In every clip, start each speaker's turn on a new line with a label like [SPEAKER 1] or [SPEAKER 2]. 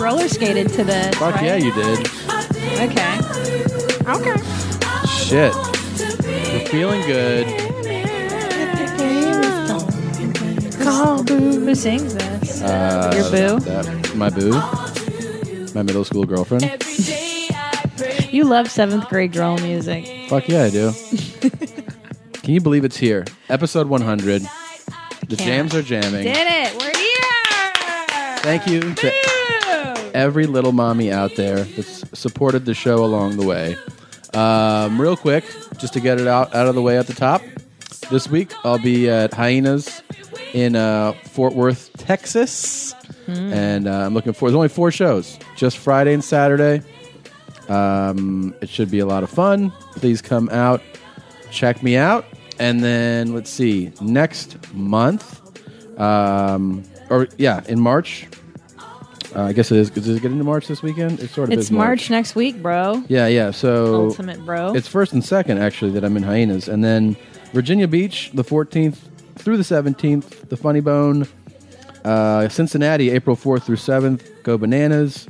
[SPEAKER 1] roller skated to this.
[SPEAKER 2] Fuck
[SPEAKER 1] right?
[SPEAKER 2] yeah, you did.
[SPEAKER 1] Okay. Okay.
[SPEAKER 2] Shit. We're feeling good.
[SPEAKER 1] Oh, Who sings this?
[SPEAKER 2] Uh,
[SPEAKER 1] Your boo?
[SPEAKER 2] That, my boo. My middle school girlfriend.
[SPEAKER 1] You love seventh grade girl music.
[SPEAKER 2] Fuck yeah, I do. Can you believe it's here? Episode 100. The jams are jamming.
[SPEAKER 1] Did it? We're here.
[SPEAKER 2] Thank you to every little mommy out there that's supported the show along the way. Um, real quick, just to get it out out of the way at the top. This week I'll be at Hyenas in uh, Fort Worth, Texas, and uh, I'm looking for. There's only four shows, just Friday and Saturday. Um, it should be a lot of fun. Please come out, check me out, and then let's see. Next month, um, or yeah, in March. Uh, I guess it is. Does it get into March this weekend? It sort of
[SPEAKER 1] It's
[SPEAKER 2] is March.
[SPEAKER 1] March next week, bro.
[SPEAKER 2] Yeah, yeah. So
[SPEAKER 1] Ultimate bro.
[SPEAKER 2] It's first and second actually that I'm in hyenas, and then Virginia Beach the 14th through the 17th, the Funny Bone, uh, Cincinnati April 4th through 7th, Go Bananas,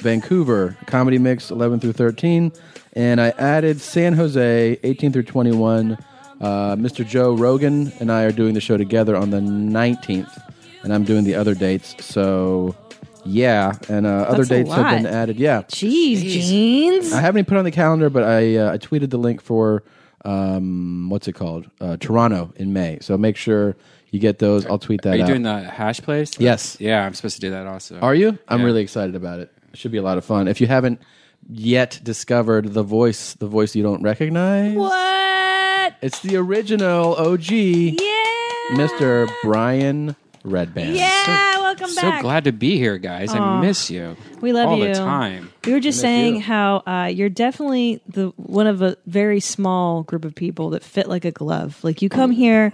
[SPEAKER 2] Vancouver Comedy Mix 11 through 13, and I added San Jose 18 through 21. Uh, Mr. Joe Rogan and I are doing the show together on the 19th, and I'm doing the other dates. So, yeah, and uh, other
[SPEAKER 1] That's a
[SPEAKER 2] dates have been
[SPEAKER 1] lot.
[SPEAKER 2] added. Yeah,
[SPEAKER 1] Jeez, jeans.
[SPEAKER 2] I haven't even put it on the calendar, but I uh, I tweeted the link for um what's it called uh, Toronto in May. So make sure you get those. I'll tweet that.
[SPEAKER 3] Are you
[SPEAKER 2] out.
[SPEAKER 3] doing the hash place?
[SPEAKER 2] Yes.
[SPEAKER 3] Yeah, I'm supposed to do that also.
[SPEAKER 2] Are you? I'm
[SPEAKER 3] Yeah.
[SPEAKER 2] really excited about it. It should be a lot of fun. If you haven't yet discovered the voice, the voice you don't recognize,
[SPEAKER 1] What?
[SPEAKER 2] it's the original OG,
[SPEAKER 1] Yeah.
[SPEAKER 2] Mr. Brian Redband.
[SPEAKER 1] Yeah, welcome
[SPEAKER 3] So
[SPEAKER 1] back.
[SPEAKER 3] glad to be here, guys. I miss you.
[SPEAKER 1] We love
[SPEAKER 3] all
[SPEAKER 1] you
[SPEAKER 3] the time.
[SPEAKER 1] We were just
[SPEAKER 2] miss
[SPEAKER 1] saying
[SPEAKER 2] you.
[SPEAKER 1] how uh, you're definitely the one of a very small group of people that fit like a glove. Like you come here,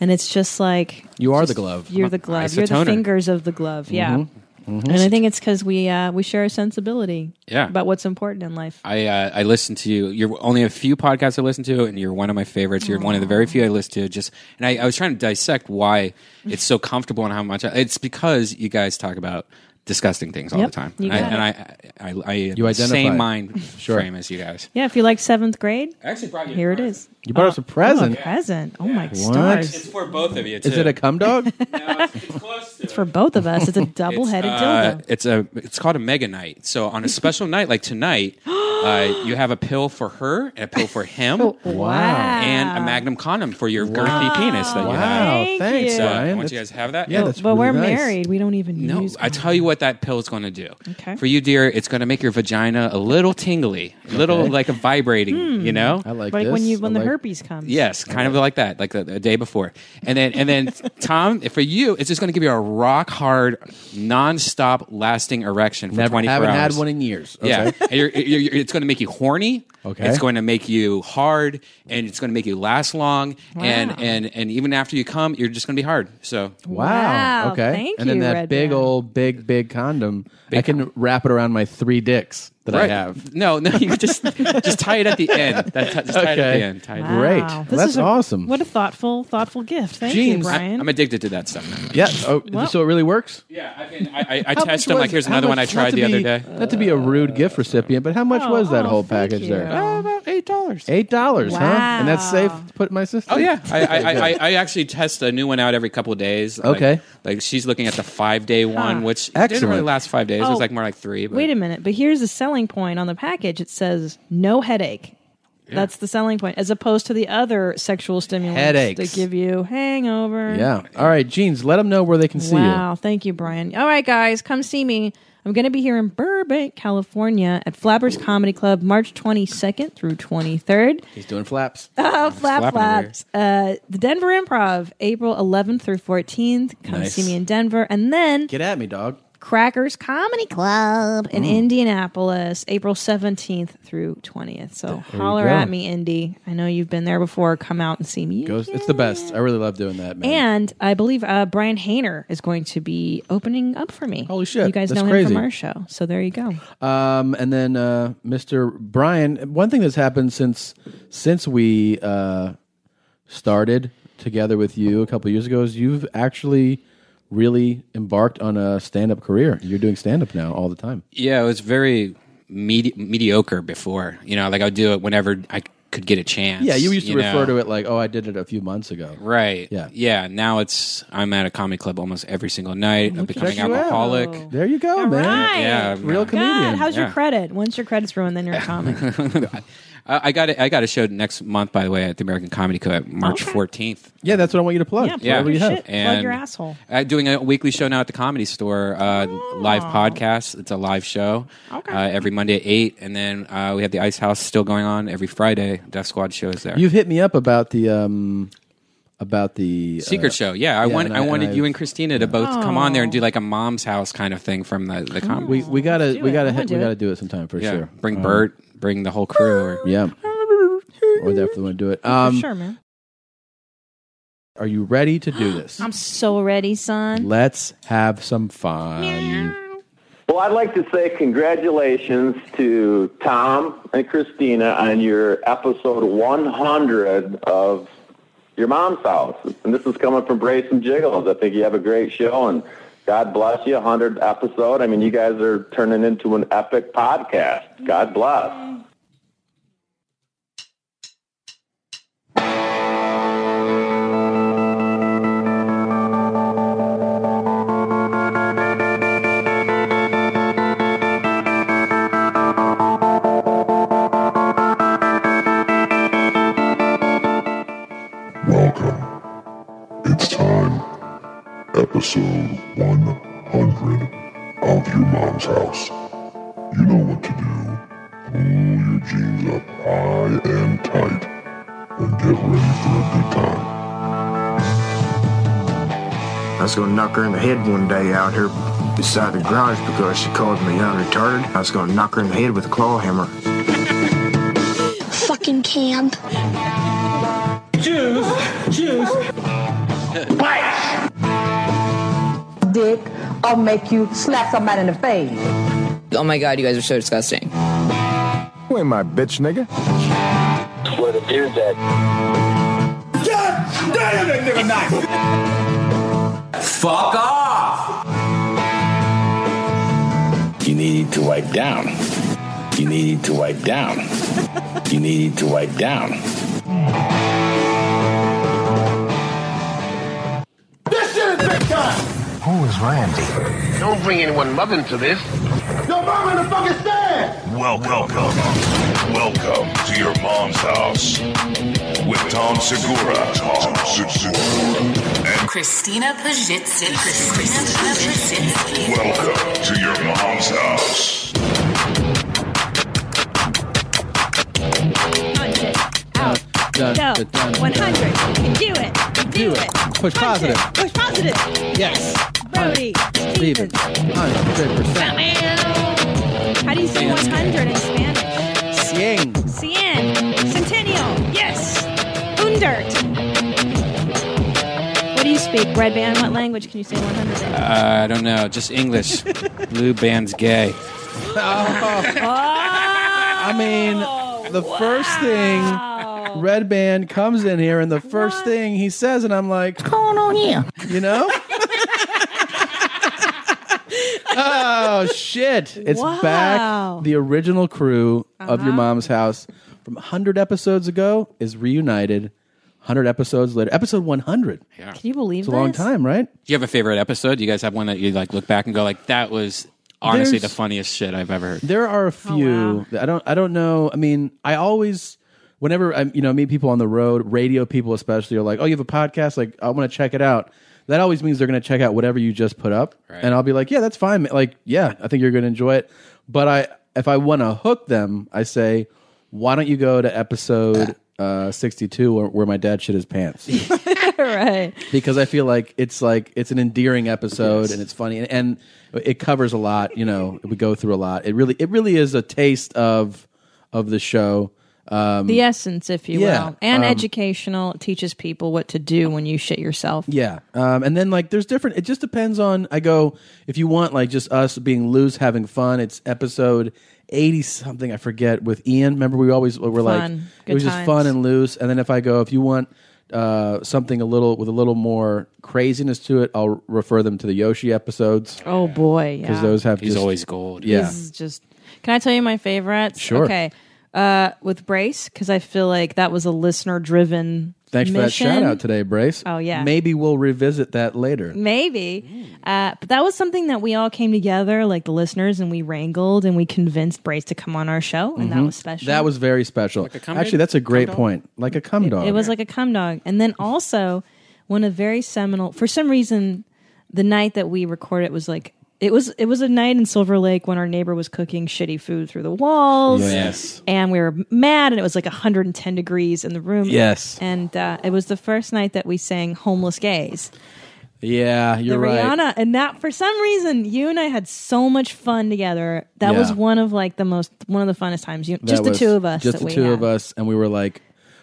[SPEAKER 1] and it's just like
[SPEAKER 2] You are the glove.
[SPEAKER 1] you're the glove. You're the
[SPEAKER 3] isotoner.
[SPEAKER 1] fingers of the glove. Yeah.
[SPEAKER 2] Mm-hmm.
[SPEAKER 1] And I think it's because we uh, we share a sensibility
[SPEAKER 3] Yeah.
[SPEAKER 1] about what's important in life.
[SPEAKER 3] I uh, I listen to you. You're only a few podcasts I listen to, and you're one of my favorites. You're one of the very few I listen to. Just and I, I was trying to dissect why it's so comfortable and how much. I, it's because you guys talk about disgusting things all
[SPEAKER 1] Yep,
[SPEAKER 3] the time,
[SPEAKER 1] you
[SPEAKER 3] and, I,
[SPEAKER 1] got
[SPEAKER 3] and I, I I I
[SPEAKER 2] You identify.
[SPEAKER 3] same mind
[SPEAKER 2] Sure.
[SPEAKER 3] frame as you guys.
[SPEAKER 1] Yeah, if you like seventh grade,
[SPEAKER 3] I actually brought you a
[SPEAKER 1] here it
[SPEAKER 3] present.
[SPEAKER 1] is.
[SPEAKER 2] You brought us a present.
[SPEAKER 1] Oh, a present. Oh my
[SPEAKER 3] It's
[SPEAKER 1] stars!
[SPEAKER 3] for both of you. Too.
[SPEAKER 2] Is it a cum dog?
[SPEAKER 3] No, it's, it's close to
[SPEAKER 1] For both of us, it's a double-headed
[SPEAKER 3] uh,
[SPEAKER 1] dildo.
[SPEAKER 3] it's a it's called a mega night. So on a special night like tonight, uh, you have a pill for her and a pill for him.
[SPEAKER 2] Oh, wow.
[SPEAKER 3] and a magnum condom for your girthy penis that you have.
[SPEAKER 2] Wow.
[SPEAKER 1] Thank
[SPEAKER 2] Thanks,
[SPEAKER 1] you.
[SPEAKER 3] So I
[SPEAKER 2] Brian.
[SPEAKER 3] want
[SPEAKER 2] That's-
[SPEAKER 3] you guys to have that.
[SPEAKER 2] Yeah,
[SPEAKER 3] Oh,
[SPEAKER 2] that's
[SPEAKER 1] but
[SPEAKER 2] really
[SPEAKER 1] we're
[SPEAKER 2] nice.
[SPEAKER 1] marmarried. We don't even
[SPEAKER 3] no,
[SPEAKER 1] use.
[SPEAKER 3] I tell you what that pill is going to do.
[SPEAKER 1] Okay.
[SPEAKER 3] For you, dear, it's going to make your vagina a little tingly, a little like a vibrating, you know?
[SPEAKER 2] Hmm. I like,
[SPEAKER 1] like when
[SPEAKER 2] this.
[SPEAKER 1] you when
[SPEAKER 2] I
[SPEAKER 1] the
[SPEAKER 2] like-
[SPEAKER 1] herpes comes.
[SPEAKER 3] Yes, kind of like that, like the, the day before. And then, and then, Tom, for you, it's just going to give you a rock hard, nonstop, lasting erection for
[SPEAKER 2] Never
[SPEAKER 3] 24
[SPEAKER 2] haven't
[SPEAKER 3] hours.
[SPEAKER 2] had one in years. Okay.
[SPEAKER 3] Yeah, And you're, you're, you're- it's going to make you horny.
[SPEAKER 2] Okay.
[SPEAKER 3] it's going to make you hard, and it's going to make you last long. And and and even after you come, you're just going to be hard. So
[SPEAKER 2] Wow.
[SPEAKER 1] Wow,
[SPEAKER 2] Okay.
[SPEAKER 1] thank
[SPEAKER 2] and then
[SPEAKER 1] you,
[SPEAKER 2] that
[SPEAKER 1] Red
[SPEAKER 2] big
[SPEAKER 1] Man.
[SPEAKER 2] old big big condom. I can wrap it around my three dicks that I have.
[SPEAKER 3] No, no, you just just tie it at the end. That, just tie it at
[SPEAKER 2] Okay.
[SPEAKER 3] the end. Tie it.
[SPEAKER 1] Wow.
[SPEAKER 2] Great.
[SPEAKER 1] This
[SPEAKER 2] That's
[SPEAKER 1] is a-
[SPEAKER 2] awesome.
[SPEAKER 1] What a thoughtful, thoughtful gift. Thank you,
[SPEAKER 2] Jeans.
[SPEAKER 3] I,
[SPEAKER 1] Brian.
[SPEAKER 3] am addicted to that stuff. now.
[SPEAKER 2] Yeah. Oh,
[SPEAKER 1] Well-
[SPEAKER 2] so it really works.
[SPEAKER 3] Yeah, I, mean, I, I, I
[SPEAKER 2] How
[SPEAKER 3] test
[SPEAKER 2] much
[SPEAKER 3] them. Like
[SPEAKER 2] was-
[SPEAKER 3] here's
[SPEAKER 2] how
[SPEAKER 3] another one I
[SPEAKER 2] much- not
[SPEAKER 3] tried
[SPEAKER 2] to
[SPEAKER 3] the other
[SPEAKER 2] be-
[SPEAKER 3] day.
[SPEAKER 2] Not to be a rude gift recipient, but how much
[SPEAKER 1] Oh,
[SPEAKER 2] was that
[SPEAKER 1] oh,
[SPEAKER 2] whole
[SPEAKER 1] thank
[SPEAKER 2] package
[SPEAKER 1] you.
[SPEAKER 2] there?
[SPEAKER 1] Oh,
[SPEAKER 3] about eight dollars.
[SPEAKER 2] Eight dollars, huh? And that's safe
[SPEAKER 1] Wow.
[SPEAKER 2] to put in my system.
[SPEAKER 3] Oh yeah, I, I, I, I- I actually test a new one out every couple of days. Like-
[SPEAKER 2] Okay.
[SPEAKER 3] like she's looking at the five day one, which didn't really
[SPEAKER 2] Excellent.
[SPEAKER 3] last five days. It
[SPEAKER 1] Oh.
[SPEAKER 3] was like more like three. But
[SPEAKER 1] Wait a minute, but here's the selling point on the package. It says no headache. That's the selling point, as opposed to the other sexual stimulants
[SPEAKER 2] Headaches.
[SPEAKER 1] that give you hangover.
[SPEAKER 2] Yeah. All right, jeans. Let them know where they can see you.
[SPEAKER 1] Wow. Thank you, Brian. All right, guys, come see me. I'm going to be here in Burbank, California at Flappers Comedy Club March 22nd through 23rd.
[SPEAKER 2] He's doing flaps.
[SPEAKER 1] Oh, flap
[SPEAKER 3] flapping over
[SPEAKER 1] flaps. Uh, the Denver Improv, April 11th through 14th. Come
[SPEAKER 2] Nice.
[SPEAKER 1] see me in Denver. And then
[SPEAKER 2] Get at me, dog.
[SPEAKER 1] Crackers Comedy Club in
[SPEAKER 2] Mm.
[SPEAKER 1] Indianapolis, April 17th through 20th. So
[SPEAKER 2] you
[SPEAKER 1] holler
[SPEAKER 2] go.
[SPEAKER 1] at me, Indy. I know you've been there before. Come out and see me.
[SPEAKER 2] Goes. It's the best. I really love doing that, man.
[SPEAKER 1] And I believe uh, Brian Hayner is going to be opening up for me.
[SPEAKER 2] Holy shit,
[SPEAKER 1] You guys
[SPEAKER 2] that's
[SPEAKER 1] know him
[SPEAKER 2] crazy.
[SPEAKER 1] from our show. So there you go.
[SPEAKER 2] Um, and then uh, Mr. Brian, one thing that's happened since since we uh, started together with you a couple years ago is you've actually really embarked on a stand-up career. You're doing stand-up now all the time.
[SPEAKER 3] Yeah, it was very medi- mediocre before. You know, like I would do it whenever I could get a chance.
[SPEAKER 2] Yeah, you used to refer
[SPEAKER 3] know?
[SPEAKER 2] to it like, "Oh, I did it a few months ago."
[SPEAKER 3] Right.
[SPEAKER 2] Yeah.
[SPEAKER 3] Yeah. Now it's I'm at a comedy club almost every single night. I'm becoming
[SPEAKER 2] at you.
[SPEAKER 3] alcoholic.
[SPEAKER 1] Oh.
[SPEAKER 2] There you go,
[SPEAKER 1] All
[SPEAKER 2] man.
[SPEAKER 1] right.
[SPEAKER 3] Yeah.
[SPEAKER 2] Real
[SPEAKER 3] no.
[SPEAKER 2] comedian.
[SPEAKER 1] God, how's your
[SPEAKER 3] Yeah.
[SPEAKER 1] credit? Once your credit's ruined, then you're a comic.
[SPEAKER 3] I I got a, I got a show next month, by the way, at the American Comedy Club, March
[SPEAKER 1] Okay.
[SPEAKER 3] 14th.
[SPEAKER 2] Yeah, that's what I want you to plug.
[SPEAKER 1] Yeah, plug
[SPEAKER 3] Yeah.
[SPEAKER 2] Whatever you
[SPEAKER 1] your
[SPEAKER 2] have.
[SPEAKER 1] shit. plug
[SPEAKER 3] And-
[SPEAKER 1] your asshole.
[SPEAKER 3] Uh, doing a weekly show now at the Comedy Store, uh, live
[SPEAKER 1] Oh.
[SPEAKER 3] podcast. It's a live show
[SPEAKER 1] Okay.
[SPEAKER 3] uh, every Monday at 8. And then uh, we have the Ice House still going on every Friday. Death Squad show is there.
[SPEAKER 2] You've hit me up about the um about the uh,
[SPEAKER 3] Secret show, yeah. I
[SPEAKER 2] yeah,
[SPEAKER 3] want,
[SPEAKER 2] and I-
[SPEAKER 3] I,
[SPEAKER 2] and
[SPEAKER 3] wanted
[SPEAKER 2] I-
[SPEAKER 3] you and Christina to both come on there and
[SPEAKER 1] Oh.
[SPEAKER 3] do like a mom's house kind of thing from the the
[SPEAKER 2] We
[SPEAKER 3] comedy.
[SPEAKER 2] we gotta
[SPEAKER 1] do
[SPEAKER 2] we
[SPEAKER 1] it.
[SPEAKER 2] gotta
[SPEAKER 1] I'm
[SPEAKER 2] hit,
[SPEAKER 1] gonna
[SPEAKER 2] we
[SPEAKER 1] do
[SPEAKER 2] gotta
[SPEAKER 1] it.
[SPEAKER 2] do it sometime for
[SPEAKER 3] yeah,
[SPEAKER 2] sure.
[SPEAKER 3] bring
[SPEAKER 2] Um,
[SPEAKER 3] Bert, bring the whole crew. Or,
[SPEAKER 2] Yeah, we definitely want to do it. Um,
[SPEAKER 1] sure, man.
[SPEAKER 2] Are you ready to do this?
[SPEAKER 1] I'm so ready, son.
[SPEAKER 2] Let's have some fun.
[SPEAKER 4] Well, I'd like to say congratulations to Tom and Christina on your episode 100 of Your Mom's House. And this is coming from Brace and Jiggles. I think you have a great show, and God bless you, 100 episode. I mean, you guys are turning into an epic podcast. God bless.
[SPEAKER 5] Welcome. It's time. Episode 100 of Your Mom's House. You know what to do. Pull your jeans up high and tight and get ready for a good time.
[SPEAKER 6] I was going to knock her in the head one day out here beside the garage because she called me young retarded. I was going to knock her in the head with a claw hammer.
[SPEAKER 7] fucking camp.
[SPEAKER 8] dick, I'll make you slap somebody in the face.
[SPEAKER 9] Oh my god, you guys are so disgusting.
[SPEAKER 6] You ain't my bitch, nigga.
[SPEAKER 10] You need to wipe down. You need to wipe down. You need to wipe down.
[SPEAKER 6] Who is Randy?
[SPEAKER 11] Don't bring anyone mother into this. Your mom in the fucking stand!
[SPEAKER 5] Welcome. Welcome to Your Mom's House with Tom Segura. Tom Segura. And
[SPEAKER 7] Christina Pajitsky. Christina Pajitsky.
[SPEAKER 5] welcome to Your Mom's House.
[SPEAKER 1] Out.
[SPEAKER 2] Dun, dun,
[SPEAKER 1] Go.
[SPEAKER 2] dun, dun.
[SPEAKER 1] 100. You can do it. You can
[SPEAKER 2] Do it. Push positive.
[SPEAKER 1] Push positive.
[SPEAKER 2] Yes.
[SPEAKER 1] Brody.
[SPEAKER 2] Steven. 100%.
[SPEAKER 1] Steven. How do you say 100 in Spanish?
[SPEAKER 2] Yang.
[SPEAKER 1] Cien. Centennial. Yes. Hundert. What do you speak, Red Band? What language can you say 100
[SPEAKER 2] Oh.
[SPEAKER 1] in?
[SPEAKER 3] Uh, I don't know, just English. Blue band's gay.
[SPEAKER 2] I mean, the first thing Red Band comes in here, and the first thing he says, and I'm like, "What's going on here?" You know? oh shit! It's
[SPEAKER 1] Wow. Uh-huh.
[SPEAKER 2] back. The original crew of your mom's house from 100 episodes ago is reunited. 100 episodes later, episode 100. Yeah.
[SPEAKER 1] Can you believe
[SPEAKER 2] It's a long time, right?
[SPEAKER 3] Do you have a favorite episode? Do you guys have one that you like look back and go like that was honestly
[SPEAKER 2] There's-
[SPEAKER 3] the funniest shit I've ever heard.
[SPEAKER 2] There are a few.
[SPEAKER 1] wow.
[SPEAKER 2] that I don't. I don't know. I mean, I always, whenever I, you know, meet people on the road, radio people especially are like, "Oh, you have a podcast? Like, I want to check it out." That always means they're going to check out whatever you just put up,
[SPEAKER 3] Right.
[SPEAKER 2] and I'll be like, "Yeah, that's fine. man. Like, yeah, I think you're going to enjoy it." But I, if I want to hook them, I say, "Why don't you go to episode uh, 62 where, where my dad shit his pants?"
[SPEAKER 1] right.
[SPEAKER 2] because I feel like it's like it's an endearing episode and it's funny and, and it covers a lot. You know, we go through a lot. It really it really is a taste of of the show. Um,
[SPEAKER 1] The essence, if you
[SPEAKER 2] Yeah,
[SPEAKER 1] will. And
[SPEAKER 2] um,
[SPEAKER 1] educational. It teaches people what to do when you shit yourself.
[SPEAKER 2] yeah, um, and then like there's different. It just depends on. I go if you want like just us being loose, having fun. It's episode. 80 something I forget with Ian remember we always were like
[SPEAKER 1] Fun.
[SPEAKER 2] it was
[SPEAKER 1] Good
[SPEAKER 2] just fun
[SPEAKER 1] times.
[SPEAKER 2] and loose and then if I go if you want uh, something a little with a little more craziness to it, I'll refer them to the Yoshi episodes.
[SPEAKER 1] Oh boy, yeah.
[SPEAKER 2] because those have
[SPEAKER 3] He's
[SPEAKER 2] just-
[SPEAKER 3] always gold.
[SPEAKER 2] Yeah,
[SPEAKER 1] He's just. Can I tell you my favorites?
[SPEAKER 2] Sure.
[SPEAKER 1] Okay. Uh, with Brace, because I feel like that was a listener driven.
[SPEAKER 2] thanks for that shout out today, Brace.
[SPEAKER 1] Oh, yeah.
[SPEAKER 2] maybe we'll revisit that later.
[SPEAKER 1] Maybe. Uh, but that was something that we all came together, like the listeners, and we wrangled and we convinced Brace to come on our show, and that
[SPEAKER 2] Mhm.
[SPEAKER 1] was special.
[SPEAKER 2] That was very special.
[SPEAKER 1] cum
[SPEAKER 2] Actually,
[SPEAKER 1] dog?
[SPEAKER 2] that's a great
[SPEAKER 1] Cum dog?
[SPEAKER 2] point. Like a cum dog.
[SPEAKER 1] It was like a cum dog. And then also, one of very seminal, for some reason, the night that we recorded was like, it was it was a night in Silver Lake when our neighbor was cooking shitty food through the walls.
[SPEAKER 2] Yes.
[SPEAKER 1] And we were mad and it was like 110 degrees in the room.
[SPEAKER 2] Yes.
[SPEAKER 1] And uh, it was the first night that we sang Homeless Gays.
[SPEAKER 2] yeah, you're
[SPEAKER 1] the
[SPEAKER 2] right.
[SPEAKER 1] Rihanna and that for some reason you and I had so much fun together. That
[SPEAKER 2] Yeah.
[SPEAKER 1] was one of like the most one of the funnest times. You,
[SPEAKER 2] That
[SPEAKER 1] just the
[SPEAKER 2] was
[SPEAKER 1] two of us.
[SPEAKER 2] Just
[SPEAKER 1] that
[SPEAKER 2] the
[SPEAKER 1] we
[SPEAKER 2] two
[SPEAKER 1] had.
[SPEAKER 2] of us, and we were like,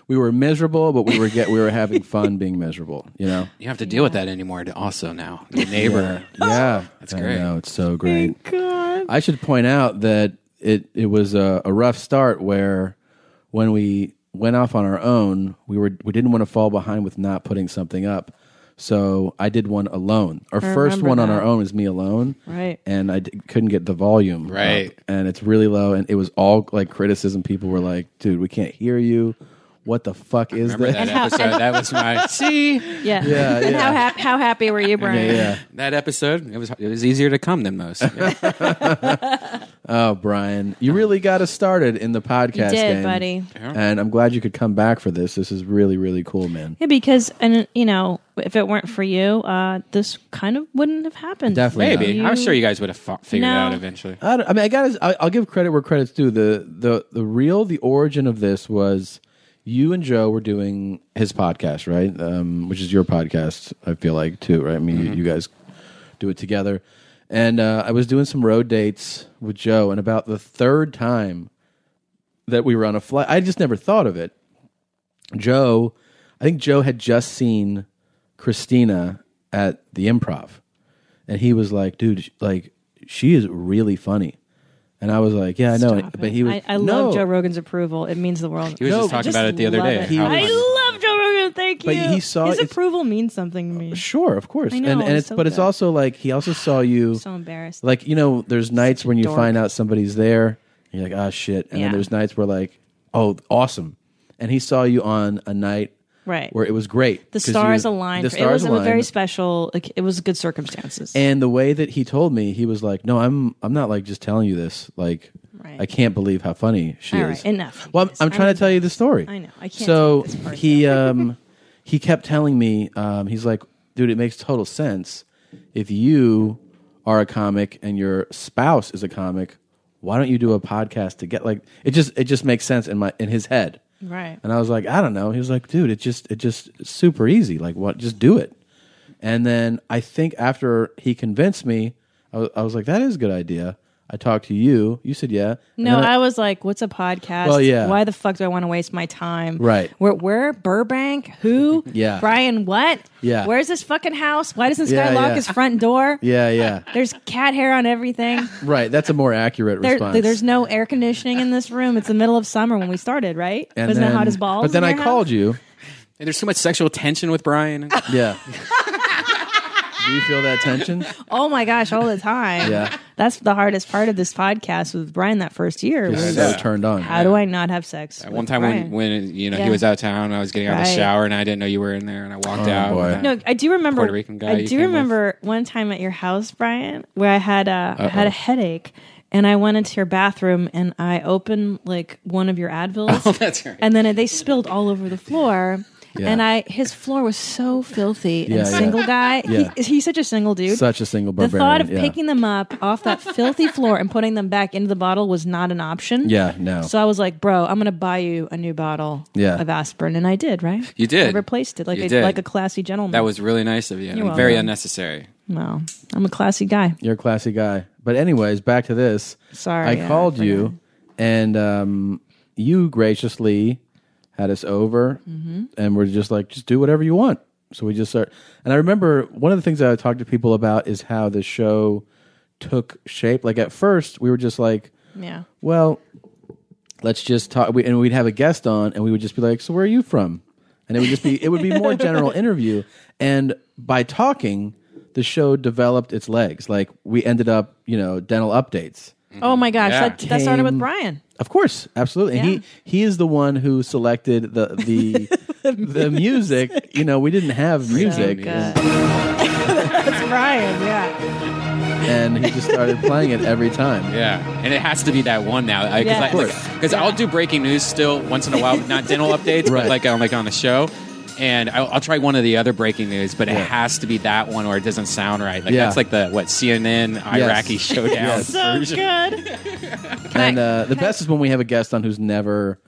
[SPEAKER 2] we were miserable, but we were get we were having fun being miserable. You know.
[SPEAKER 3] You don't have to deal with that anymore. to- Also now, the neighbor.
[SPEAKER 2] Yeah, yeah. that's
[SPEAKER 3] great.
[SPEAKER 2] I know it's so great. I should point out that it it was a, a rough start where when we went off on our own, we were we didn't want to fall behind with not putting something up. So I did one alone. Our
[SPEAKER 1] I
[SPEAKER 2] first
[SPEAKER 1] remember
[SPEAKER 2] one on
[SPEAKER 1] that.
[SPEAKER 2] our own is me alone,
[SPEAKER 1] Right.
[SPEAKER 2] and I d- couldn't get the volume
[SPEAKER 3] Right.
[SPEAKER 2] up, and it's really low, and it was all like criticism. People were like, "Dude, we can't hear you. What the fuck is
[SPEAKER 3] Remember
[SPEAKER 2] this?"
[SPEAKER 3] that episode? That was my see.
[SPEAKER 1] Yeah.
[SPEAKER 2] Yeah,
[SPEAKER 1] and
[SPEAKER 2] yeah.
[SPEAKER 1] how happy how happy were you, Brian?
[SPEAKER 3] That episode, it was it was easier to come than most.
[SPEAKER 2] Oh, Brian, you really got us started in the podcast
[SPEAKER 1] You did,
[SPEAKER 2] game.
[SPEAKER 1] buddy. Yeah.
[SPEAKER 2] And I'm glad you could come back for this. This is really, really cool, man.
[SPEAKER 1] Yeah, because and you know, if it weren't for you, uh, this kind of wouldn't have happened.
[SPEAKER 2] Definitely
[SPEAKER 3] Maybe
[SPEAKER 2] not.
[SPEAKER 3] I'm sure you guys would have fu- figured it
[SPEAKER 1] No.
[SPEAKER 3] out eventually.
[SPEAKER 2] I, don't- I mean, I got. I, I'll give credit where credit's due. The the the real the origin of this was you and Joe were doing his podcast, right? Um, which is your podcast, I feel like too, right? I mean, you, you guys do it together. And uh, I was doing some road dates with Joe, and about the third time that we were on a flight, I just never thought of it. Joe, I think Joe had just seen Christina at the improv. And he was like, dude, sh- like, she is really funny. And I was like, yeah, I know. But he was,
[SPEAKER 1] I, I
[SPEAKER 2] no.
[SPEAKER 1] love Joe Rogan's approval. It means the world.
[SPEAKER 2] He was just No, talking about it the other
[SPEAKER 1] love
[SPEAKER 2] day,
[SPEAKER 1] it.
[SPEAKER 2] how much-
[SPEAKER 1] I love Joe Rogan. Thank you.
[SPEAKER 2] But he saw
[SPEAKER 1] his
[SPEAKER 2] it's-
[SPEAKER 1] approval means something to me.
[SPEAKER 2] Sure, of course.
[SPEAKER 1] I know,
[SPEAKER 2] and and
[SPEAKER 1] it's
[SPEAKER 2] it's
[SPEAKER 1] so
[SPEAKER 2] but it's
[SPEAKER 1] good.
[SPEAKER 2] also like he also saw you
[SPEAKER 1] so embarrassed.
[SPEAKER 2] Like, you know, there's nights when you
[SPEAKER 1] dork.
[SPEAKER 2] find out somebody's there and you're like, ah shit. And
[SPEAKER 1] Yeah.
[SPEAKER 2] then there's nights where like, oh, awesome. And he saw you on a night
[SPEAKER 1] Right.
[SPEAKER 2] where it was great.
[SPEAKER 1] The
[SPEAKER 2] 'Cause you-
[SPEAKER 1] stars aligned.
[SPEAKER 2] The
[SPEAKER 1] for-
[SPEAKER 2] stars
[SPEAKER 1] it was a
[SPEAKER 2] aligned.
[SPEAKER 1] very special. Like, it was good circumstances.
[SPEAKER 2] And the way that he told me, he was like, "No, I'm I'm not like just telling you this. Like, I can't believe how funny she
[SPEAKER 1] All
[SPEAKER 2] is."
[SPEAKER 1] right, enough.
[SPEAKER 2] Well, I'm, I'm trying to tell you the story.
[SPEAKER 1] I know. I can't
[SPEAKER 2] So he um he kept telling me um he's like, "Dude, it makes total sense. If you are a comic and your spouse is a comic, why don't you do a podcast to get like it just it just makes sense in my in his head."
[SPEAKER 1] Right.
[SPEAKER 2] And I was like, I don't know. He was like, dude, it just it just it's super easy. Like, what? Just do it. And then I think after he convinced me, I was, I was like, that is a good idea. I talked to you. You said yeah. And
[SPEAKER 1] No,
[SPEAKER 2] then
[SPEAKER 1] I was like, "What's a podcast?
[SPEAKER 2] Well, yeah.
[SPEAKER 1] Why the fuck do I want to waste my time?
[SPEAKER 2] Right.
[SPEAKER 1] Where? Where? Burbank? Who?
[SPEAKER 2] Yeah.
[SPEAKER 1] Brian? What?
[SPEAKER 2] Yeah.
[SPEAKER 1] Where's this fucking house? Why doesn't this
[SPEAKER 2] Yeah,
[SPEAKER 1] guy lock
[SPEAKER 2] yeah.
[SPEAKER 1] his front door?
[SPEAKER 2] Yeah, yeah.
[SPEAKER 1] There's cat hair on everything.
[SPEAKER 2] Right. That's a more accurate
[SPEAKER 1] There,
[SPEAKER 2] response.
[SPEAKER 1] there's no air conditioning in this room. It's the middle of summer when we started, right?
[SPEAKER 2] And
[SPEAKER 1] Wasn't
[SPEAKER 2] then-
[SPEAKER 1] it hot as balls?
[SPEAKER 2] But then
[SPEAKER 1] in
[SPEAKER 2] I
[SPEAKER 1] your
[SPEAKER 2] called you.
[SPEAKER 3] And there's so much sexual tension with Brian.
[SPEAKER 2] Yeah. Do you feel that tension?
[SPEAKER 1] house? Oh my gosh, all the time.
[SPEAKER 2] Yeah.
[SPEAKER 1] That's the hardest part of this podcast with Brian that first year.
[SPEAKER 3] Just
[SPEAKER 1] was,
[SPEAKER 3] so turned on.
[SPEAKER 1] How do I not have sex?
[SPEAKER 3] At
[SPEAKER 1] with
[SPEAKER 3] one time
[SPEAKER 1] Brian?
[SPEAKER 3] when, when you know
[SPEAKER 1] Yeah.
[SPEAKER 3] he was out of town, I was getting out of the
[SPEAKER 1] Right.
[SPEAKER 3] shower and I didn't know you were in there, and I walked
[SPEAKER 2] Oh,
[SPEAKER 3] out.
[SPEAKER 2] boy.
[SPEAKER 3] with that
[SPEAKER 1] No, I do remember.
[SPEAKER 3] Puerto Rican guy.
[SPEAKER 1] I
[SPEAKER 3] you
[SPEAKER 1] do
[SPEAKER 3] came with.
[SPEAKER 1] remember one time at your house, Brian, where I had a I had
[SPEAKER 3] Uh-oh.
[SPEAKER 1] a headache, and I went into your bathroom and I opened like one of your Advils.
[SPEAKER 3] Oh, that's right.
[SPEAKER 1] And then they spilled all over the floor.
[SPEAKER 2] Yeah.
[SPEAKER 1] And I, his floor was so filthy. And
[SPEAKER 2] Yeah, yeah.
[SPEAKER 1] single guy,
[SPEAKER 2] Yeah.
[SPEAKER 1] he, he's such a single dude.
[SPEAKER 2] Such a single
[SPEAKER 1] the
[SPEAKER 2] barbarian.
[SPEAKER 1] thought of
[SPEAKER 2] yeah.
[SPEAKER 1] picking them up off that filthy floor and putting them back into the bottle was not an option.
[SPEAKER 2] Yeah, no.
[SPEAKER 1] So I was like, "Bro, I'm gonna buy you a new bottle
[SPEAKER 3] Yeah.
[SPEAKER 1] of aspirin," and I did. Right?
[SPEAKER 3] You did.
[SPEAKER 1] I replaced it like
[SPEAKER 3] You
[SPEAKER 1] a,
[SPEAKER 3] did.
[SPEAKER 1] like a classy gentleman.
[SPEAKER 3] That was really nice of you. and
[SPEAKER 1] You're
[SPEAKER 3] very
[SPEAKER 1] welcome.
[SPEAKER 3] unnecessary.
[SPEAKER 1] Wow. I'm a classy guy.
[SPEAKER 2] You're a classy guy. But anyways, back to this.
[SPEAKER 1] Sorry,
[SPEAKER 2] I
[SPEAKER 1] yeah,
[SPEAKER 2] called
[SPEAKER 1] I
[SPEAKER 2] you and um, you graciously had us over
[SPEAKER 1] Mhm.
[SPEAKER 2] and we're just like, just do whatever you want. So we just start and I remember one of the things that I talked to people about is how the show took shape. Like at first we were just like,
[SPEAKER 1] Yeah.
[SPEAKER 2] Well, let's just talk we, and we'd have a guest on and we would just be like, So where are you from? and it would just be it would be more general interview. And by talking, the show developed its legs. Like we ended up, you know, dental updates.
[SPEAKER 1] Oh my gosh,
[SPEAKER 2] Yeah.
[SPEAKER 1] that, that started with
[SPEAKER 2] Came-
[SPEAKER 1] Brian.
[SPEAKER 2] Of course, absolutely. And he he is the one who selected the the the music. You know, we didn't have music,
[SPEAKER 1] That's Brian, yeah.
[SPEAKER 2] and he just started playing it every time.
[SPEAKER 3] Yeah, and it has to be that one now. Because
[SPEAKER 1] Yeah.
[SPEAKER 3] I,
[SPEAKER 1] Of course.
[SPEAKER 3] because I'll do breaking news still once in a while, not dental updates, but like on like on the show. And I'll, I'll try one of the other breaking news, but it has to be that one or it doesn't sound right. Like
[SPEAKER 2] Yeah.
[SPEAKER 3] that's like the what CNN Iraqi showdown.
[SPEAKER 1] so
[SPEAKER 3] version.
[SPEAKER 1] good.
[SPEAKER 2] And uh, the best is when we have a guest on who's never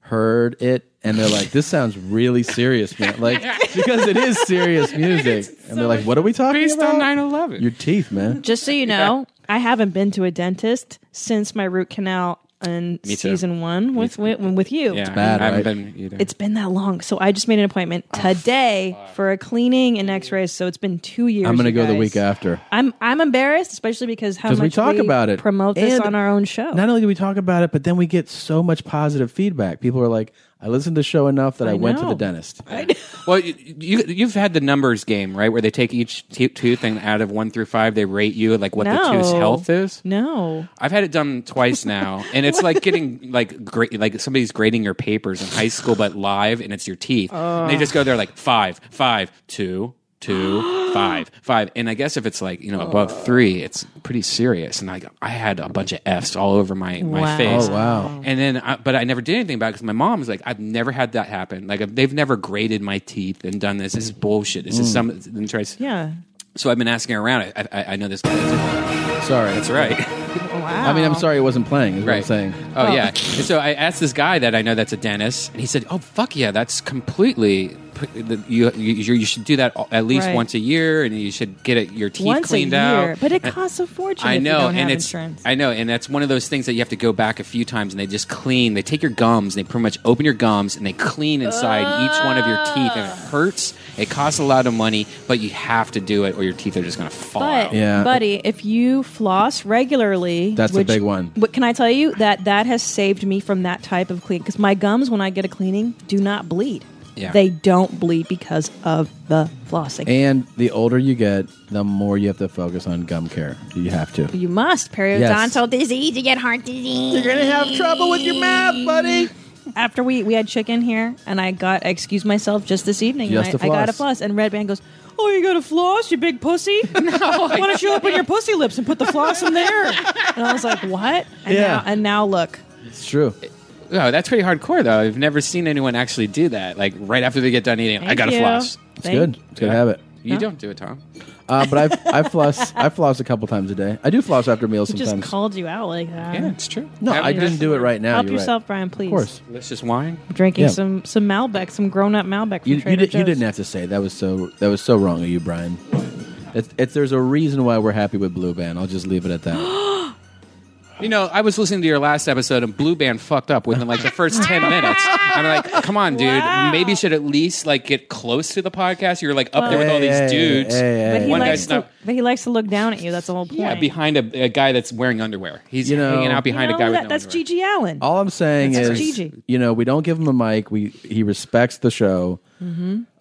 [SPEAKER 2] heard it, and they're like, "This sounds really serious, man!" Like because it is serious music, and they're like, "What are we talking
[SPEAKER 3] Based
[SPEAKER 2] about?"
[SPEAKER 3] on 9/11.
[SPEAKER 2] Your teeth, man.
[SPEAKER 1] Just so you know, I haven't been to a dentist since my root canal in
[SPEAKER 2] Me too.
[SPEAKER 1] season one with with, with you.
[SPEAKER 3] Yeah,
[SPEAKER 2] bad,
[SPEAKER 3] I haven't
[SPEAKER 2] right?
[SPEAKER 3] been either.
[SPEAKER 1] It's been that long, so I just made an appointment today for a cleaning and X-rays. So it's been two years.
[SPEAKER 2] I'm gonna
[SPEAKER 1] you
[SPEAKER 2] go the
[SPEAKER 1] guys.
[SPEAKER 2] week after.
[SPEAKER 1] I'm I'm embarrassed, especially because how much
[SPEAKER 2] Because we talk about it,
[SPEAKER 1] promote this
[SPEAKER 2] And
[SPEAKER 1] on our own show.
[SPEAKER 2] Not only do we talk about it, but then we get so much positive feedback. People are like, "I listened to the show enough that I,
[SPEAKER 1] I
[SPEAKER 2] went to
[SPEAKER 1] know.
[SPEAKER 2] the dentist."
[SPEAKER 3] Well, you, you you've had the numbers game, right? Where they take each t- tooth and out of one through five, they rate you like what the tooth's
[SPEAKER 1] No.
[SPEAKER 3] health is.
[SPEAKER 1] No,
[SPEAKER 3] I've had it done twice now, and it's like getting like great, like somebody's grading your papers in high school, but live, and it's your teeth. And they just go there like five, five, two, two, five, five, and I guess if it's like you know above three, it's pretty serious. And like I had a bunch of Fs all over my my
[SPEAKER 2] Wow.
[SPEAKER 3] face.
[SPEAKER 2] Oh, wow.
[SPEAKER 3] And then, I, but I never did anything about it because my mom was like, I've never had that happen. Like they've never graded my teeth and done this. This is bullshit. This is some. And tries.
[SPEAKER 1] yeah,
[SPEAKER 3] So I've been asking around. I, I, I know this guy.
[SPEAKER 2] Sorry,
[SPEAKER 3] That's right.
[SPEAKER 1] wow.
[SPEAKER 2] I mean, I'm sorry it wasn't playing. Is what I'm
[SPEAKER 3] Right.
[SPEAKER 2] saying.
[SPEAKER 3] Oh, yeah. And so I asked this guy that I know that's a dentist, and he said, "Oh fuck yeah, that's completely p- the- you you, you should do that at least
[SPEAKER 1] Right.
[SPEAKER 3] once a year, and you should get it, your teeth
[SPEAKER 1] Once a
[SPEAKER 3] cleaned
[SPEAKER 1] year,
[SPEAKER 3] out."
[SPEAKER 1] but it
[SPEAKER 3] And-
[SPEAKER 1] costs a fortune.
[SPEAKER 3] I
[SPEAKER 1] if you
[SPEAKER 3] know,
[SPEAKER 1] don't
[SPEAKER 3] and
[SPEAKER 1] have
[SPEAKER 3] it's
[SPEAKER 1] insurance.
[SPEAKER 3] I know, and that's one of those things that you have to go back a few times, and they just clean. They take your gums, and they pretty much open your gums, and they clean inside each one of your teeth, and it hurts. It costs a lot of money, but you have to do it, or your teeth are just going to fall
[SPEAKER 1] But
[SPEAKER 3] out.
[SPEAKER 1] buddy, if you floss regularly,
[SPEAKER 2] That's the
[SPEAKER 1] which-
[SPEAKER 2] big one.
[SPEAKER 1] But can I tell you that that has saved me from that type of clean? Because my gums, when I get a cleaning, do not bleed.
[SPEAKER 3] Yeah.
[SPEAKER 1] They don't bleed because of the flossing.
[SPEAKER 2] And the older you get, the more you have to focus on gum care. You have to.
[SPEAKER 1] you must periodontal disease. You get heart disease. You're gonna have trouble with your mouth, buddy. After we we had chicken here, and I got I excused myself just this evening.
[SPEAKER 2] Just
[SPEAKER 1] and
[SPEAKER 2] to
[SPEAKER 1] I, I got a
[SPEAKER 2] floss.
[SPEAKER 1] floss, and Red Band goes. Oh, you got a floss, you big pussy! Why don't you open your pussy lips and put the floss in there? And I was like, "What?" And
[SPEAKER 2] Yeah.
[SPEAKER 1] Now, and now look,
[SPEAKER 2] It's true.
[SPEAKER 3] No, Oh, that's pretty hardcore though. I've never seen anyone actually do that. Like right after they get done eating, I
[SPEAKER 1] Thank
[SPEAKER 3] gotta
[SPEAKER 1] you.
[SPEAKER 3] floss.
[SPEAKER 2] It's good. It's good to have it.
[SPEAKER 3] You don't do it, Tom.
[SPEAKER 2] Uh, but I've I floss I floss a couple times a day. I do floss after meals
[SPEAKER 1] Just
[SPEAKER 2] sometimes.
[SPEAKER 1] called you out like that.
[SPEAKER 3] Yeah, it's true.
[SPEAKER 2] no,
[SPEAKER 3] Have
[SPEAKER 2] I
[SPEAKER 3] it.
[SPEAKER 2] didn't do it right now.
[SPEAKER 1] Help
[SPEAKER 2] you're right.
[SPEAKER 1] yourself, Brian, please.
[SPEAKER 2] Of course.
[SPEAKER 3] That's just wine.
[SPEAKER 1] Drinking
[SPEAKER 2] Yeah.
[SPEAKER 1] some some Malbec, some grown up Malbec from
[SPEAKER 2] You, you,
[SPEAKER 1] Trader
[SPEAKER 2] did, you
[SPEAKER 1] Joe's.
[SPEAKER 2] didn't have to say that was so that was so wrong of you, Brian. It's, it's, there's a reason why we're happy with Blue Band. I'll just leave it at that.
[SPEAKER 3] You know, I was listening to your last episode and Blue Band fucked up within like the first ten minutes. I'm like, come on, dude. Maybe you should at least like get close to the podcast. You're like up there with all these
[SPEAKER 2] Hey,
[SPEAKER 3] dudes.
[SPEAKER 2] hey, hey,
[SPEAKER 1] But he,
[SPEAKER 3] One
[SPEAKER 1] likes
[SPEAKER 3] guy's
[SPEAKER 1] to,
[SPEAKER 3] not.
[SPEAKER 1] but he likes to look down at you. That's the whole point.
[SPEAKER 3] Yeah, behind a, a guy that's wearing underwear. He's
[SPEAKER 2] You know-
[SPEAKER 3] hanging out
[SPEAKER 1] You
[SPEAKER 3] behind
[SPEAKER 1] know,
[SPEAKER 3] a guy with
[SPEAKER 1] that-
[SPEAKER 3] no
[SPEAKER 1] that's
[SPEAKER 3] underwear.
[SPEAKER 1] Gigi Allen.
[SPEAKER 2] All I'm saying
[SPEAKER 1] That's
[SPEAKER 2] is,
[SPEAKER 1] Gigi.
[SPEAKER 2] you know, we don't give him a mic. We he respects the show.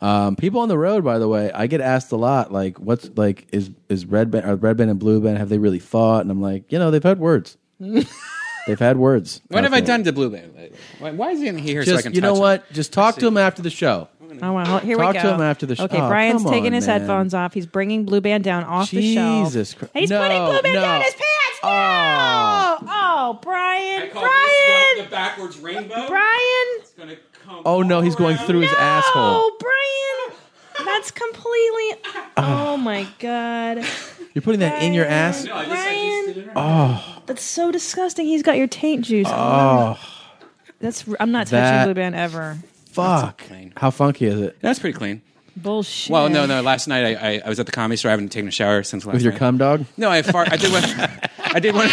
[SPEAKER 2] Um, people on the road, by the way, I get asked a lot, like, what's like is is Red Band are Red Band and Blue Band have they really fought? And I'm like, you know, they've had words. they've had words.
[SPEAKER 3] What
[SPEAKER 2] out
[SPEAKER 3] have I
[SPEAKER 2] there.
[SPEAKER 3] done to Blue Band lately? Why, why is he in here so I
[SPEAKER 2] Just
[SPEAKER 3] can
[SPEAKER 2] you know
[SPEAKER 3] touch him?
[SPEAKER 2] what? Just talk to him after the show.
[SPEAKER 1] Oh, well, here
[SPEAKER 2] Talk
[SPEAKER 1] we
[SPEAKER 2] to
[SPEAKER 1] go.
[SPEAKER 2] him after the sh-
[SPEAKER 1] Okay,
[SPEAKER 2] Oh,
[SPEAKER 1] Brian's
[SPEAKER 2] come
[SPEAKER 1] taking
[SPEAKER 2] on,
[SPEAKER 1] his
[SPEAKER 2] man.
[SPEAKER 1] headphones off. He's bringing Blue Band down off the shelf.
[SPEAKER 2] Jesus Christ!
[SPEAKER 1] He's
[SPEAKER 2] no,
[SPEAKER 1] putting Blue Band
[SPEAKER 2] no.
[SPEAKER 1] down his pants. No!
[SPEAKER 2] Oh.
[SPEAKER 1] Oh, Brian.
[SPEAKER 3] this one
[SPEAKER 1] Brian.
[SPEAKER 3] the backwards rainbow.
[SPEAKER 1] Brian.
[SPEAKER 3] It's gonna come
[SPEAKER 2] Oh no, he's going through his asshole.
[SPEAKER 1] Oh, Brian. That's completely.
[SPEAKER 2] Ah.
[SPEAKER 1] Oh, my God.
[SPEAKER 2] You're putting that in your ass.
[SPEAKER 3] No, Oh, I just, I just
[SPEAKER 1] Brian.
[SPEAKER 3] did it right.
[SPEAKER 1] That's so disgusting. He's got your taint juice.
[SPEAKER 2] Oh
[SPEAKER 1] That's I'm not
[SPEAKER 2] That-
[SPEAKER 1] touching Blue Band ever.
[SPEAKER 2] fuck!
[SPEAKER 3] plain.
[SPEAKER 2] How funky is it?
[SPEAKER 3] That's pretty clean.
[SPEAKER 1] Bullshit.
[SPEAKER 3] Well, no, no. Last night I, I, I was at the comedy store. I haven't taken a shower since last
[SPEAKER 2] With your
[SPEAKER 3] night.
[SPEAKER 2] cum dog?
[SPEAKER 3] No, I fart. I did one. I did one.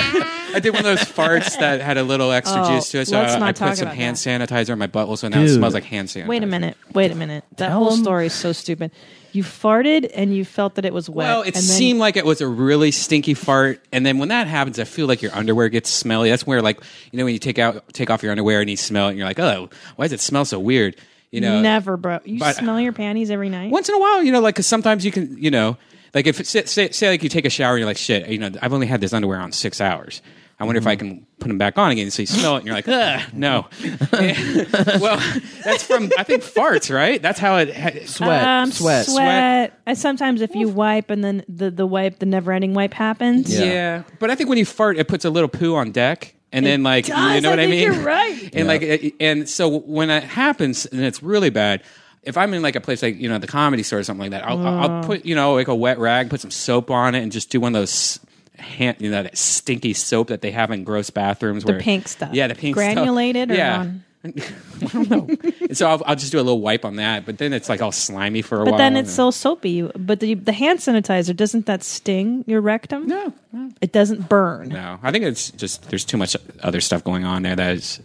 [SPEAKER 3] I did one of those farts that had a little extra
[SPEAKER 1] Oh,
[SPEAKER 3] juice to it. So
[SPEAKER 1] let's
[SPEAKER 3] I,
[SPEAKER 1] not
[SPEAKER 3] I
[SPEAKER 1] talk
[SPEAKER 3] put some
[SPEAKER 1] about
[SPEAKER 3] hand
[SPEAKER 1] that.
[SPEAKER 3] sanitizer in my butthole, so now it
[SPEAKER 2] Dude.
[SPEAKER 3] smells like hand sanitizer.
[SPEAKER 1] Wait a minute. Wait a minute. That
[SPEAKER 2] Tell
[SPEAKER 1] whole
[SPEAKER 2] him.
[SPEAKER 1] story is so stupid. You farted and you felt that it was wet.
[SPEAKER 3] Well, it
[SPEAKER 1] and then-
[SPEAKER 3] seemed like it was a really stinky fart, and then when that happens, I feel like your underwear gets smelly. That's where, like, you know, when you take out take off your underwear and you smell it, and you're like, oh, why does it smell so weird? You know,
[SPEAKER 1] never, bro. You
[SPEAKER 3] but-
[SPEAKER 1] smell your panties every night.
[SPEAKER 3] once in a while, you know, like 'cause sometimes you can, you know, like if say, say, say like you take a shower and you're like, shit, you know, I've only had this underwear on six hours. I wonder if I can put them back on again. So you smell it and you're like, Ugh, no. well, that's from I think farts, right? That's how it ha-
[SPEAKER 1] Um, sweat, I sometimes if you wipe and then the, the wipe, the never ending wipe happens.
[SPEAKER 3] Yeah. but I think when you fart, it puts a little poo on deck, and then like you
[SPEAKER 1] does.
[SPEAKER 3] know
[SPEAKER 1] I
[SPEAKER 3] what I
[SPEAKER 1] think
[SPEAKER 3] mean.
[SPEAKER 1] you're right.
[SPEAKER 3] And like, it- and so when that happens, and it's really bad. If I'm in like a place like you know the comedy store or something like that, I'll, I'll I'll
[SPEAKER 12] Oh.
[SPEAKER 3] put you know like a wet rag, put some soap on it, and just do one of those. Hand, you know that stinky soap that they have in gross bathrooms.
[SPEAKER 1] The
[SPEAKER 3] where,
[SPEAKER 1] pink stuff.
[SPEAKER 3] Yeah, the pink
[SPEAKER 1] Granulated
[SPEAKER 3] stuff.
[SPEAKER 1] or
[SPEAKER 3] yeah.
[SPEAKER 1] non-
[SPEAKER 3] And so I'll, I'll just do a little wipe on that, but then it's like all slimy for a
[SPEAKER 1] But
[SPEAKER 3] while.
[SPEAKER 1] then it's so soapy. But the, the hand sanitizer, doesn't that sting your rectum? No. It doesn't burn.
[SPEAKER 3] No, I think it's just there's too much other stuff going on there that is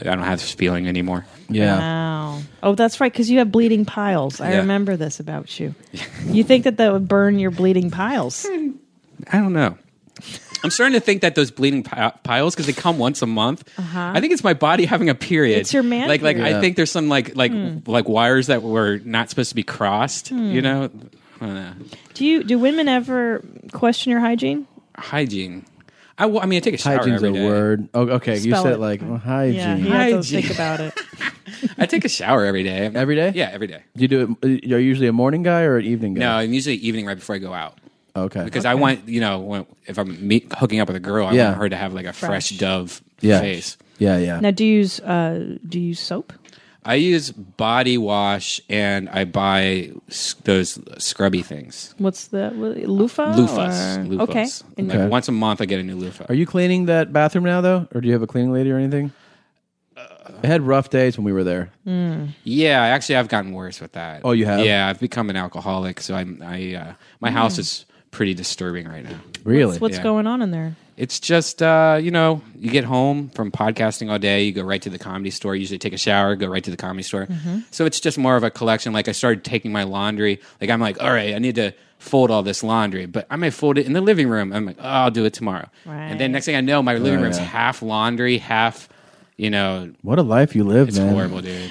[SPEAKER 3] I don't have this feeling anymore.
[SPEAKER 1] Wow. Oh, that's right. Because you have bleeding piles. I
[SPEAKER 3] Yeah.
[SPEAKER 1] remember this about you. you think that that would burn your bleeding piles.
[SPEAKER 3] I don't know. I'm starting to think that those bleeding pi- piles because they come once a month.
[SPEAKER 1] Uh-huh.
[SPEAKER 3] I think it's my body having a period.
[SPEAKER 1] It's your man
[SPEAKER 3] Like like
[SPEAKER 1] period.
[SPEAKER 3] I think there's some like like
[SPEAKER 1] Hmm.
[SPEAKER 3] like wires that were not supposed to be crossed.
[SPEAKER 1] Hmm.
[SPEAKER 3] You know, I don't know.
[SPEAKER 1] Do you do women ever question your hygiene?
[SPEAKER 3] hygiene. I, well, I mean, I take a shower
[SPEAKER 2] Hygiene's
[SPEAKER 3] every
[SPEAKER 2] a
[SPEAKER 3] day.
[SPEAKER 2] word. Oh, okay, you
[SPEAKER 3] Spell
[SPEAKER 2] said
[SPEAKER 3] it.
[SPEAKER 2] like well, hygiene.
[SPEAKER 1] Yeah, you have to think about it.
[SPEAKER 3] I take a shower every day. Every day? Yeah, every day.
[SPEAKER 2] Do you do it? You're usually a morning guy or an evening
[SPEAKER 3] No,
[SPEAKER 2] guy?
[SPEAKER 3] I'm usually evening right before I go out.
[SPEAKER 2] Okay.
[SPEAKER 3] because I want you know when, if I'm meet, hooking up with a girl, I
[SPEAKER 2] Yeah.
[SPEAKER 3] want her to have like a fresh,
[SPEAKER 1] Fresh.
[SPEAKER 3] Dove
[SPEAKER 2] Yeah.
[SPEAKER 3] face.
[SPEAKER 2] Yeah, yeah.
[SPEAKER 1] Now, do you use uh, do you use soap?
[SPEAKER 3] I use body wash and I buy s- those scrubby things,
[SPEAKER 1] What's the what,
[SPEAKER 3] Uh,
[SPEAKER 1] loofah?
[SPEAKER 3] loofahs.
[SPEAKER 1] or-
[SPEAKER 3] loofahs.
[SPEAKER 1] Oh, Okay. And-
[SPEAKER 3] Like, once a month, I get a new loofah.
[SPEAKER 2] Are you cleaning that bathroom now though, or do you have a cleaning lady or anything?
[SPEAKER 3] Uh,
[SPEAKER 2] I had rough days when we were there.
[SPEAKER 1] Mm.
[SPEAKER 3] Yeah, actually, I've gotten worse with that.
[SPEAKER 2] Oh, you have?
[SPEAKER 3] Yeah, I've become an alcoholic, so I'm. I uh, my house
[SPEAKER 1] Mm.
[SPEAKER 3] is pretty disturbing right now.
[SPEAKER 1] What's, what's
[SPEAKER 3] Yeah.
[SPEAKER 1] going on in there?
[SPEAKER 3] It's just uh, you know, you get home from podcasting all day, you go right to the comedy store, usually take a shower, go right to the comedy store.
[SPEAKER 1] Mhm.
[SPEAKER 3] So it's just more of a collection. Like I started taking my laundry. Like I'm like, all right, I need to fold all this laundry, but I might fold it in the living room. I'm like, oh, I'll do it tomorrow. And then next thing I know, my living
[SPEAKER 2] Oh,
[SPEAKER 3] room's
[SPEAKER 2] yeah.
[SPEAKER 3] half laundry, half you know,
[SPEAKER 2] What a life you live,
[SPEAKER 3] it's
[SPEAKER 2] man!
[SPEAKER 3] horrible, dude.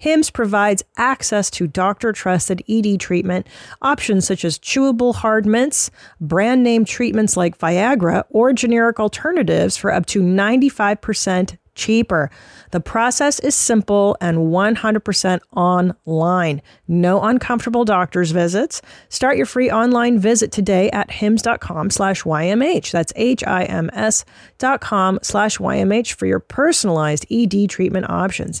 [SPEAKER 13] HIMS provides access to E doctor trusted ED treatment, options such as chewable hard mints, brand name treatments like Viagra, or generic alternatives for up to 95% cheaper. The process is simple and 100% online. No uncomfortable doctor's visits. Start your free online visit today at hims.com slash YMH. That's H-I-M-S dot com slash YMH for your personalized ED treatment options.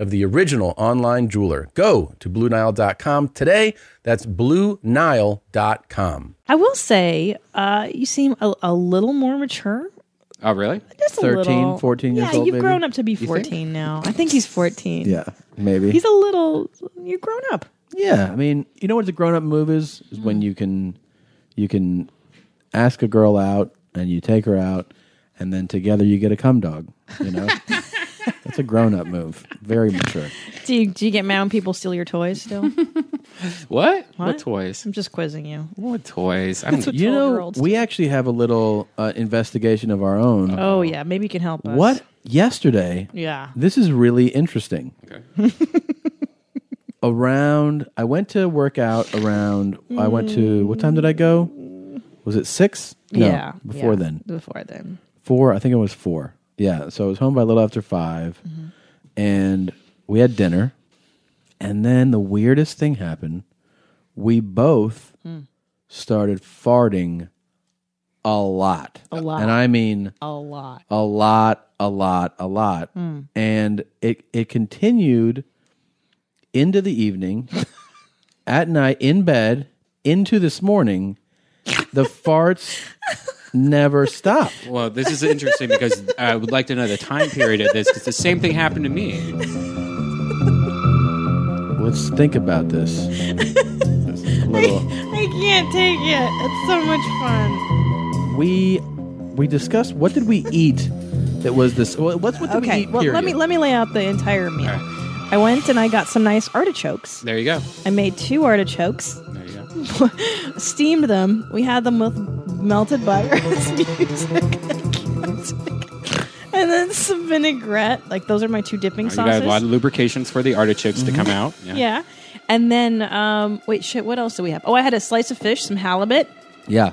[SPEAKER 2] of the original online jeweler. Go to BlueNile.com today. That's BlueNile.com.
[SPEAKER 1] I will say, uh, you seem a, a little more mature
[SPEAKER 3] Oh, really?
[SPEAKER 1] Just a
[SPEAKER 2] 13,
[SPEAKER 1] little.
[SPEAKER 2] 14 years
[SPEAKER 1] yeah,
[SPEAKER 2] old,
[SPEAKER 1] you've
[SPEAKER 2] maybe?
[SPEAKER 1] grown up to be
[SPEAKER 2] You think?
[SPEAKER 1] 14 now. I think he's 14.
[SPEAKER 2] Yeah, maybe.
[SPEAKER 1] He's a little. You're grown up.
[SPEAKER 2] Yeah, I mean, you know what the grown up move is? Is
[SPEAKER 1] Mm.
[SPEAKER 2] when you can you can ask a girl out and you take her out and then together you get a cum dog, you know? That's a grown up move. Very mature.
[SPEAKER 1] Do you, do you get mad when people steal your toys still?
[SPEAKER 3] What? What,
[SPEAKER 1] What?
[SPEAKER 3] toys?
[SPEAKER 1] I'm just quizzing you.
[SPEAKER 3] What toys? I
[SPEAKER 1] That's what
[SPEAKER 2] you know,
[SPEAKER 1] 12-year-olds
[SPEAKER 2] we actually have a little uh, investigation of our own.
[SPEAKER 1] Oh, yeah. Maybe you can help us.
[SPEAKER 2] What yesterday?
[SPEAKER 1] Yeah.
[SPEAKER 2] This is really interesting. Okay. around I went to work out around I went to what time did I go? Was it 6? No,
[SPEAKER 1] Mm. yeah.
[SPEAKER 2] Before
[SPEAKER 1] yeah,
[SPEAKER 2] then.
[SPEAKER 1] Before then.
[SPEAKER 2] four. I think it was four. Yeah. So I was home by a little after 5 and we had dinner. And then the weirdest thing happened. We both
[SPEAKER 1] Mm.
[SPEAKER 2] started farting a lot.
[SPEAKER 1] A lot.
[SPEAKER 2] And I mean
[SPEAKER 1] A lot.
[SPEAKER 2] a lot, a lot, a lot.
[SPEAKER 1] Mm.
[SPEAKER 2] And it it continued into the evening, at night, in bed, into this morning. The farts never stopped.
[SPEAKER 3] Well, this is interesting because I would like to know the time period of this because the same thing happened to me.
[SPEAKER 2] Let's think about this. A little-
[SPEAKER 1] I can't take it. It's so much fun.
[SPEAKER 2] we we discussed what did we eat that was this wha- what's what did we
[SPEAKER 1] Okay.
[SPEAKER 2] eat
[SPEAKER 1] Well, let
[SPEAKER 2] period?
[SPEAKER 1] me let me lay out the entire meal. I went and I got some nice artichokes.
[SPEAKER 3] There you go.
[SPEAKER 1] I made two artichokes.
[SPEAKER 3] There you go.
[SPEAKER 1] steamed them. We had them with melted butter as music. and then some vinaigrette. Like those are my two dipping
[SPEAKER 3] Oh, You got
[SPEAKER 1] sauces. Mm-hmm.
[SPEAKER 3] a lot of lubrications for the artichokes to come out.
[SPEAKER 1] yeah. And then um, wait, shit, what else do we have? Oh, I had a slice of fish, some halibut
[SPEAKER 2] yeah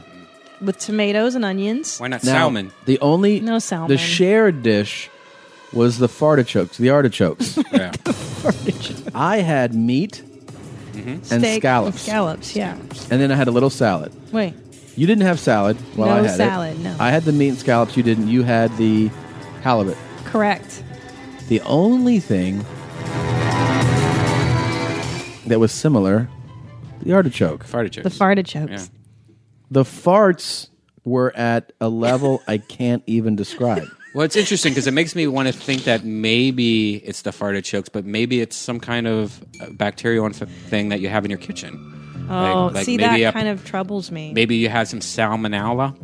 [SPEAKER 1] with tomatoes and onions.
[SPEAKER 3] Why not
[SPEAKER 2] Now,
[SPEAKER 3] salmon?
[SPEAKER 2] the only
[SPEAKER 1] No salmon.
[SPEAKER 2] the shared dish was the fartichokes the artichokes
[SPEAKER 3] yeah.
[SPEAKER 2] i had meat and
[SPEAKER 1] Steak
[SPEAKER 2] scallops
[SPEAKER 1] Scallops, yeah.
[SPEAKER 2] and then i had a little salad
[SPEAKER 1] Wait.
[SPEAKER 2] you didn't have salad well
[SPEAKER 1] No
[SPEAKER 2] i had it.
[SPEAKER 1] salad, no.
[SPEAKER 2] i had the meat and scallops you didn't you had the halibut
[SPEAKER 1] Correct.
[SPEAKER 2] the only thing that was similar the artichoke
[SPEAKER 3] artichoke
[SPEAKER 1] The fartichokes.
[SPEAKER 2] The farts were at a level I can't even describe.
[SPEAKER 3] Well, it's interesting because it makes me want to think that maybe it's the fartichokes, but maybe it's some kind of uh, bacterial inf- thing that you have in your kitchen.
[SPEAKER 1] Oh,
[SPEAKER 3] Like- like
[SPEAKER 1] see that
[SPEAKER 3] maybe a-
[SPEAKER 1] kind of troubles me.
[SPEAKER 3] Maybe you had some salmonella.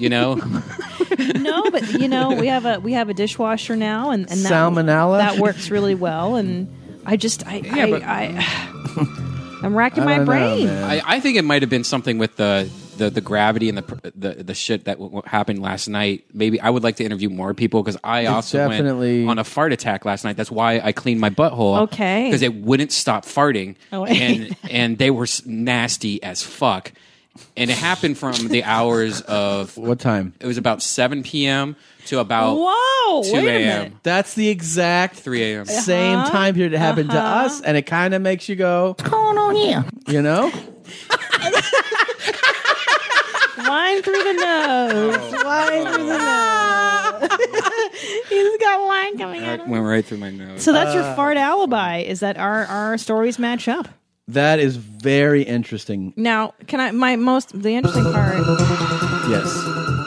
[SPEAKER 3] You know,
[SPEAKER 1] no, but you know, we have a we have a dishwasher now, and, and that,
[SPEAKER 2] Salmonella?
[SPEAKER 1] that works really well. And I just I
[SPEAKER 3] Yeah,
[SPEAKER 1] I,
[SPEAKER 3] but-
[SPEAKER 1] I I'm racking my brain.
[SPEAKER 3] I, I think it might have been something with the the, the gravity and the, pr- the the shit that w- w- happened last night. Maybe I would like to interview more people because I also
[SPEAKER 2] definitely-
[SPEAKER 3] went on a fart attack last night. That's why I cleaned my butthole.
[SPEAKER 1] Okay.
[SPEAKER 3] because it wouldn't stop farting,
[SPEAKER 1] Oh, I
[SPEAKER 3] and and they were s- nasty as fuck. And it happened from the hours of
[SPEAKER 2] what time?
[SPEAKER 3] It was about seven p.m. to about
[SPEAKER 1] Whoa,
[SPEAKER 3] Oh, two
[SPEAKER 1] wait a minute.
[SPEAKER 3] a.m.
[SPEAKER 2] That's the exact
[SPEAKER 3] 3 a.m.
[SPEAKER 2] same time period it happened to us, and it kind of makes you go, Uh-huh. "What's going on here?" You know?
[SPEAKER 1] Wine through the nose. Wine through the nose. Uh. He's got wine coming out.
[SPEAKER 3] It went right through my nose.
[SPEAKER 1] So that's your fart alibi. Is that our our stories match up?
[SPEAKER 2] That is very interesting.
[SPEAKER 1] Now, can I? My most the interesting part.
[SPEAKER 2] Yes.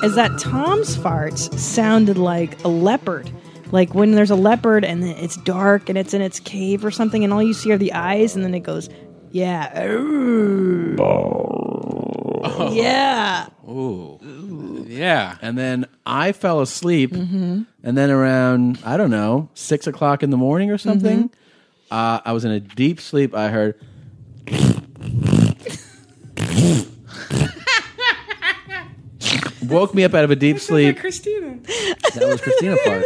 [SPEAKER 1] is that Tom's farts sounded like a leopard. Like when there's a leopard and it's dark and it's in its cave or something, and all you see are the eyes, and then it goes, yeah, ooh,
[SPEAKER 3] Oh.
[SPEAKER 1] yeah.
[SPEAKER 3] Ooh. Yeah.
[SPEAKER 2] And then I fell asleep, and then around I don't know six o'clock in the morning or something, uh, I was in a deep sleep. I heard. Woke me up out of a deep sleep.
[SPEAKER 1] Christina.
[SPEAKER 2] That was Christina fart.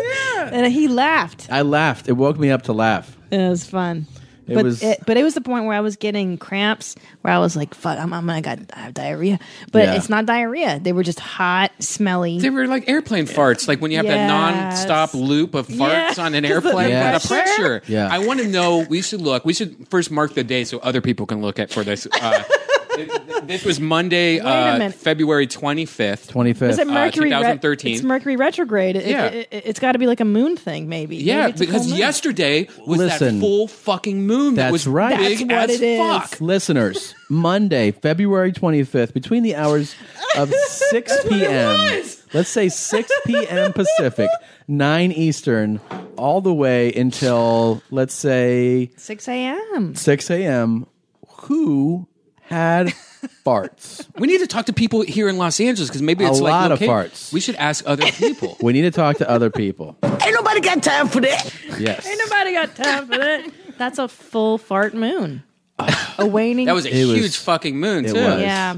[SPEAKER 1] And he laughed.
[SPEAKER 2] I laughed. It woke me up to laugh.
[SPEAKER 1] It was fun.
[SPEAKER 2] It
[SPEAKER 1] but
[SPEAKER 2] was-
[SPEAKER 1] it, but it was the point where I was getting cramps, where I was like, "Fuck, I'm, I'm I got I have diarrhea." But
[SPEAKER 3] Yeah.
[SPEAKER 1] it's not diarrhea; they were just hot, smelly.
[SPEAKER 3] They were like airplane farts, like when you have
[SPEAKER 1] Yes.
[SPEAKER 3] that non-stop loop of farts
[SPEAKER 1] Yes,
[SPEAKER 3] on an
[SPEAKER 1] 'cause the
[SPEAKER 3] airplane.
[SPEAKER 1] Yeah.
[SPEAKER 3] The
[SPEAKER 1] pressure.
[SPEAKER 3] pressure.
[SPEAKER 2] Yeah.
[SPEAKER 3] I want to know. We should look. We should first mark the day so other people can look at for this. Uh, th- th- this was Monday, uh,
[SPEAKER 1] minute.
[SPEAKER 3] February twenty fifth.
[SPEAKER 2] Twenty
[SPEAKER 1] Is
[SPEAKER 2] fifth.
[SPEAKER 1] it Mercury?
[SPEAKER 3] uh,
[SPEAKER 1] re-
[SPEAKER 3] 2013.
[SPEAKER 1] it's Mercury retrograde. It,
[SPEAKER 3] Yeah.
[SPEAKER 1] has got to be like a moon thing, maybe.
[SPEAKER 3] yeah,
[SPEAKER 1] Maybe it's a
[SPEAKER 3] because
[SPEAKER 1] full moon.
[SPEAKER 3] yesterday was
[SPEAKER 2] Listen.
[SPEAKER 3] that full fucking moon. that
[SPEAKER 2] That's
[SPEAKER 3] was
[SPEAKER 2] right.
[SPEAKER 3] Big
[SPEAKER 1] That's what
[SPEAKER 3] as
[SPEAKER 1] it is.
[SPEAKER 3] fuck.
[SPEAKER 2] Listeners, Monday, February 25th, between the hours of 6 p.m. Let's say 6 p.m. Pacific, 9 Eastern, all the way until, let's say,
[SPEAKER 1] 6 a.m.
[SPEAKER 2] 6 a.m. Who had farts?
[SPEAKER 3] We need to talk to people here in Los Angeles because maybe
[SPEAKER 2] A
[SPEAKER 3] it's like
[SPEAKER 2] lot of
[SPEAKER 3] locate-
[SPEAKER 2] farts.
[SPEAKER 3] We should ask other people.
[SPEAKER 2] We need to talk to other people.
[SPEAKER 1] Ain't nobody got time for that.
[SPEAKER 2] Yes.
[SPEAKER 1] Ain't nobody got time for that. That's a full fart moon. A waning.
[SPEAKER 3] That was a
[SPEAKER 2] It was-
[SPEAKER 3] huge fucking moon
[SPEAKER 2] it
[SPEAKER 3] too.
[SPEAKER 2] was.
[SPEAKER 1] Yeah.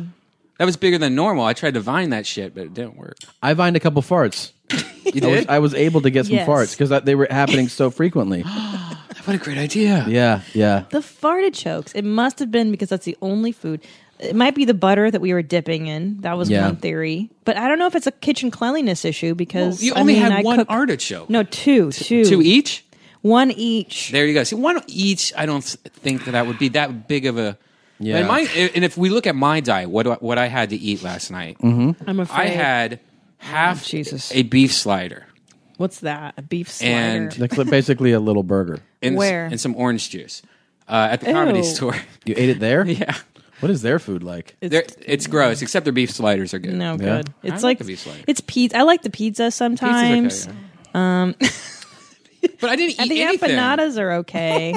[SPEAKER 3] That was bigger than normal. I tried to vine that shit, but it didn't work.
[SPEAKER 2] I vined a couple farts. You I was,
[SPEAKER 3] did?
[SPEAKER 2] I was able to get some
[SPEAKER 1] Yes.
[SPEAKER 2] farts because they were happening so frequently.
[SPEAKER 3] What a great idea.
[SPEAKER 2] Yeah, yeah.
[SPEAKER 1] The fartichokes. It must have been because that's the only food. It might be the butter that we were dipping in. That was
[SPEAKER 3] Yeah.
[SPEAKER 1] one theory. But I don't know if it's a kitchen cleanliness issue because
[SPEAKER 3] Well, you
[SPEAKER 1] I
[SPEAKER 3] only
[SPEAKER 1] mean,
[SPEAKER 3] had
[SPEAKER 1] I
[SPEAKER 3] one
[SPEAKER 1] cook-
[SPEAKER 3] artichoke.
[SPEAKER 1] No, two, two,
[SPEAKER 3] Two each.
[SPEAKER 1] One each.
[SPEAKER 3] There you go. See, one each. I don't th- think that that would be that big of a.
[SPEAKER 2] Yeah.
[SPEAKER 3] And, my, and if we look at my diet, what do I, what I had to eat last night,
[SPEAKER 2] Mm-hmm.
[SPEAKER 1] I'm afraid.
[SPEAKER 3] I had
[SPEAKER 1] Oh,
[SPEAKER 3] half a beef slider
[SPEAKER 1] What's that? A beef slider.
[SPEAKER 3] And-
[SPEAKER 2] basically a little burger.
[SPEAKER 3] and, s-
[SPEAKER 1] Where?
[SPEAKER 3] and some orange juice uh, at the comedy
[SPEAKER 1] Ew.
[SPEAKER 3] store.
[SPEAKER 2] You ate it there?
[SPEAKER 3] yeah.
[SPEAKER 2] What is their food like?
[SPEAKER 3] They're- It's, gross, except their beef sliders are good.
[SPEAKER 1] No
[SPEAKER 2] Yeah.
[SPEAKER 1] good.
[SPEAKER 3] I
[SPEAKER 1] It's
[SPEAKER 3] like
[SPEAKER 1] like,
[SPEAKER 3] the beef slider.
[SPEAKER 1] it's pizza. I like the pizza sometimes. Um,
[SPEAKER 3] but I didn't
[SPEAKER 1] and
[SPEAKER 3] eat
[SPEAKER 1] the
[SPEAKER 3] anything.
[SPEAKER 1] empanadas are okay.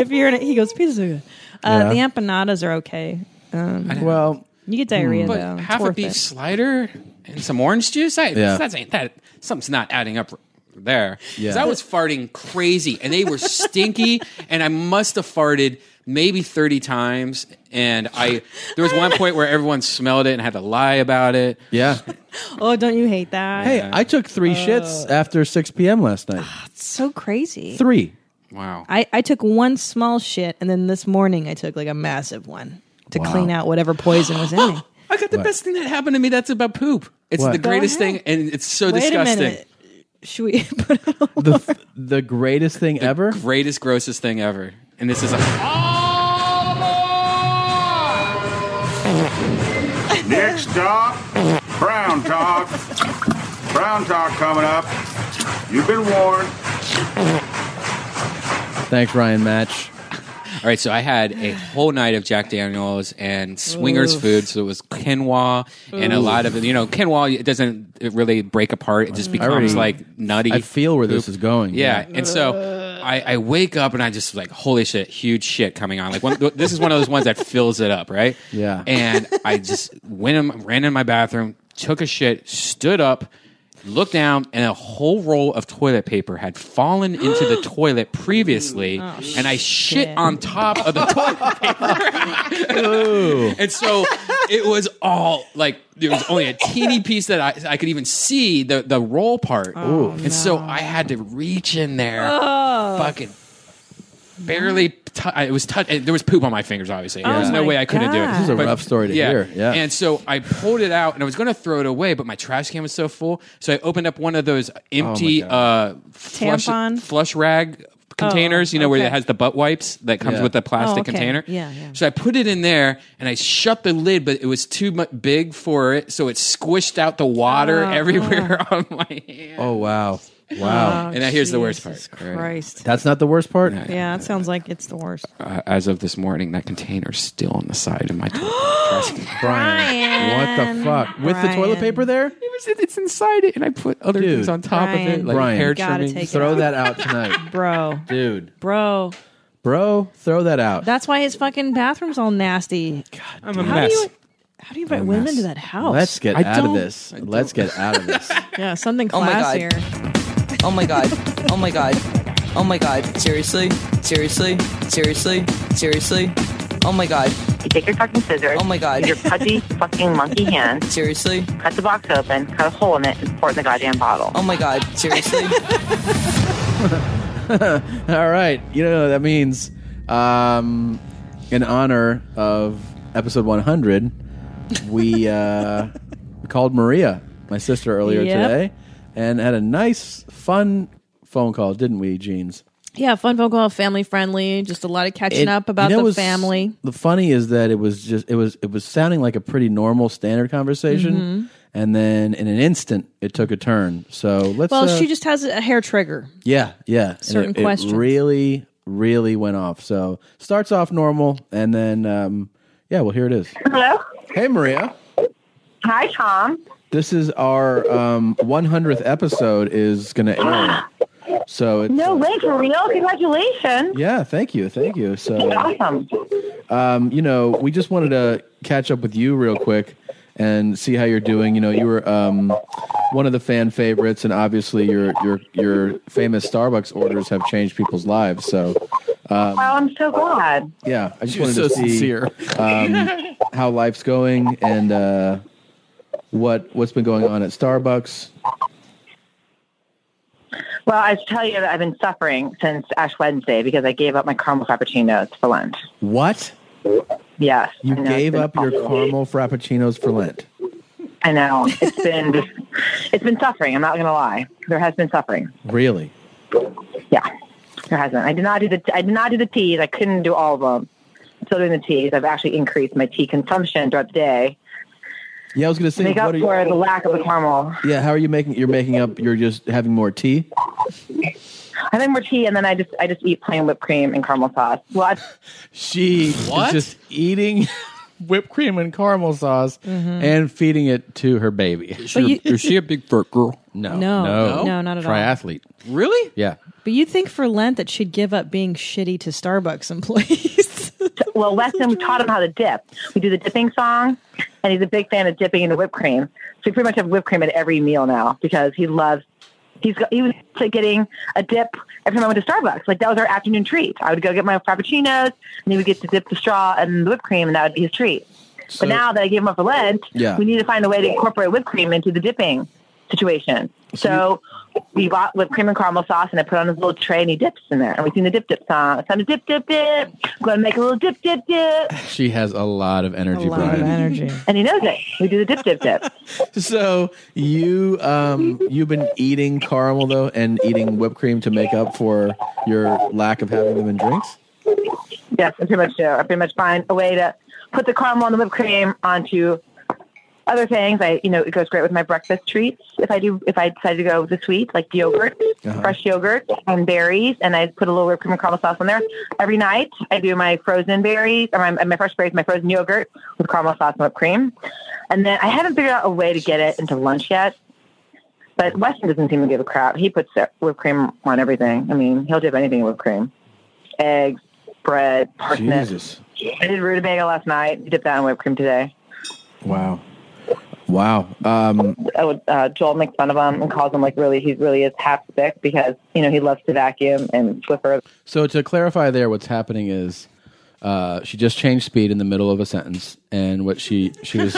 [SPEAKER 1] if you're in it, he goes pizza. Good. Uh,
[SPEAKER 2] Yeah.
[SPEAKER 1] The empanadas are okay. Um,
[SPEAKER 2] well,
[SPEAKER 1] you get diarrhea
[SPEAKER 3] Hmm. But
[SPEAKER 1] though. It's
[SPEAKER 3] half a
[SPEAKER 1] worth
[SPEAKER 3] beef
[SPEAKER 1] it.
[SPEAKER 3] slider and some orange juice. I,
[SPEAKER 2] Yeah.
[SPEAKER 3] that's ain't that something's not adding up there. 'Cause
[SPEAKER 2] Yeah.
[SPEAKER 3] I was farting crazy, and they were stinky, and I must have farted maybe thirty times. And I there was one point where everyone smelled it and had to lie about it.
[SPEAKER 2] Yeah.
[SPEAKER 1] Oh, don't you hate that?
[SPEAKER 2] Hey, I took three shits after 6 p.m. last night.
[SPEAKER 1] It's so crazy.
[SPEAKER 2] Three.
[SPEAKER 3] Wow.
[SPEAKER 1] I, I took one small shit, and then this morning I took like a massive one to
[SPEAKER 3] Wow.
[SPEAKER 1] clean out whatever poison was in me.
[SPEAKER 3] I got the
[SPEAKER 1] What?
[SPEAKER 3] best thing that happened to me. That's about poop. It's
[SPEAKER 2] What?
[SPEAKER 3] the
[SPEAKER 2] Go
[SPEAKER 3] greatest thing, and it's so
[SPEAKER 1] Wait
[SPEAKER 3] disgusting. Oh,
[SPEAKER 1] a minute. Should we?
[SPEAKER 2] The greatest thing ever.
[SPEAKER 3] Greatest, grossest thing ever. And this is a
[SPEAKER 12] Next stop, Brown Talk. Brown Talk coming up. You've been warned.
[SPEAKER 2] Thanks, Ryan Match.
[SPEAKER 3] All right, so I had a whole night of Jack Daniels and swingers
[SPEAKER 2] Oof.
[SPEAKER 3] food. So it was quinoa and a
[SPEAKER 2] Oof.
[SPEAKER 3] lot of you know quinoa. It doesn't it really break apart. It just
[SPEAKER 2] Mm. I
[SPEAKER 3] becomes
[SPEAKER 2] already-
[SPEAKER 3] like nutty.
[SPEAKER 2] I feel where this
[SPEAKER 3] poop.
[SPEAKER 2] is going.
[SPEAKER 3] Yeah, and so I, I wake up and I just like holy shit, huge shit coming on. Like one, this is one of those ones that fills it up, right?
[SPEAKER 2] Yeah.
[SPEAKER 3] And I just went in, ran in my bathroom, took a shit, stood up, looked down, and a whole roll of toilet paper had fallen into the toilet previously, and I shit, on top of the toilet paper. and so it was all like there was only a teeny piece that I, I could even see the the roll part, and so I had to reach in there,
[SPEAKER 1] Oh.
[SPEAKER 3] fucking barely. T- I- it was touch. There was poop on my fingers. Obviously,
[SPEAKER 2] Oh
[SPEAKER 3] there's no
[SPEAKER 2] my
[SPEAKER 3] way I couldn't do it.
[SPEAKER 2] God. This is a rough story to hear, yeah.
[SPEAKER 3] And so I pulled it out, and I was going to throw it away, but my trash can was so full. So I opened up one of those
[SPEAKER 2] Oh
[SPEAKER 3] empty uh, flush,
[SPEAKER 1] Tampon? Oh,
[SPEAKER 3] flush rag containers. you know where
[SPEAKER 1] okay.
[SPEAKER 3] it has the butt wipes that comes
[SPEAKER 2] Yeah.
[SPEAKER 3] with the plastic
[SPEAKER 1] Oh, okay.
[SPEAKER 3] container.
[SPEAKER 1] Yeah, yeah.
[SPEAKER 3] So I put it in there and I shut the lid, but it was too mu- big for it, so it squished out the water
[SPEAKER 1] Oh,
[SPEAKER 3] everywhere on my
[SPEAKER 2] Oh, wow. Wow.
[SPEAKER 1] Oh,
[SPEAKER 3] and that here's the worst part.
[SPEAKER 1] Christ.
[SPEAKER 2] That's not the worst part?
[SPEAKER 1] Yeah, it sounds like it's the worst.
[SPEAKER 3] Uh, as of this morning, that container's still on the side of my toilet.
[SPEAKER 2] Brian, what the fuck? With the toilet
[SPEAKER 3] Brian.
[SPEAKER 2] paper there?
[SPEAKER 3] it's inside it, and I put other
[SPEAKER 2] Dude.
[SPEAKER 3] things on top of it, like
[SPEAKER 2] Brian,
[SPEAKER 3] hair
[SPEAKER 1] gotta
[SPEAKER 3] trimming.
[SPEAKER 1] take it
[SPEAKER 2] throw
[SPEAKER 1] out.
[SPEAKER 2] that out tonight.
[SPEAKER 1] Bro,
[SPEAKER 2] Dude.
[SPEAKER 1] bro.
[SPEAKER 2] Bro, throw that out.
[SPEAKER 1] That's why his fucking bathroom's all nasty.
[SPEAKER 3] I'm
[SPEAKER 1] how Do you, how do you invite women to that house?
[SPEAKER 2] Let's get
[SPEAKER 1] I
[SPEAKER 2] out of
[SPEAKER 1] don't-
[SPEAKER 2] this. Let's get out of this.
[SPEAKER 1] Yeah, something
[SPEAKER 9] Oh my God.
[SPEAKER 1] classier.
[SPEAKER 9] Oh my god. Oh my god. Oh my god. Seriously? Seriously? Seriously? Seriously? Oh my god. You take your fucking scissors. Oh my god. Your pudgy fucking monkey hand. Seriously? Cut the box open, cut a hole in it, and pour it in the goddamn bottle. Oh my god. Seriously?
[SPEAKER 2] All right. You know what that means? Um, in honor of episode 100, we uh, called Maria, my sister, earlier
[SPEAKER 1] Yep.
[SPEAKER 2] today, and had a nice, fun phone call, didn't we, Jeans?
[SPEAKER 1] Yeah, fun phone call, family friendly, just a lot of catching
[SPEAKER 2] It-
[SPEAKER 1] up about
[SPEAKER 2] you know, it
[SPEAKER 1] the
[SPEAKER 2] was-
[SPEAKER 1] family.
[SPEAKER 2] The funny is that it was just it was it was sounding like a pretty normal standard conversation,
[SPEAKER 1] Mhm.
[SPEAKER 2] and then in an instant it took a turn. So let's.
[SPEAKER 1] Well,
[SPEAKER 2] uh,
[SPEAKER 1] she just has a hair trigger.
[SPEAKER 2] Yeah, yeah. And
[SPEAKER 1] Certain
[SPEAKER 2] it, it
[SPEAKER 1] questions.
[SPEAKER 2] really, really went off. So starts off normal, and then um, yeah. Well, here it is.
[SPEAKER 14] Hello.
[SPEAKER 2] Hey, Maria.
[SPEAKER 14] Hi, Tom.
[SPEAKER 2] This is our um, 100th episode is going to air. So it's
[SPEAKER 14] No way, for real? Congratulations.
[SPEAKER 2] yeah, thank you, thank you. So
[SPEAKER 14] Awesome.
[SPEAKER 2] um, you know, we just wanted to catch up with you real quick and see how you're doing. You know, you were um, one of the fan favorites, and obviously your your your famous Starbucks orders have changed people's lives. So, um,
[SPEAKER 14] Oh, I'm so glad.
[SPEAKER 2] yeah, I just
[SPEAKER 14] You're
[SPEAKER 2] wanted
[SPEAKER 14] so
[SPEAKER 2] to see
[SPEAKER 14] sincere.
[SPEAKER 2] um, how life's going and uh, what what's been going on at Starbucks.
[SPEAKER 14] Well, I tell you that I've been suffering since Ash Wednesday because I gave up my caramel frappuccinos for lunch.
[SPEAKER 2] What
[SPEAKER 14] Yes.
[SPEAKER 2] you
[SPEAKER 14] I know, it's
[SPEAKER 2] gave
[SPEAKER 14] been
[SPEAKER 2] up your
[SPEAKER 14] awful.
[SPEAKER 2] caramel frappuccinos for Lent?
[SPEAKER 14] I know. It's been just, it's been suffering. I'm not going to lie. There has been suffering.
[SPEAKER 2] Really?
[SPEAKER 14] Yeah, there has been. I did not do the I did not do the teas. I couldn't do all of them. I'm still doing the teas. I've actually increased my tea consumption throughout the day.
[SPEAKER 2] Yeah, I was going to
[SPEAKER 14] to
[SPEAKER 2] say.
[SPEAKER 14] make
[SPEAKER 2] what
[SPEAKER 14] up
[SPEAKER 2] are you-
[SPEAKER 14] for the lack of the caramel.
[SPEAKER 2] Yeah, how are you making? You're making up. You're just having more tea.
[SPEAKER 14] I think more tea, and then I just I just eat plain whipped cream and caramel sauce. What?
[SPEAKER 2] She
[SPEAKER 14] What?
[SPEAKER 2] is just eating whipped cream and caramel sauce
[SPEAKER 14] Mhm.
[SPEAKER 2] and feeding it to her baby. Is
[SPEAKER 1] she a- you- is she
[SPEAKER 2] a big fat girl? Oh, No.
[SPEAKER 1] No. Oh, No, not at all.
[SPEAKER 2] Triathlete. Really? Yeah.
[SPEAKER 1] But you'd think for Lent that she'd give up being shitty to Starbucks employees.
[SPEAKER 14] well, Weston taught him how to dip. We do the dipping song, and he's a big fan of dipping into whipped cream. So we pretty much have whipped cream at every meal now because he loves. He's got, he was like getting a dip every time I went to Starbucks. Like that was our afternoon treat. I would go get my frappuccinos, and he would get to dip the straw and the whipped cream, and that would be his treat.
[SPEAKER 2] So-
[SPEAKER 14] but now that I gave him up for Lent,
[SPEAKER 2] Yeah.
[SPEAKER 14] we need to find a way to incorporate whipped cream into the dipping situation. So we bought whipped cream and caramel sauce, and I put on his little tray, and he dips in there. And we sing the dip dip song. It's time to dip dip dip. I'm going to make a little dip dip dip.
[SPEAKER 2] She has a lot of energy,
[SPEAKER 14] lot of
[SPEAKER 2] Brian.
[SPEAKER 1] energy.
[SPEAKER 14] And he knows it. We do the dip dip dip.
[SPEAKER 2] So you um you've been eating caramel though and eating whipped cream to make up for your lack of having them in drinks?
[SPEAKER 14] Yes, I pretty much do. I pretty much find a way to put the caramel and the whipped cream onto other things. I, you know, it goes great with my breakfast treats. If I do, if I decide to go with the sweet, like yogurt,
[SPEAKER 2] Uh-huh.
[SPEAKER 14] fresh yogurt and berries, and I put a little whipped cream and caramel sauce on there. Every night, I do my frozen berries or my, my fresh berries, my frozen yogurt with caramel sauce and whipped cream. And then I haven't figured out a way to get it into lunch yet. But Weston doesn't seem to give a crap. He puts whipped cream on everything. I mean, he'll dip anything in whipped cream. Eggs, bread, parsnips.
[SPEAKER 2] Jesus.
[SPEAKER 14] I did rutabaga last night. Dipped that in whipped cream today.
[SPEAKER 2] Wow. Wow. Um
[SPEAKER 14] I would, uh, Joel makes fun of him and calls him like really, he really is half sick because, you know, he loves to vacuum and Swiffer.
[SPEAKER 2] So to clarify, there, what's happening is uh, she just changed speed in the middle of a sentence, and what she she was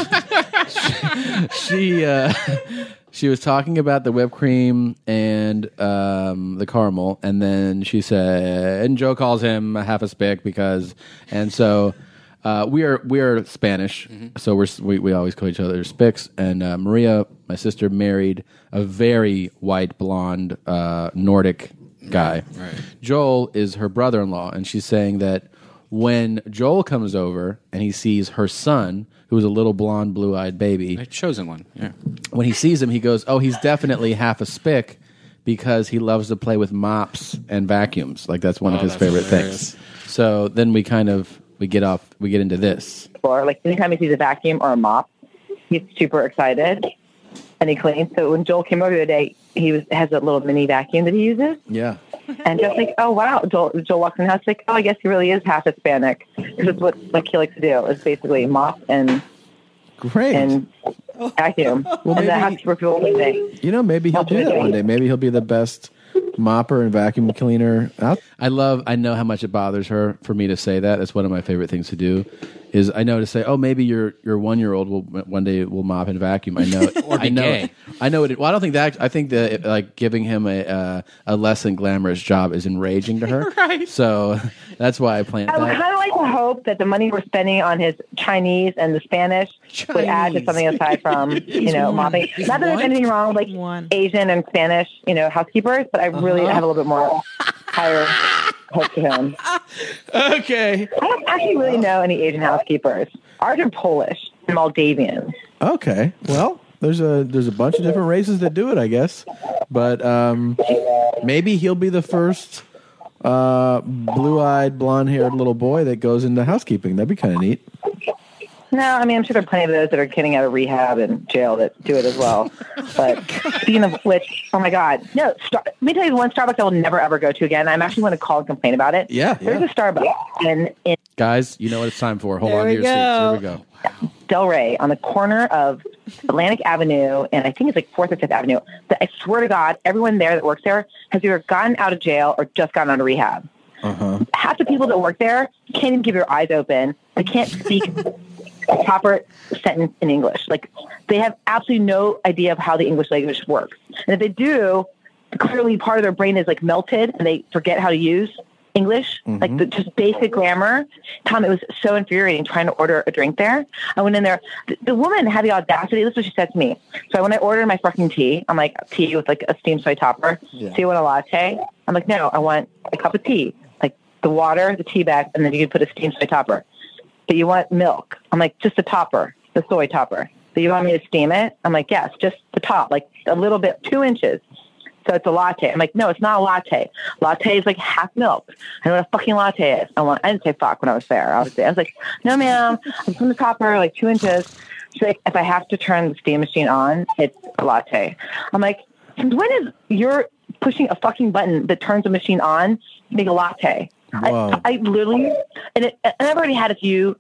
[SPEAKER 2] she uh, she was talking about the whipped cream and um, the caramel, and then she said, and Joe calls him a half a spick because, and so. Uh, we are we are Spanish, so we're we, we always call each other spicks. And uh, Maria, my sister, married a very white blonde uh, Nordic guy. Joel is her brother in law, and she's saying that when Joel comes over and he sees her son, who is a little blonde, blue eyed baby, a
[SPEAKER 3] chosen one. Yeah.
[SPEAKER 2] when he sees him, he goes, "Oh, he's definitely half a spick." Because he loves to play with mops and vacuums, like that's one of
[SPEAKER 3] Oh,
[SPEAKER 2] his
[SPEAKER 3] that's
[SPEAKER 2] favorite
[SPEAKER 3] hilarious.
[SPEAKER 2] things. So then we kind of we get off, we get into this.
[SPEAKER 14] Or like anytime he sees a vacuum or a mop, he's super excited and he cleans. So when Joel came over the other day, he was, has a little mini vacuum that he uses.
[SPEAKER 2] Yeah.
[SPEAKER 14] And just like, oh wow, Joel, Joel walks in the house like, oh, I guess he really is half Hispanic. This is what like he likes to do is basically mop and
[SPEAKER 2] Great.
[SPEAKER 14] and vacuum, and the house for people living.
[SPEAKER 2] You know, maybe he'll do that one day. Maybe he'll be the best mopper and vacuum cleaner out. I love. I know how much it bothers her for me to say that. That's one of my favorite things to do. Is I know to say, oh, maybe your your one year old will one day will mop and vacuum. I know.
[SPEAKER 3] Or be
[SPEAKER 2] I know.
[SPEAKER 3] gay.
[SPEAKER 2] I know it. Well, I don't think that. I think that it, like giving him a uh, a less than glamorous job is enraging to her.
[SPEAKER 14] Right.
[SPEAKER 2] So that's why I planned
[SPEAKER 14] I would
[SPEAKER 2] that.
[SPEAKER 14] kind of like to hope that the money we're spending on his Chinese and the Spanish would add to something aside from you
[SPEAKER 1] He's
[SPEAKER 14] know
[SPEAKER 1] one.
[SPEAKER 14] mopping.
[SPEAKER 1] He's
[SPEAKER 14] Not that there's
[SPEAKER 1] one.
[SPEAKER 14] anything wrong with like Asian and Spanish you know housekeepers, but I really
[SPEAKER 1] Uh-huh.
[SPEAKER 14] have a little bit more higher hope to him.
[SPEAKER 2] Okay.
[SPEAKER 14] I don't actually really know any Asian housekeepers. Ours are Polish and Moldavian.
[SPEAKER 2] Okay. Well, there's a there's a bunch of different races that do it, I guess. But um, maybe he'll be the first uh, blue-eyed, blonde-haired little boy that goes into housekeeping. That'd be kind of neat.
[SPEAKER 14] No, No, I mean, I'm sure there are plenty of those that are getting out of rehab and jail that do it as well. But speaking of which, oh my God, no! Star- Let me tell you one Starbucks I will never ever go to again. I'm actually going to call and complain about it.
[SPEAKER 2] Yeah,
[SPEAKER 14] there's
[SPEAKER 2] yeah.
[SPEAKER 14] a Starbucks in, in
[SPEAKER 2] Guys, you know what it's time for. Hold
[SPEAKER 14] There
[SPEAKER 2] on to
[SPEAKER 14] we
[SPEAKER 2] your seats. Here we go.
[SPEAKER 14] Delray on the corner of Atlantic Avenue and I think it's like Fourth or Fifth Avenue. That I swear to God, everyone there that works there has either gotten out of jail or just gotten out of rehab.
[SPEAKER 2] Uh-huh.
[SPEAKER 14] Half the people that work there can't even keep their eyes open. They can't speak a proper sentence in English. Like they have absolutely no idea of how the English language works. And if they do, clearly part of their brain is like melted and they forget how to use English, like the just basic grammar. Tom, it was so infuriating trying to order a drink there. I went in there. The, the woman had the audacity. This is what she said to me. So when I ordered my fucking tea, I'm like tea with like a steamed soy topper.
[SPEAKER 15] Yeah.
[SPEAKER 14] So you want a latte? I'm like, no, I want a cup of tea, like the water, the tea bag, and then you could put a steamed soy topper. But you want milk? I'm like, just the topper, the soy topper. But you want me to steam it? I'm like, yes, just the top, like a little bit, two inches. So it's a latte. I'm like, no, it's not a latte. Latte is like half milk. I know what a fucking latte is. I want. I didn't say fuck when I was there. I was, I was like, no, ma'am. I'm from the copper, like two inches. She's like, if I have to turn the steam machine on, it's a latte. I'm like, since when is you're pushing a fucking button that turns a machine on to make a latte?
[SPEAKER 15] Whoa.
[SPEAKER 14] I, I literally, and, it, and I've already had a few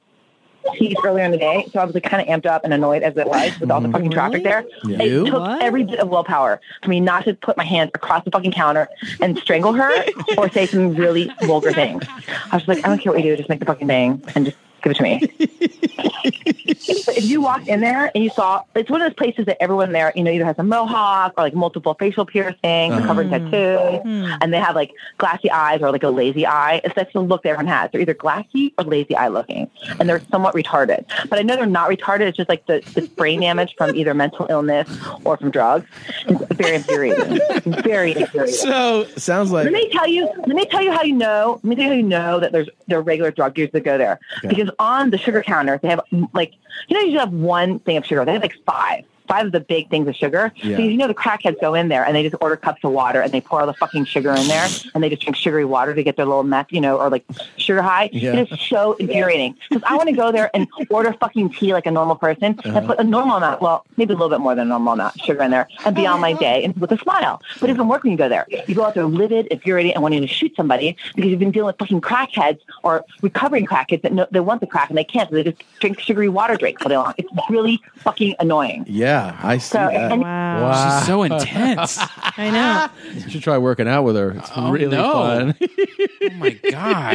[SPEAKER 14] teas earlier in the day, so I was like kind of amped up and annoyed as it was with all the fucking traffic there.
[SPEAKER 15] Yeah.
[SPEAKER 14] It
[SPEAKER 15] You?
[SPEAKER 14] took every bit of willpower for me not to put my hands across the fucking counter and strangle her or say some really vulgar things. I was like, I don't care what you do, just make the fucking thing and just give it to me. if you walked in there and you saw, it's one of those places that everyone there, you know, either has a mohawk or like multiple facial piercings, or
[SPEAKER 15] Uh-huh.
[SPEAKER 14] covered in tattoos, and they have like glassy eyes or like a lazy eye. It's that's the look that everyone has. They're either glassy or lazy eye looking, and they're somewhat retarded. But I know they're not retarded. It's just like the, the brain damage from either mental illness or from drugs. It's very infuriating. very infuriating.
[SPEAKER 2] So Oh, sounds like
[SPEAKER 14] Let me tell you. Let me tell you how you know. Let me tell you how you know that there's there are regular drug users that go there
[SPEAKER 15] Okay.
[SPEAKER 14] because on the sugar counter they have mm, like you know you have one thing of sugar. They have like five. Five of the big things of sugar.
[SPEAKER 15] Yeah.
[SPEAKER 14] So you know the crackheads go in there and they just order cups of water and they pour all the fucking sugar in there and they just drink sugary water to get their little meth, you know, or like sugar high.
[SPEAKER 15] Yeah.
[SPEAKER 14] It is so infuriating because I want to go there and order fucking tea like a normal person
[SPEAKER 15] Uh-huh.
[SPEAKER 14] and put a normal amount, well, maybe a little bit more than a normal amount of sugar in there and be on my day and with a smile. But it doesn't work when you go there. You go out there livid, infuriated, and wanting to shoot somebody because you've been dealing with fucking crackheads or recovering crackheads that know, they want the crack and they can't, so they just drink sugary water drinks all day long. It's really fucking annoying.
[SPEAKER 2] Yeah, I see
[SPEAKER 14] So,
[SPEAKER 2] that.
[SPEAKER 14] and-
[SPEAKER 1] Wow.
[SPEAKER 2] Ah.
[SPEAKER 3] She's so intense.
[SPEAKER 1] I know.
[SPEAKER 2] you should try working out with her. It's
[SPEAKER 3] Oh,
[SPEAKER 2] really
[SPEAKER 3] no.
[SPEAKER 2] fun.
[SPEAKER 3] God.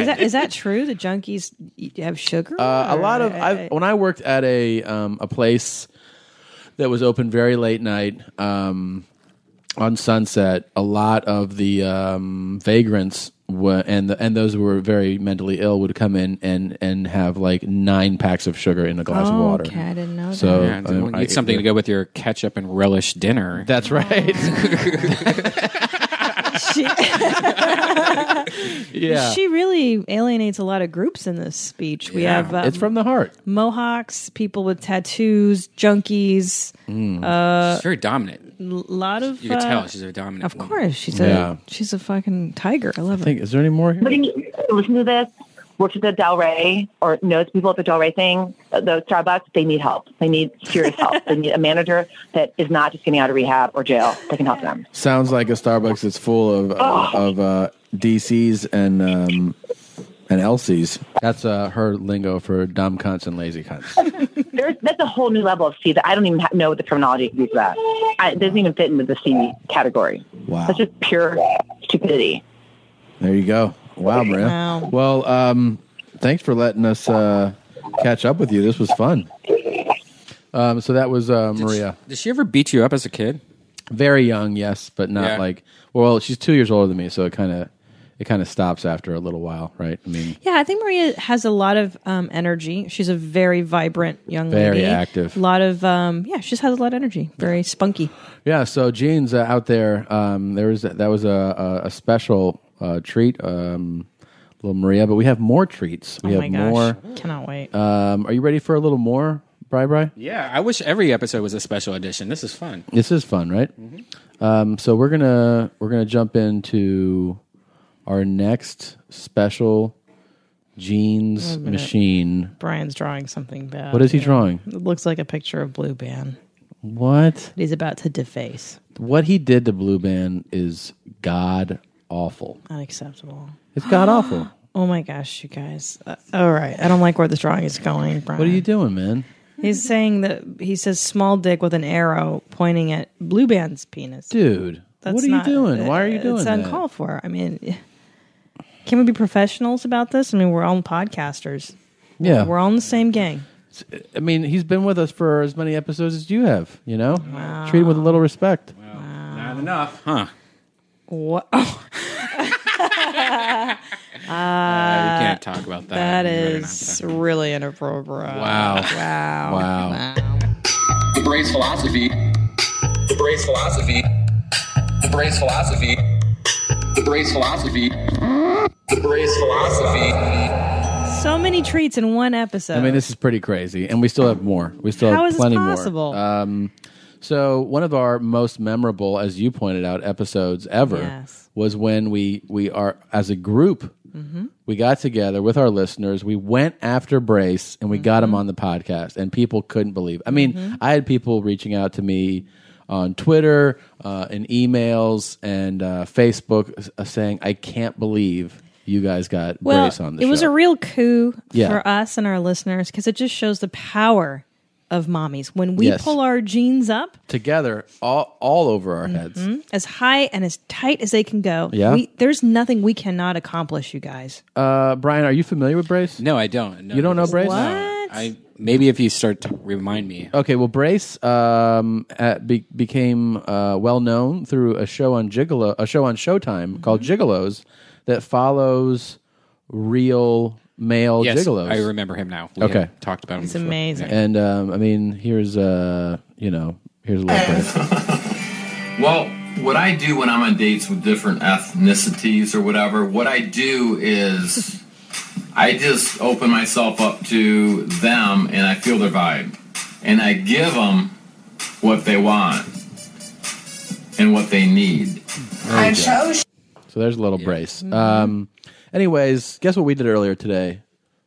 [SPEAKER 1] Is that is that true? The junkies eat- have sugar?
[SPEAKER 2] Uh, a
[SPEAKER 1] Or-
[SPEAKER 2] lot of I, when I worked at a um, a place that was open very late night um, on Sunset, a lot of the um, vagrants were, and the, and those who were very mentally ill would come in and and have like nine packs of sugar in a glass of
[SPEAKER 1] Oh,
[SPEAKER 2] water.
[SPEAKER 1] okay, I didn't know
[SPEAKER 2] So
[SPEAKER 3] Yeah,
[SPEAKER 2] um,
[SPEAKER 3] you
[SPEAKER 2] I-
[SPEAKER 3] need something to go with your ketchup and relish dinner.
[SPEAKER 2] That's right. yeah.
[SPEAKER 1] She really alienates a lot of groups in this speech. We
[SPEAKER 2] Yeah.
[SPEAKER 1] have um,
[SPEAKER 2] It's from the heart.
[SPEAKER 1] Mohawks, people with tattoos, junkies.
[SPEAKER 3] Mm.
[SPEAKER 1] Uh,
[SPEAKER 3] she's very dominant.
[SPEAKER 1] A lot of
[SPEAKER 3] You can tell
[SPEAKER 1] uh,
[SPEAKER 3] she's a dominant.
[SPEAKER 1] Of
[SPEAKER 3] woman.
[SPEAKER 1] course, she's
[SPEAKER 2] Yeah.
[SPEAKER 1] a she's a fucking tiger. I love her.
[SPEAKER 2] Think, is there any more here?
[SPEAKER 14] But if you listen to this, works at the Del Rey or knows people at the Del Rey thing, uh, the Starbucks, they need help. They need serious help. they need a manager that is not just getting out of rehab or jail that can help them.
[SPEAKER 2] Sounds like a Starbucks that's full of of uh, DCs and um, and LCs. That's uh, her lingo for dumb cunts and lazy cunts.
[SPEAKER 14] There's, that's a whole new level of C that I don't even ha- know what the terminology is for that. I, it doesn't even fit into the C category.
[SPEAKER 2] Wow.
[SPEAKER 14] That's just pure stupidity.
[SPEAKER 2] There you go. Wow, Maria.
[SPEAKER 14] Wow.
[SPEAKER 2] Well, um, thanks for letting us uh, catch up with you. This was fun. Um, so that was uh, Maria.
[SPEAKER 3] Did she ever beat you up as a kid?
[SPEAKER 2] Very young, yes, but not
[SPEAKER 3] Yeah.
[SPEAKER 2] like. Well, she's two years older than me, so it kind of it kind of stops after a little while, right? I mean,
[SPEAKER 1] Yeah, I think Maria has a lot of um, energy. She's a very vibrant young
[SPEAKER 2] Very
[SPEAKER 1] lady.
[SPEAKER 2] active.
[SPEAKER 1] A lot of um, yeah, she just has a lot of energy. Very spunky.
[SPEAKER 2] Yeah, so jeans uh, out there. Um, there was that was a, a, a special uh, treat, um, little Maria. But we have more treats. We
[SPEAKER 1] oh
[SPEAKER 2] have
[SPEAKER 1] my gosh,
[SPEAKER 2] more.
[SPEAKER 1] cannot wait.
[SPEAKER 2] Um, are you ready for a little more, Bri Bri?
[SPEAKER 3] Yeah, I wish every episode was a special edition. This is fun.
[SPEAKER 2] This is fun, right?
[SPEAKER 1] Mm-hmm.
[SPEAKER 2] Um, so we're gonna we're gonna jump into our next special Jeans
[SPEAKER 1] Wait a minute.
[SPEAKER 2] machine.
[SPEAKER 1] Brian's drawing something bad.
[SPEAKER 2] What is he
[SPEAKER 1] here.
[SPEAKER 2] drawing?
[SPEAKER 1] It looks like a picture of Blue Band.
[SPEAKER 2] What?
[SPEAKER 1] He's about to deface.
[SPEAKER 2] What he did to Blue Band is god awful.
[SPEAKER 1] Unacceptable.
[SPEAKER 2] It's god awful.
[SPEAKER 1] Oh my gosh, you guys. Uh, all right. I don't like where this drawing is going, Brian.
[SPEAKER 2] What are you doing, man?
[SPEAKER 1] He's saying that he says small dick with an arrow pointing at Blue Band's penis. uh,
[SPEAKER 2] Dude, what are you doing? Why are you doing
[SPEAKER 1] It's
[SPEAKER 2] that?
[SPEAKER 1] uncalled for. I mean, can we be professionals about this? I mean, we're all podcasters.
[SPEAKER 2] Yeah.
[SPEAKER 1] We're all in the same gang.
[SPEAKER 2] I mean, he's been with us for as many episodes as you have, you know? Treat him with a little respect.
[SPEAKER 3] Not enough, huh?
[SPEAKER 1] What?
[SPEAKER 3] we
[SPEAKER 1] can't
[SPEAKER 3] can't talk about
[SPEAKER 1] Uh,
[SPEAKER 3] that.
[SPEAKER 1] That
[SPEAKER 3] We better
[SPEAKER 1] is really inappropriate.
[SPEAKER 3] Wow.
[SPEAKER 1] Wow.
[SPEAKER 3] Wow.
[SPEAKER 15] The Brace philosophy. The Brace philosophy. The Brace philosophy. The Brace philosophy. The Brace philosophy.
[SPEAKER 1] So many treats in one episode.
[SPEAKER 2] I mean, this is pretty crazy, and we still have more. We still
[SPEAKER 1] How
[SPEAKER 2] have
[SPEAKER 1] is this
[SPEAKER 2] plenty
[SPEAKER 1] possible?
[SPEAKER 2] more. Um, so one of our most memorable, as you pointed out, episodes ever
[SPEAKER 1] Yes. Mm-hmm.
[SPEAKER 2] was when we we are as a group. We got together with our listeners. We went after Brace and we got
[SPEAKER 1] Mm-hmm.
[SPEAKER 2] him on the podcast, and people couldn't believe. I mean, I had people reaching out to me on Twitter, uh, in emails, and uh, Facebook, uh, saying, "I can't believe you guys got
[SPEAKER 1] well,
[SPEAKER 2] Brace on the
[SPEAKER 1] it
[SPEAKER 2] show."
[SPEAKER 1] was a real coup
[SPEAKER 2] Yeah.
[SPEAKER 1] for us and our listeners because it just shows the power of mommies when we
[SPEAKER 2] Yes.
[SPEAKER 1] pull our jeans up
[SPEAKER 2] together all all over our heads.
[SPEAKER 1] mhm, as high and as tight as they can go.
[SPEAKER 2] Yeah.
[SPEAKER 1] we, there's nothing we cannot accomplish, you guys.
[SPEAKER 2] Uh, Brian, are you familiar with Brace?
[SPEAKER 3] No, I don't. No,
[SPEAKER 2] you don't know Brace? Oh,
[SPEAKER 1] What?
[SPEAKER 3] I maybe if you start to remind me.
[SPEAKER 2] Okay, well, Brace um, at, be, became uh, well known through a show on Gigolo, a show on Showtime
[SPEAKER 3] Mm-hmm.
[SPEAKER 2] called Gigolos, that follows real male
[SPEAKER 3] yes,
[SPEAKER 2] gigolos.
[SPEAKER 3] I remember him now. We
[SPEAKER 2] Okay.
[SPEAKER 3] had talked about him.
[SPEAKER 1] He's
[SPEAKER 3] before.
[SPEAKER 1] amazing.
[SPEAKER 2] And um, I mean, here's uh, you know, here's a little Brace.
[SPEAKER 16] Well, what I do when I'm on dates with different ethnicities or whatever, what I do is I just open myself up to them and I feel their vibe. And I give them what they want and what they need.
[SPEAKER 2] I'm so So there's a little Brace.
[SPEAKER 3] Mm-hmm.
[SPEAKER 2] Um, anyways, guess what we did earlier today?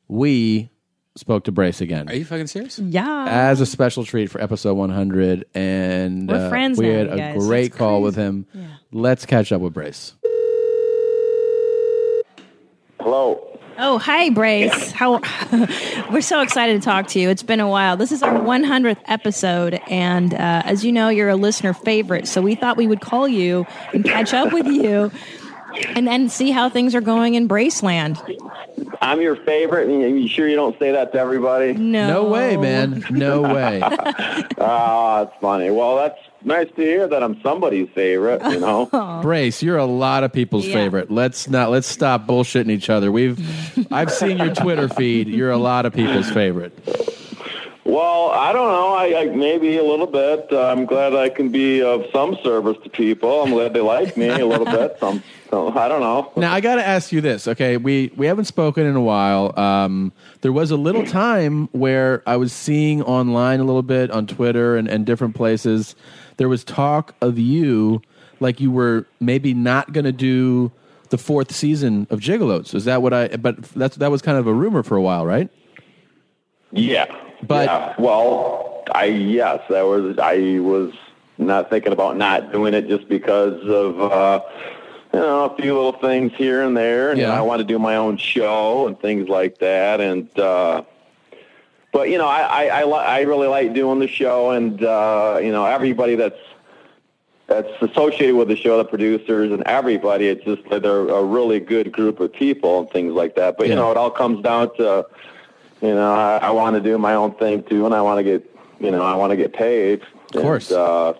[SPEAKER 2] We spoke to Brace again.
[SPEAKER 3] Are you fucking serious?
[SPEAKER 1] Yeah.
[SPEAKER 2] as a special treat for episode 100 and uh,
[SPEAKER 1] We're friends
[SPEAKER 2] we
[SPEAKER 1] now,
[SPEAKER 2] had
[SPEAKER 1] you
[SPEAKER 2] a
[SPEAKER 1] guys.
[SPEAKER 2] great
[SPEAKER 1] That's
[SPEAKER 2] call
[SPEAKER 1] crazy.
[SPEAKER 2] with him let's catch up with brace
[SPEAKER 4] Hello.
[SPEAKER 1] Oh, hi, Brace. How we're so excited to talk to you. It's been a while. This is our 100th episode, and uh, as you know, you're a listener favorite. So we thought we would call you and catch up with you, and then see how things are going in Braceland.
[SPEAKER 4] I'm your favorite. and You sure you don't say that to everybody?
[SPEAKER 1] No. No way,
[SPEAKER 2] man. No way.
[SPEAKER 4] Ah, it's funny. Well, that's nice to hear that I'm somebody's favorite. You know.
[SPEAKER 2] brace you're a lot of people's
[SPEAKER 4] Yeah.
[SPEAKER 2] favorite let's not let's stop bullshitting each other we've i've seen your twitter feed you're a lot of people's favorite
[SPEAKER 4] Well, I don't know. I, I maybe a little bit. Uh, I'm glad I can be of some service to people. I'm glad they like me a little bit. Some, some I don't know.
[SPEAKER 2] now i gotta ask you this okay we we haven't spoken in a while um there was a little time where i was seeing online a little bit on twitter and, and different places there was talk of you like you were maybe not gonna do the fourth season of gigolos is that what i but that's that was kind of a rumor for a while right
[SPEAKER 4] Yeah. But well, I yes, that was I was not thinking about not doing it just because of uh, you know a few little things here and there, and you know, I want to do my own show and things like that, and. uh but you know, I I, I, li- I really like doing the show, and uh, you know, everybody that's that's associated with the show, the producers and everybody, it's just that they're a really good group of people and things like that. But you know, it all comes down to you know, I, I want to do my own thing too, and I want to get you know, I want to get paid. Of course. uh,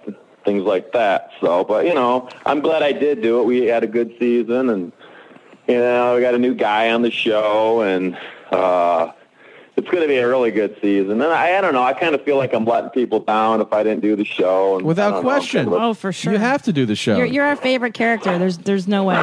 [SPEAKER 4] things like that. So, but you know, I'm glad I did do it. We had a good season, and you know, we got a new guy on the show, and uh, it's going to be a really good season. And I, I don't know. I kind of feel like I'm letting people down if I didn't do the show. And I
[SPEAKER 2] without
[SPEAKER 4] don't know, I'm
[SPEAKER 2] question
[SPEAKER 4] kind of a-
[SPEAKER 1] Oh, for
[SPEAKER 2] sure you have to do the show
[SPEAKER 1] You're, you're our favorite character. There's there's no way.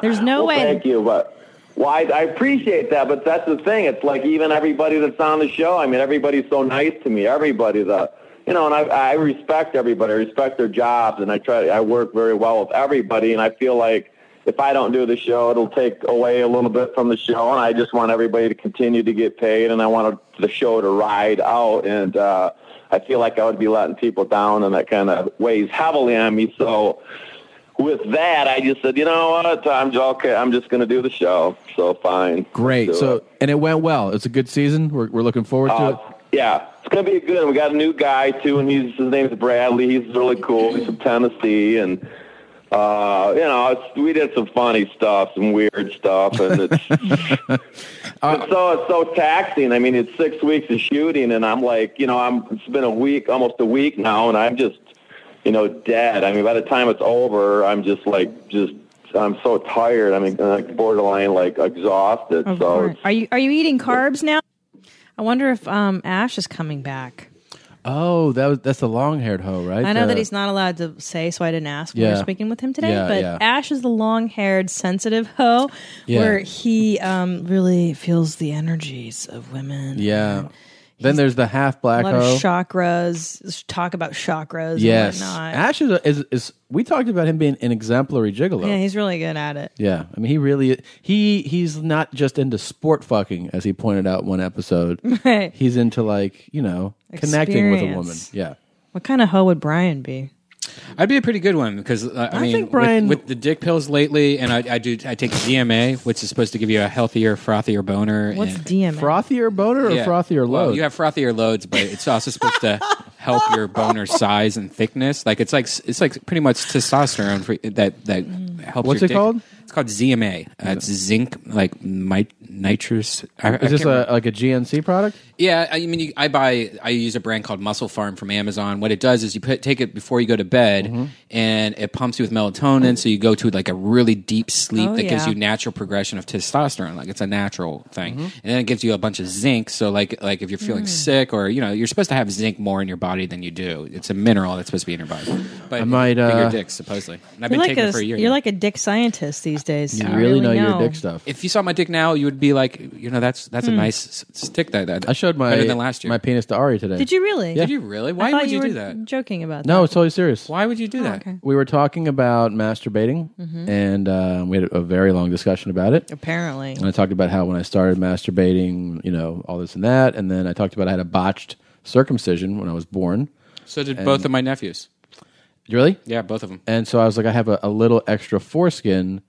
[SPEAKER 1] There's no
[SPEAKER 4] well,
[SPEAKER 1] way.
[SPEAKER 4] Thank you, but well, I, I appreciate that, but that's the thing. It's like even everybody that's on the show. I mean, everybody's so nice to me. Everybody that you know, and I, I respect everybody. I respect their jobs, and I try. I work very well with everybody, and I feel like if I don't do the show, it'll take away a little bit from the show, and I just want everybody to continue to get paid, and I want the show to ride out, and uh, I feel like I would be letting people down, and that kind of weighs heavily on me. So with that, I just said, you know what, I'm just, okay, I'm just going to do the show. So fine,
[SPEAKER 2] Great.
[SPEAKER 4] Do
[SPEAKER 2] So,
[SPEAKER 4] it. Uh,
[SPEAKER 2] and it went well. It's a good season. We're, we're looking forward to it.
[SPEAKER 4] Yeah, it's gonna be good. We got a new guy too, and he's his name's Bradley. He's really cool. He's from Tennessee, and uh, you know, it's, we did some funny stuff, some weird stuff, and it's, it's so it's so taxing. I mean, it's six weeks of shooting, and I'm like, you know, I'm it's been a week, almost a week now, and I'm just, you know, dead. I mean, by the time it's over, I'm just like, just I'm so tired. I mean, like borderline like exhausted.
[SPEAKER 1] Of
[SPEAKER 4] so
[SPEAKER 1] course. Are you are you eating carbs now? I wonder if um, Ash is coming back.
[SPEAKER 2] Oh, that was that's the long haired hoe, right?
[SPEAKER 1] I know
[SPEAKER 2] The-
[SPEAKER 1] that he's not allowed to say, so I didn't ask when we
[SPEAKER 2] Yeah.
[SPEAKER 1] were speaking with him today.
[SPEAKER 2] Yeah,
[SPEAKER 1] but
[SPEAKER 2] yeah.
[SPEAKER 1] Ash is the long haired, sensitive hoe
[SPEAKER 2] Yeah.
[SPEAKER 1] where he um, really feels the energies of women.
[SPEAKER 2] Yeah. Then there's the half
[SPEAKER 1] A
[SPEAKER 2] black
[SPEAKER 1] lot of
[SPEAKER 2] hoe.
[SPEAKER 1] chakras, talk about chakras
[SPEAKER 2] yes,
[SPEAKER 1] and whatnot.
[SPEAKER 2] Ash is, a, is is we talked about him being an exemplary gigolo.
[SPEAKER 1] Yeah, he's really good at it.
[SPEAKER 2] Yeah, I mean, he really he he's not just into sport fucking, as he pointed out one episode.
[SPEAKER 1] Right.
[SPEAKER 2] He's into like you know connecting with a woman.
[SPEAKER 1] Experience.
[SPEAKER 2] Yeah,
[SPEAKER 1] What kind of hoe would Brian be?
[SPEAKER 3] I'd be a pretty good one because uh, I,
[SPEAKER 1] I
[SPEAKER 3] mean,
[SPEAKER 1] think Brian-
[SPEAKER 3] with, with the dick pills lately, and I, I do I take DMA, which is supposed to give you a healthier, frothier boner.
[SPEAKER 1] What's
[SPEAKER 3] and,
[SPEAKER 1] DMA?
[SPEAKER 2] frothier boner or
[SPEAKER 3] Yeah.
[SPEAKER 2] frothier
[SPEAKER 3] Well,
[SPEAKER 2] load?
[SPEAKER 3] you have frothier loads, but it's also supposed to help your boner size and thickness. Like it's like it's like pretty much testosterone for, that that helps.
[SPEAKER 2] What's
[SPEAKER 3] your
[SPEAKER 2] it
[SPEAKER 3] dick.
[SPEAKER 2] called?
[SPEAKER 3] It's called ZMA. Uh, it's zinc, like mit- nitrous. I, I
[SPEAKER 2] is this
[SPEAKER 3] can't
[SPEAKER 2] a, like a GNC product?
[SPEAKER 3] yeah, I mean, you, I buy. I use a brand called Muscle Farm from Amazon. What it does is you put, take it before you go to bed, and it pumps you with melatonin, so you go to like a really deep sleep
[SPEAKER 15] Oh,
[SPEAKER 3] that gives
[SPEAKER 15] yeah.
[SPEAKER 3] you natural progression of testosterone. Like it's a natural thing, and then it gives you a bunch of zinc. So like like if you're feeling
[SPEAKER 15] Mm.
[SPEAKER 3] sick or you know you're supposed to have zinc more in your body than you do. It's a mineral that's supposed to be in your body. But
[SPEAKER 2] I might,
[SPEAKER 3] bigger
[SPEAKER 2] uh,
[SPEAKER 3] dicks supposedly. And I've
[SPEAKER 1] You're
[SPEAKER 3] been
[SPEAKER 1] like
[SPEAKER 3] taking
[SPEAKER 1] a,
[SPEAKER 3] it for a year.
[SPEAKER 1] you're like a dick scientist these days.
[SPEAKER 3] You
[SPEAKER 1] I
[SPEAKER 3] really know your
[SPEAKER 1] know
[SPEAKER 2] dick stuff.
[SPEAKER 3] if you saw my dick now, you would be like, you know, that's that's a
[SPEAKER 1] Hmm.
[SPEAKER 3] nice s- stick that, that
[SPEAKER 2] I showed my
[SPEAKER 3] better than last year.
[SPEAKER 2] my penis to Ari today.
[SPEAKER 1] Did you really?
[SPEAKER 2] Yeah.
[SPEAKER 3] Did you really?
[SPEAKER 1] I
[SPEAKER 3] Why
[SPEAKER 1] thought
[SPEAKER 3] would you,
[SPEAKER 1] were
[SPEAKER 3] do that?
[SPEAKER 1] Joking about
[SPEAKER 2] No,
[SPEAKER 1] that.
[SPEAKER 2] it's totally serious.
[SPEAKER 3] Why would you
[SPEAKER 1] Oh,
[SPEAKER 3] do that?
[SPEAKER 2] We were talking about masturbating,
[SPEAKER 1] Mhm.
[SPEAKER 2] and um, we had a very long discussion about it.
[SPEAKER 1] Apparently.
[SPEAKER 2] And I talked about how when I started masturbating, you know, all this and that, and then I talked about I had a botched circumcision when I was born.
[SPEAKER 3] So did
[SPEAKER 2] And-
[SPEAKER 3] both of my nephews.
[SPEAKER 2] Really?
[SPEAKER 3] Yeah, both of them.
[SPEAKER 2] And so I was like, I have a, a little extra foreskin.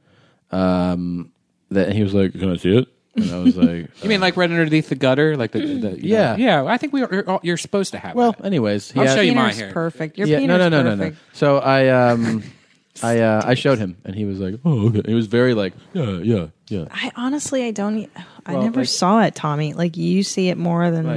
[SPEAKER 2] Um, that and he was like, "Can I see it?" And I was like, "Uh,
[SPEAKER 3] You mean like right underneath the gutter, like the, the you know-
[SPEAKER 2] Yeah.
[SPEAKER 3] yeah? I think we are, you're, you're supposed to have. Well,
[SPEAKER 2] anyways, he
[SPEAKER 3] I'll
[SPEAKER 2] had-
[SPEAKER 3] show you mine here.
[SPEAKER 1] perfect.
[SPEAKER 2] Yeah, no, no, no, no, no. So I, um, I, uh, I showed him, and he was like, "Oh, okay." He was very like, "Yeah, yeah, yeah."
[SPEAKER 1] I honestly, I don't. e, I
[SPEAKER 17] Well,
[SPEAKER 1] never
[SPEAKER 17] like-
[SPEAKER 1] saw it, Tommy. Like you see it more than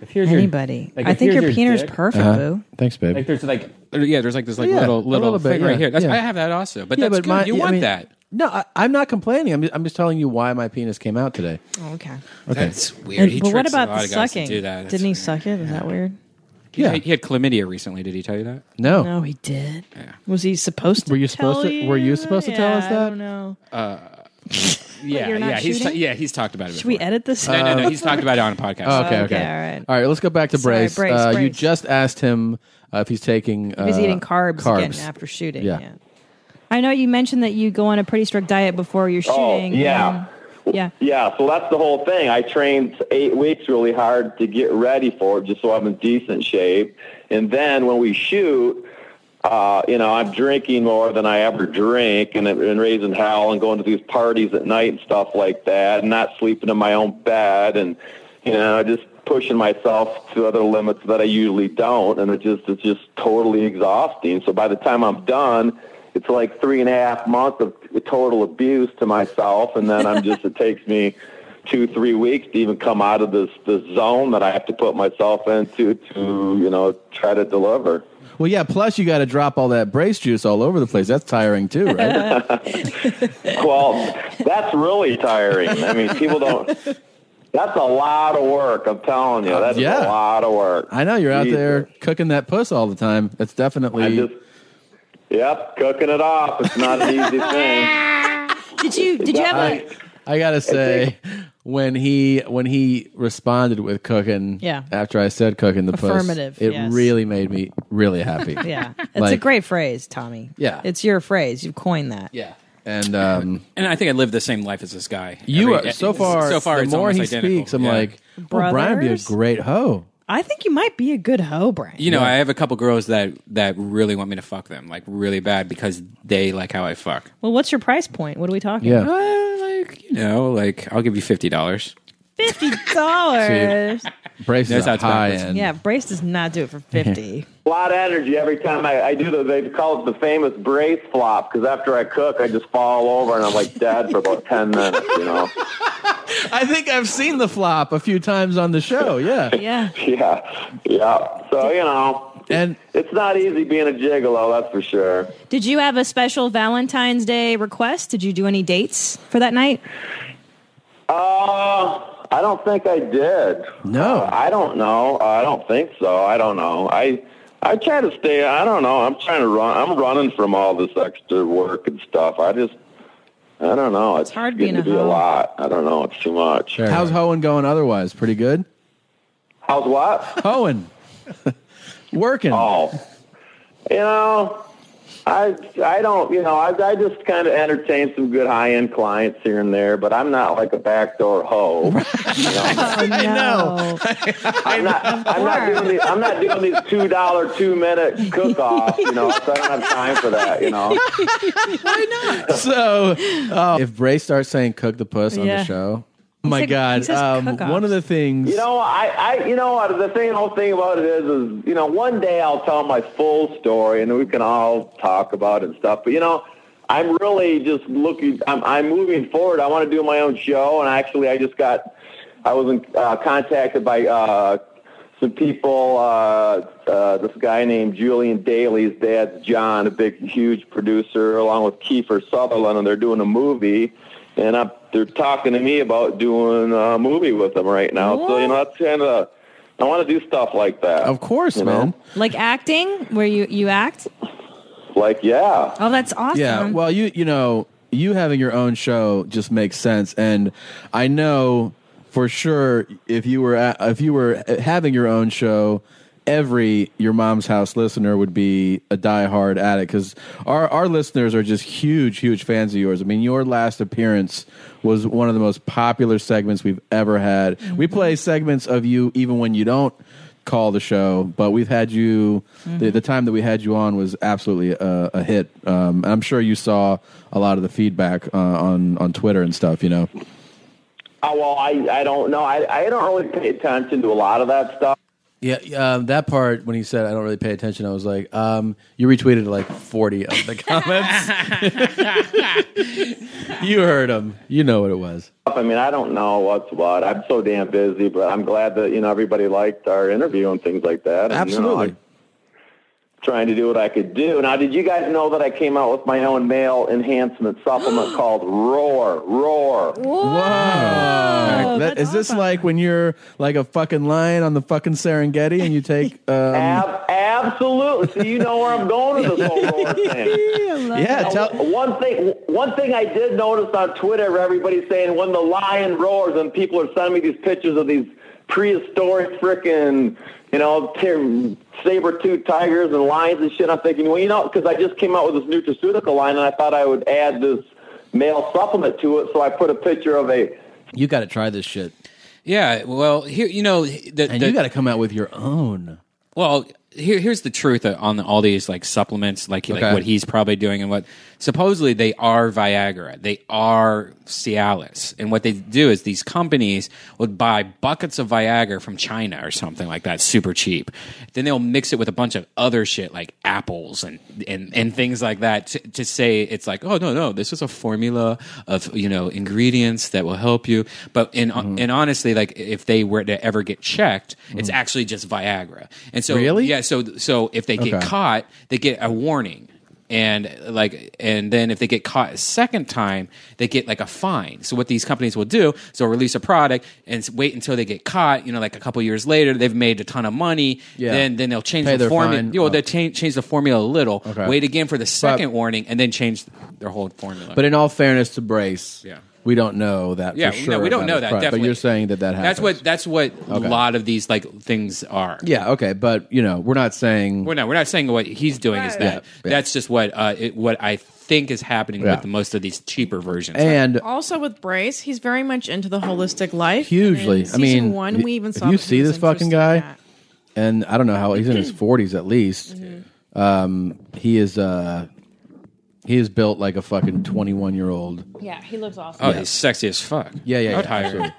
[SPEAKER 17] If here's your-
[SPEAKER 1] anybody.
[SPEAKER 17] like,
[SPEAKER 1] I
[SPEAKER 17] if
[SPEAKER 1] think
[SPEAKER 17] here's
[SPEAKER 1] your penis
[SPEAKER 17] dick-
[SPEAKER 1] perfect, boo.
[SPEAKER 2] Thanks, babe.
[SPEAKER 17] Like there's like
[SPEAKER 3] yeah, there's like this like
[SPEAKER 2] Yeah, a
[SPEAKER 3] little little,
[SPEAKER 2] little bit,
[SPEAKER 3] thing right
[SPEAKER 2] yeah,
[SPEAKER 3] here. That's,
[SPEAKER 2] yeah.
[SPEAKER 3] I have that also, but
[SPEAKER 2] Yeah,
[SPEAKER 3] that's good.
[SPEAKER 2] my-
[SPEAKER 3] you
[SPEAKER 2] yeah, I
[SPEAKER 3] want
[SPEAKER 2] mean,
[SPEAKER 3] that?
[SPEAKER 2] No, I, I'm not complaining. I'm just, I'm just telling you why my penis came out today.
[SPEAKER 1] Oh, okay.
[SPEAKER 2] Okay.
[SPEAKER 3] That's weird. He
[SPEAKER 1] but what
[SPEAKER 3] tricks a
[SPEAKER 1] about
[SPEAKER 3] lot
[SPEAKER 1] the
[SPEAKER 3] of guys to
[SPEAKER 1] sucking?
[SPEAKER 3] do that. That's
[SPEAKER 1] Didn't he suck it? Is that weird?
[SPEAKER 3] Yeah, he had chlamydia recently. Did he tell you that?
[SPEAKER 2] No.
[SPEAKER 1] No, he did. Was he supposed
[SPEAKER 2] Oh.
[SPEAKER 1] to?
[SPEAKER 2] Were you
[SPEAKER 1] tell
[SPEAKER 2] supposed to? Were you supposed to tell
[SPEAKER 1] Yeah,
[SPEAKER 2] us
[SPEAKER 1] I
[SPEAKER 2] that?
[SPEAKER 1] don't know.
[SPEAKER 3] Uh, yeah,
[SPEAKER 1] you're not
[SPEAKER 3] yeah, he's
[SPEAKER 1] shooting?
[SPEAKER 3] yeah, he's talked about it.
[SPEAKER 1] Should we
[SPEAKER 3] before.
[SPEAKER 1] edit this?
[SPEAKER 3] No, no, no.
[SPEAKER 2] out?
[SPEAKER 3] He's talked about it on a podcast.
[SPEAKER 2] Oh, okay, okay,
[SPEAKER 1] all right.
[SPEAKER 2] All right, let's go back to
[SPEAKER 1] Sorry,
[SPEAKER 2] Brace.
[SPEAKER 1] Brace,
[SPEAKER 2] uh, You
[SPEAKER 1] Brace.
[SPEAKER 2] just asked him uh, if he's taking. Uh,
[SPEAKER 1] If he's eating carbs, again
[SPEAKER 2] carbs.
[SPEAKER 1] after shooting.
[SPEAKER 2] Yeah.
[SPEAKER 1] Yeah. I know you mentioned that you go on a pretty strict diet before you're
[SPEAKER 4] Oh,
[SPEAKER 1] shooting.
[SPEAKER 4] yeah.
[SPEAKER 1] um, yeah.
[SPEAKER 4] Yeah, so that's the whole thing. I trained eight weeks really hard to get ready for it, just so I'm in decent shape. And then when we shoot, uh, you know, I'm drinking more than I ever drink, and, and raising hell, and going to these parties at night and stuff like that, and not sleeping in my own bed, and you know, just pushing myself to other limits that I usually don't, and it just it's just totally exhausting. So by the time I'm done, it's like three and a half months of total abuse to myself, and then I'm just it takes me two three weeks to even come out of this this zone that I have to put myself into to you know try to deliver.
[SPEAKER 2] Well, yeah. Plus, you got to drop all that brace juice all over the place. That's tiring too, right?
[SPEAKER 4] well, that's really tiring. I mean, people don't. That's a lot of work. I'm telling you, that's
[SPEAKER 2] yeah.
[SPEAKER 4] a lot of work.
[SPEAKER 2] I know you're out
[SPEAKER 4] Jesus.
[SPEAKER 2] there cooking that puss all the time. That's definitely.
[SPEAKER 4] Yep, cooking it off. It's not an easy thing.
[SPEAKER 1] Did you did you have a
[SPEAKER 2] I gotta say, when he when he responded with cooking,
[SPEAKER 1] Yeah.
[SPEAKER 2] after I said cooking the puss,
[SPEAKER 1] Affirmative,
[SPEAKER 2] it
[SPEAKER 1] yes.
[SPEAKER 2] really made me really happy.
[SPEAKER 1] yeah, it's a
[SPEAKER 2] Like-
[SPEAKER 1] great phrase, Tommy.
[SPEAKER 2] Yeah.
[SPEAKER 1] it's your phrase. You've coined that.
[SPEAKER 2] Yeah, And um,
[SPEAKER 3] and I think I lived the same life as this guy.
[SPEAKER 2] you
[SPEAKER 3] Every-
[SPEAKER 2] are, so far.
[SPEAKER 3] So far,
[SPEAKER 2] the
[SPEAKER 3] it's
[SPEAKER 2] more
[SPEAKER 3] almost
[SPEAKER 2] he
[SPEAKER 3] identical.
[SPEAKER 2] speaks, I'm
[SPEAKER 3] Yeah.
[SPEAKER 2] like, well, Brian be a
[SPEAKER 1] Brothers?
[SPEAKER 2] great hoe.
[SPEAKER 1] I think you might be a good hoe, Brian.
[SPEAKER 3] You know, I have a couple girls that that really want me to fuck them, like really bad, because they like how I fuck.
[SPEAKER 1] Well, what's your price point? What are we talking
[SPEAKER 3] Yeah.
[SPEAKER 1] about?
[SPEAKER 3] You know, like I'll give you fifty dollars.
[SPEAKER 1] Fifty dollars.
[SPEAKER 2] Brace
[SPEAKER 3] That's
[SPEAKER 2] is a
[SPEAKER 3] how it's
[SPEAKER 2] high
[SPEAKER 3] backwards.
[SPEAKER 1] yeah, Brace does not do it for fifty.
[SPEAKER 4] A lot of energy every time I, I do the. They call it the famous brace flop because after I cook, I just fall over and I'm like dead for about ten minutes. You know.
[SPEAKER 2] I think I've seen the flop a few times on the show. Yeah.
[SPEAKER 1] Yeah.
[SPEAKER 4] Yeah, yeah. So you know,
[SPEAKER 2] and
[SPEAKER 4] it's not easy being a gigolo, that's for sure.
[SPEAKER 1] Did you have a special Valentine's Day request? Did you do any dates for that night?
[SPEAKER 4] Uh, I don't think I did.
[SPEAKER 2] No,
[SPEAKER 4] I don't know. I don't think so. I don't know. I I try to stay. I don't know. I'm trying to run. I'm running from all this extra work and stuff. I just. I don't know. It's,
[SPEAKER 1] hard
[SPEAKER 4] getting
[SPEAKER 1] being a
[SPEAKER 4] to be a
[SPEAKER 1] hoe.
[SPEAKER 4] lot. I don't know. It's too much.
[SPEAKER 2] How's hoeing going otherwise? Pretty good.
[SPEAKER 4] How's what?
[SPEAKER 2] Hoeing. Working.
[SPEAKER 4] Oh. You know, I I don't, you know, I, I just kind of entertain some good high-end clients here and there, but I'm not like a backdoor hoe. You know?
[SPEAKER 1] I know.
[SPEAKER 4] I'm not I'm not doing these, I'm not doing these two dollar two minute cook offs, you know, so I don't have time for that, you know.
[SPEAKER 2] so uh, if Bray starts saying "cook the puss" on
[SPEAKER 4] Yeah.
[SPEAKER 2] the show, oh
[SPEAKER 4] He
[SPEAKER 2] my
[SPEAKER 4] said- he
[SPEAKER 2] god!
[SPEAKER 4] says
[SPEAKER 2] Um,
[SPEAKER 4] cook-offs.
[SPEAKER 2] one of the things
[SPEAKER 4] You know, I, I, you know what? The thing, whole thing about it is, is you know, one day I'll tell my full story and we can all talk about it and stuff. But you know, I'm really just looking. I'm, I'm moving forward. I want to do my own show, and actually, I just got, I was in, uh, contacted by uh, some people. Uh, uh, this guy named Julian Daly, his dad's John, a big, huge producer, along with Kiefer Sutherland, and they're doing a movie. And I'm, they're talking to me about doing a movie with them right now. So you know, that's kind of I want to do stuff like that. Of
[SPEAKER 2] course,
[SPEAKER 4] man.
[SPEAKER 1] Like acting, where you you act?
[SPEAKER 4] Like, yeah.
[SPEAKER 1] Oh, that's awesome.
[SPEAKER 2] Yeah. Well, you you know you having your own show just makes sense, and I know for sure if you were at, if you were having your own show. Every your mom's house listener would be a diehard at it because our our listeners are just huge huge fans of yours. I mean, your last appearance was one of the most popular segments we've ever had. We play segments of you even when you don't call the show, but we've had you. The, the time that we had you on was absolutely a, a hit. Um, and I'm sure you saw a lot of the feedback uh, on on Twitter and stuff. You know,
[SPEAKER 4] Oh, well, I, I don't know. I, I don't really pay attention to a lot of that stuff.
[SPEAKER 2] yeah, um, that part when he said I don't really pay attention, I was like, um, you retweeted like 40 of the comments. you heard him. You know what it was.
[SPEAKER 4] I mean, I don't know what's what. I'm so damn busy, but I'm glad that you know everybody liked our interview and things like that. And, you know,
[SPEAKER 2] Absolutely.
[SPEAKER 4] I'm trying to do what I could do. Now, did you guys know that I came out with my own male enhancement supplement called Roar? Roar.
[SPEAKER 2] Um, Wow. That, is this like when you're like a fucking lion on the fucking Serengeti and you take um,
[SPEAKER 4] Ab- absolutely. So you know where I'm going with this whole Roar thing.
[SPEAKER 2] Yeah,
[SPEAKER 4] Now,
[SPEAKER 2] tell-
[SPEAKER 4] Oh, one thing. One thing I did notice on Twitter, everybody's saying when the lion roars, and people are sending me these pictures of these prehistoric frickin' you know, ter- saber-toothed tigers and lions and shit. I'm thinking, well, you know, because I just came out with this nutraceutical line, and I thought I would add this male supplement to it, so I put a picture of a
[SPEAKER 2] You got to try this shit.
[SPEAKER 3] Yeah. Well, here you know, the,
[SPEAKER 2] And you got to come out with your own.
[SPEAKER 3] Well, here, here's the truth on all these like supplements, like,
[SPEAKER 2] Okay.
[SPEAKER 3] like what he's probably doing and what supposedly they are Viagra, they are Cialis, and what they do is these companies would buy buckets of Viagra from China or something like that, super cheap. Then they'll mix it with a bunch of other shit like apples and and and things like that to, to say it's like, oh no no, this is a formula of you know ingredients that will help you. But in and honestly, like if they were to ever get checked, it's actually just Viagra. And so really, yeah. So so if they get
[SPEAKER 2] Okay.
[SPEAKER 3] caught, they get a warning, and like and then if they get caught a second time, they get like a fine. So what these companies will do, so they'll release a product and s- wait until they get caught. You know, like a couple years later, they've made a ton of money.
[SPEAKER 2] Yeah.
[SPEAKER 3] Then then they'll change
[SPEAKER 2] Pay
[SPEAKER 3] the
[SPEAKER 2] their
[SPEAKER 3] formula.
[SPEAKER 2] fine. Oh.
[SPEAKER 3] You know, they change change the formula a little.
[SPEAKER 2] Okay.
[SPEAKER 3] Wait again for the second warning, and then change their whole formula.
[SPEAKER 2] But in all fairness to Brace,
[SPEAKER 3] Yeah.
[SPEAKER 2] we don't know that.
[SPEAKER 3] Yeah,
[SPEAKER 2] for
[SPEAKER 3] no,
[SPEAKER 2] sure
[SPEAKER 3] we don't
[SPEAKER 2] about
[SPEAKER 3] know
[SPEAKER 2] his
[SPEAKER 3] that,
[SPEAKER 2] pri- But
[SPEAKER 3] definitely.
[SPEAKER 2] you're saying that that happened.
[SPEAKER 3] That's what that's what
[SPEAKER 2] Okay.
[SPEAKER 3] a lot of these like things are.
[SPEAKER 2] Yeah. Okay. But you know, we're not saying.
[SPEAKER 3] We're not we're not saying what he's doing is that. That's just what uh, it, what I think is happening
[SPEAKER 2] Yeah.
[SPEAKER 3] with the most of these cheaper versions.
[SPEAKER 17] also with Brace, he's very much into the holistic life.
[SPEAKER 2] hugely.
[SPEAKER 17] And in
[SPEAKER 2] I mean,
[SPEAKER 17] season one
[SPEAKER 2] if-
[SPEAKER 17] we even
[SPEAKER 2] if
[SPEAKER 17] saw
[SPEAKER 2] you
[SPEAKER 17] that he
[SPEAKER 2] see
[SPEAKER 17] was
[SPEAKER 2] this fucking guy, and I don't know how he's in his forties at least.
[SPEAKER 17] Mm-hmm.
[SPEAKER 2] Um, he is uh, he is built like a fucking twenty one year old.
[SPEAKER 1] Yeah, he looks awesome.
[SPEAKER 3] Oh, he's sexy as fuck.
[SPEAKER 2] Yeah, yeah,
[SPEAKER 3] I would
[SPEAKER 2] yeah,
[SPEAKER 3] hire him.
[SPEAKER 2] absolutely.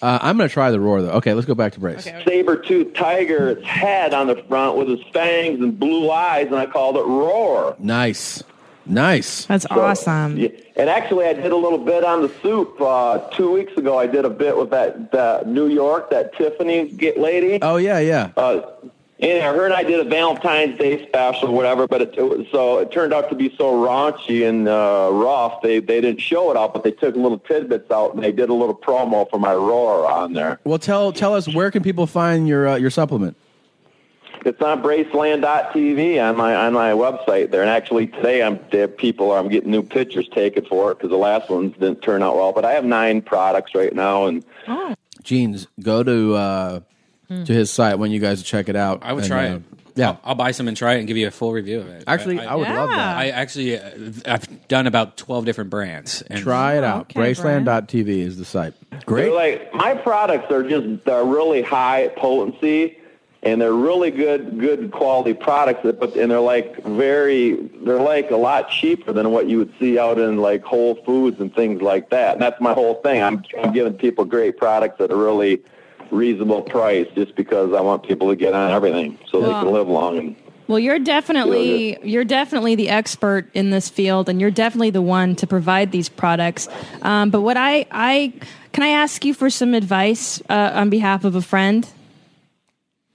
[SPEAKER 2] Uh, I'm gonna try the roar though. Okay, let's go back to brace.
[SPEAKER 4] Saber-toothed tiger's head on the front with his fangs and blue eyes, and I called it Roar.
[SPEAKER 2] Nice, nice.
[SPEAKER 1] That's awesome.
[SPEAKER 4] Yeah. And actually, I did a little bit on the soup uh, two weeks ago. I did a bit with that, that New York, that Tiffany get lady.
[SPEAKER 2] Oh yeah, yeah.
[SPEAKER 4] Uh, and her and I did a Valentine's Day special, or whatever. But it, it was so it turned out to be so raunchy and uh, rough. They they didn't show it out, but they took little tidbits out and they did a little promo for my roar on there.
[SPEAKER 2] Well, tell tell us where can people find your uh, your supplement?
[SPEAKER 4] It's on Braceland.tv on my on my website there. And actually today I'm there people are I'm getting new pictures taken for it because the last ones didn't turn out well. But I have nine products right now, and
[SPEAKER 2] Jeans, go to uh,
[SPEAKER 17] Hmm.
[SPEAKER 2] to his site when you guys check it out.
[SPEAKER 3] I would
[SPEAKER 2] and,
[SPEAKER 3] try
[SPEAKER 2] uh,
[SPEAKER 3] it.
[SPEAKER 2] Yeah.
[SPEAKER 3] I'll, I'll buy some and try it and give you a full review of it.
[SPEAKER 2] Actually, I would love that.
[SPEAKER 3] I actually, uh, I've done about twelve different brands. And
[SPEAKER 2] Try it out. Braceland.tv is the site. Great.
[SPEAKER 4] They're like my products are just they're really high potency and they're really good good quality products that- but and they're like very they're like a lot cheaper than what you would see out in like Whole Foods and things like that. And that's my whole thing. I'm, I'm giving people great products at a really reasonable price just because I want people to get on everything so they
[SPEAKER 1] Well-
[SPEAKER 4] can live long and
[SPEAKER 1] Well, you're definitely you're definitely the expert in this field, and you're definitely the one to provide these products. Um, but what I I can I ask you for some advice uh, on behalf of a friend?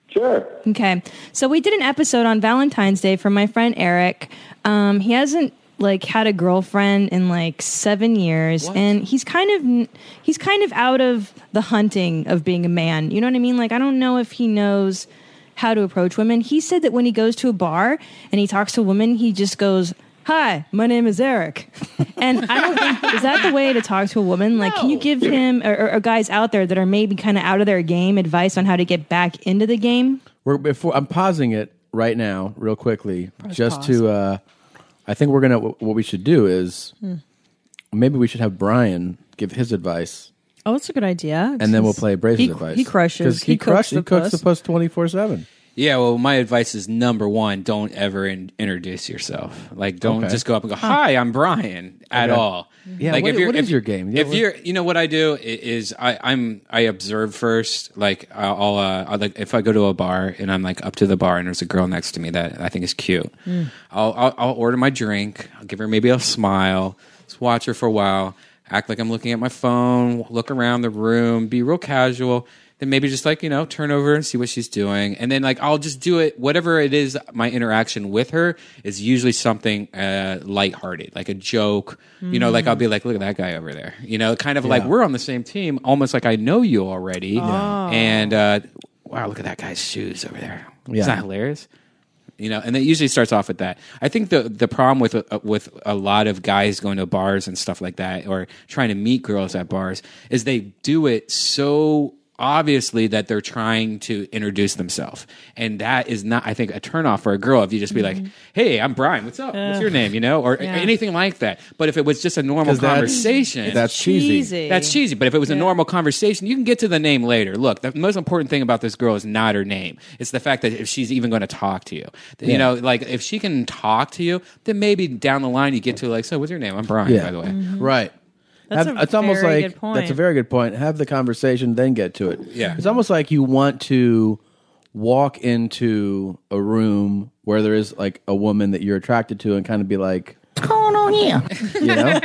[SPEAKER 4] Sure.
[SPEAKER 1] Okay. So we did an episode on Valentine's Day for my friend Eric. Um, he hasn't like had a girlfriend in like seven years, and he's kind of he's kind of out of the hunting of being a man. You know what I mean? Like I don't know if he knows how to approach women. He said that when he goes to a bar and he talks to a woman, he just goes. Hi, my name is Eric, and I don't think is that the way to talk to a woman. Like, can you give him or, or- or guys out there that are maybe kind of out of their game advice on how to get back into the game?
[SPEAKER 2] We're before I'm pausing it right now, real quickly,
[SPEAKER 1] Press
[SPEAKER 2] just
[SPEAKER 1] pause.
[SPEAKER 2] to. Uh, I think we're gonna. What we should do is
[SPEAKER 17] Hmm.
[SPEAKER 2] maybe we should have Brian give his advice,
[SPEAKER 17] Oh, that's a good idea.
[SPEAKER 2] and then we'll play Brace's
[SPEAKER 17] He-
[SPEAKER 2] advice.
[SPEAKER 17] he crushes.
[SPEAKER 2] 'Cause He,
[SPEAKER 17] He cooks
[SPEAKER 2] crushes.
[SPEAKER 17] the
[SPEAKER 2] He cooks the
[SPEAKER 17] puss.
[SPEAKER 2] puss twenty four seven.
[SPEAKER 3] Yeah, well, my advice is number one: don't ever in- introduce yourself. Like, don't
[SPEAKER 2] Okay.
[SPEAKER 3] just go up and go,
[SPEAKER 2] Huh.
[SPEAKER 3] "Hi, I'm Brian." At
[SPEAKER 2] Okay.
[SPEAKER 3] all.
[SPEAKER 2] Yeah,
[SPEAKER 3] Like,
[SPEAKER 2] what-
[SPEAKER 3] if you're,
[SPEAKER 2] what
[SPEAKER 3] if,
[SPEAKER 2] is your game? Yeah,
[SPEAKER 3] if
[SPEAKER 2] what-
[SPEAKER 3] you're, you know, what I do i- is I, I'm I observe first. Like, I'll, I'll, uh, I'll like if I go to a bar and I'm like up to the bar and there's a girl next to me that I think is cute.
[SPEAKER 2] Hmm.
[SPEAKER 3] I'll, I'll I'll order my drink. I'll give her maybe a smile. Just watch her for a while. Act like I'm looking at my phone. Look around the room. Be real casual. Then maybe just like you know, turn over and see what she's doing. And then like I'll just do it. Whatever it is, my interaction with her is usually something uh, lighthearted, like a joke. You know, like I'll be like, look at that guy over there. You know, kind of like we're on the same team, almost like I know you already.
[SPEAKER 17] Yeah.
[SPEAKER 3] And uh, wow, look at that guy's shoes over there.
[SPEAKER 2] Yeah.
[SPEAKER 3] It's not hilarious you know and it usually starts off with that i think the the problem with uh, with a lot of guys going to bars and stuff like that or trying to meet girls at bars is they do it so obviously that they're trying to introduce themselves and that is not i think a turnoff for a girl if you just be like hey i'm brian what's up what's
[SPEAKER 17] Mm-hmm. Ugh.
[SPEAKER 3] your name you know or
[SPEAKER 17] Yeah.
[SPEAKER 3] anything like that but if it was just a normal
[SPEAKER 2] 'Cause that's-
[SPEAKER 3] conversation
[SPEAKER 2] that's cheesy. Cheesy.
[SPEAKER 3] that's cheesy but if it was a normal conversation you can get to the name later look the most important thing about this girl is not her name it's the fact that if she's even going to talk to you you
[SPEAKER 2] Yeah.
[SPEAKER 3] know like if she can talk to you then maybe down the line you get to like so what's your name i'm brian
[SPEAKER 2] Yeah. Mm-hmm.
[SPEAKER 3] by the way
[SPEAKER 2] Right.
[SPEAKER 3] Mm-hmm. That's
[SPEAKER 2] Have-
[SPEAKER 3] a
[SPEAKER 2] it's almost
[SPEAKER 3] very
[SPEAKER 2] like
[SPEAKER 3] good point.
[SPEAKER 2] that's a very good point. Have the conversation, then get to it.
[SPEAKER 3] Yeah.
[SPEAKER 2] it's almost like you want to walk into a room where there is like a woman that you're attracted to, and kind of be like, "What's going on here?" You know?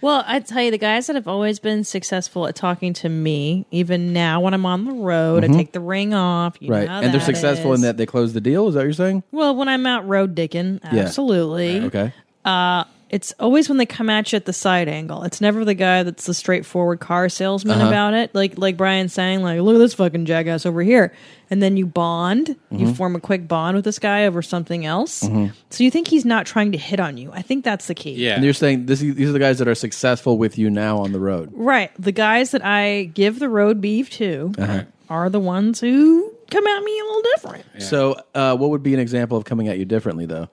[SPEAKER 17] well, I tell you, the guys that have always been successful at talking to me, even now when I'm on the road,
[SPEAKER 2] Mhm.
[SPEAKER 17] I take the ring off. You
[SPEAKER 2] right,
[SPEAKER 17] know
[SPEAKER 2] and they're
[SPEAKER 17] that
[SPEAKER 2] successful
[SPEAKER 17] is.
[SPEAKER 2] in that they close the deal. Is that what you're saying?
[SPEAKER 17] Well, when I'm out road dicking,
[SPEAKER 2] Yeah.
[SPEAKER 17] absolutely.
[SPEAKER 2] Okay.
[SPEAKER 17] Uh,
[SPEAKER 1] It's always when they come at you at the side angle. It's never the guy that's the straightforward car salesman
[SPEAKER 18] Uh-huh.
[SPEAKER 1] about it. Like like Brian's saying, like, look at this fucking jackass over here. And then you bond, you
[SPEAKER 18] Mhm.
[SPEAKER 1] form a quick bond with this guy over something else.
[SPEAKER 2] Mhm.
[SPEAKER 1] So you think he's not trying to hit on you. I think that's the key.
[SPEAKER 2] And you're saying this, these are the guys that are successful with you now on the road.
[SPEAKER 1] Right. The guys that I give the road beef to
[SPEAKER 2] Uh-huh.
[SPEAKER 1] are the ones who come at me a little different.
[SPEAKER 2] So, uh, what would be an example of coming at you differently, though?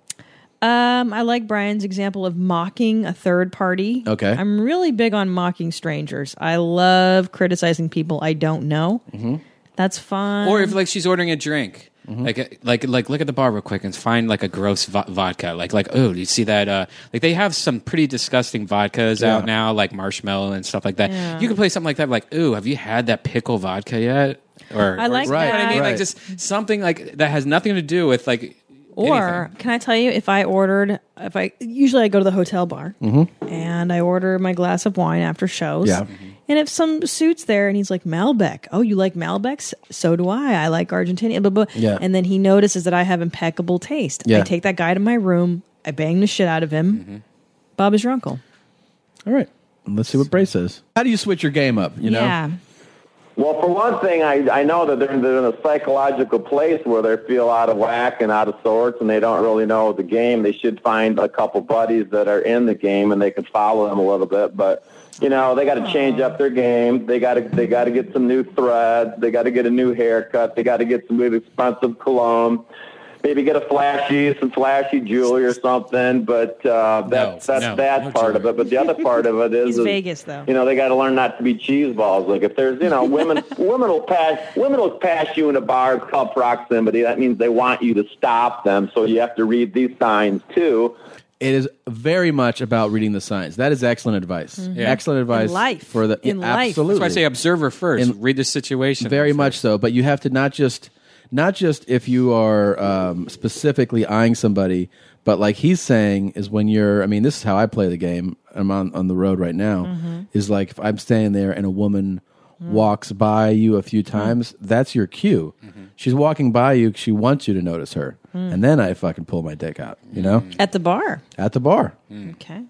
[SPEAKER 1] Um, I like Brian's example of mocking a third party.
[SPEAKER 2] Okay.
[SPEAKER 1] I'm really big on mocking strangers. I love criticizing people I don't know.
[SPEAKER 3] Mhm.
[SPEAKER 1] That's fun.
[SPEAKER 3] or if like she's ordering a drink
[SPEAKER 1] Mm-hmm.
[SPEAKER 3] like uh, like like look at the bar real quick and find like a gross vo- vodka like like oh you see that uh like they have some pretty disgusting vodkas
[SPEAKER 2] Yeah.
[SPEAKER 3] out now like marshmallow and stuff like that
[SPEAKER 1] Yeah.
[SPEAKER 3] you can play something like that like oh have you had that pickle vodka yet or
[SPEAKER 1] I like
[SPEAKER 3] or, you know what I
[SPEAKER 1] that.
[SPEAKER 3] mean
[SPEAKER 1] Right.
[SPEAKER 3] like just something like that has nothing to do with like
[SPEAKER 1] Or can I tell you if I ordered if I usually I go to the hotel bar
[SPEAKER 3] anything.
[SPEAKER 1] and I order my glass of wine after shows. Mm-hmm.
[SPEAKER 3] Yeah.
[SPEAKER 1] And if some suits there and he's like Malbec, oh you like Malbecs? So do I. I like Argentina. Blah, blah.
[SPEAKER 18] Yeah.
[SPEAKER 1] And then he notices that I have impeccable taste. I
[SPEAKER 18] Yeah.
[SPEAKER 1] take that guy to my room. I bang the shit out of him. Bob is your uncle.
[SPEAKER 2] All right. Let's see what Bray says. How do you switch your game up? You know?
[SPEAKER 1] Yeah.
[SPEAKER 4] Well, for one thing, I, I know that they're, they're in a psychological place where they feel out of whack and out of sorts, and they don't really know the game. They should find a couple buddies that are in the game, and they can follow them a little bit. But you know, they got to change up their game. They got to they got to get some new threads. They got to get a new haircut. They got to get some really expensive cologne. Maybe get a flashy, some flashy jewelry or something. But uh, that's that's
[SPEAKER 1] no,
[SPEAKER 4] that
[SPEAKER 1] no
[SPEAKER 4] part of it. But the other part of it is
[SPEAKER 1] He's
[SPEAKER 4] is-
[SPEAKER 1] Vegas though.
[SPEAKER 4] you know, they got to learn not to be cheese balls. Like if there's, you know, women, women will pass, women will pass you in a bar. It's called proximity. That means they want you to stop them. So you have to read these signs too.
[SPEAKER 2] It is very much about reading the signs. That is excellent advice.
[SPEAKER 3] Mhm. Yeah.
[SPEAKER 2] Excellent advice
[SPEAKER 3] In life.
[SPEAKER 2] for the
[SPEAKER 3] In
[SPEAKER 2] yeah,
[SPEAKER 3] life.
[SPEAKER 2] Absolutely.
[SPEAKER 3] That's why I say observer first. Read the situation.
[SPEAKER 2] Very much so, but you have to not just not just if you are um, specifically eyeing somebody, but like he's saying is when you're. I mean, this is how I play the game. I'm on on the road right now.
[SPEAKER 3] Mm-hmm.
[SPEAKER 2] Is like if I'm standing there and a woman
[SPEAKER 3] Mm.
[SPEAKER 2] walks by you a few times, that's your cue. She's walking by you. She wants you to notice her,
[SPEAKER 1] Mm.
[SPEAKER 2] and then I fucking pull my dick out. You know,
[SPEAKER 1] At the bar.
[SPEAKER 2] at the bar.
[SPEAKER 1] Okay.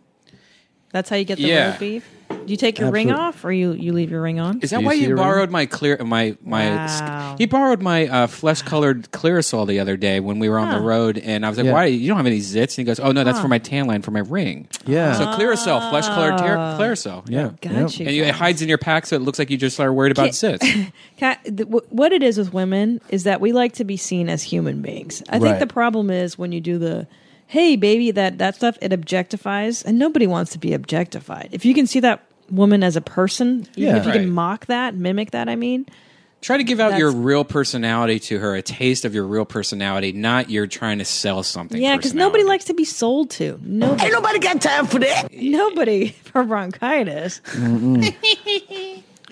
[SPEAKER 1] That's how you get the
[SPEAKER 3] Yeah.
[SPEAKER 1] road beef. Do you take your ring
[SPEAKER 3] Absolutely.
[SPEAKER 1] off or you, you leave your ring on?
[SPEAKER 3] Is that why you borrowed my clear my my
[SPEAKER 1] Wow.
[SPEAKER 3] he borrowed my uh, flesh colored clearasol the other day when we were on
[SPEAKER 1] Huh.
[SPEAKER 3] the road and I was like,
[SPEAKER 2] Yeah.
[SPEAKER 3] Why you don't have any zits? And he goes, Oh no, that's
[SPEAKER 2] Huh.
[SPEAKER 3] for my tan line for my ring.
[SPEAKER 2] Yeah.
[SPEAKER 3] So clearasol, flesh colored ter-
[SPEAKER 1] Oh.
[SPEAKER 3] clearasol.
[SPEAKER 2] Yeah.
[SPEAKER 1] Gotcha,
[SPEAKER 3] And you, it hides in your pack so it looks like you just are worried about
[SPEAKER 1] Ki-
[SPEAKER 3] zits.
[SPEAKER 1] Ca- th- w- what it is with women is that we like to be seen as human beings. I think
[SPEAKER 3] Right.
[SPEAKER 1] the problem is when you do the hey baby that that stuff it objectifies and nobody wants to be objectified. If you can see that woman as a person, even
[SPEAKER 3] Yeah.
[SPEAKER 1] if you
[SPEAKER 3] Right.
[SPEAKER 1] can mock that, mimic that, I mean,
[SPEAKER 3] Try to give out
[SPEAKER 1] That's-
[SPEAKER 3] your real personality to her, a taste of your real personality, not you're trying to sell something.
[SPEAKER 1] yeah, because nobody likes to be sold to. Nobody. Ain't nobody got time for that. Nobody for bronchitis.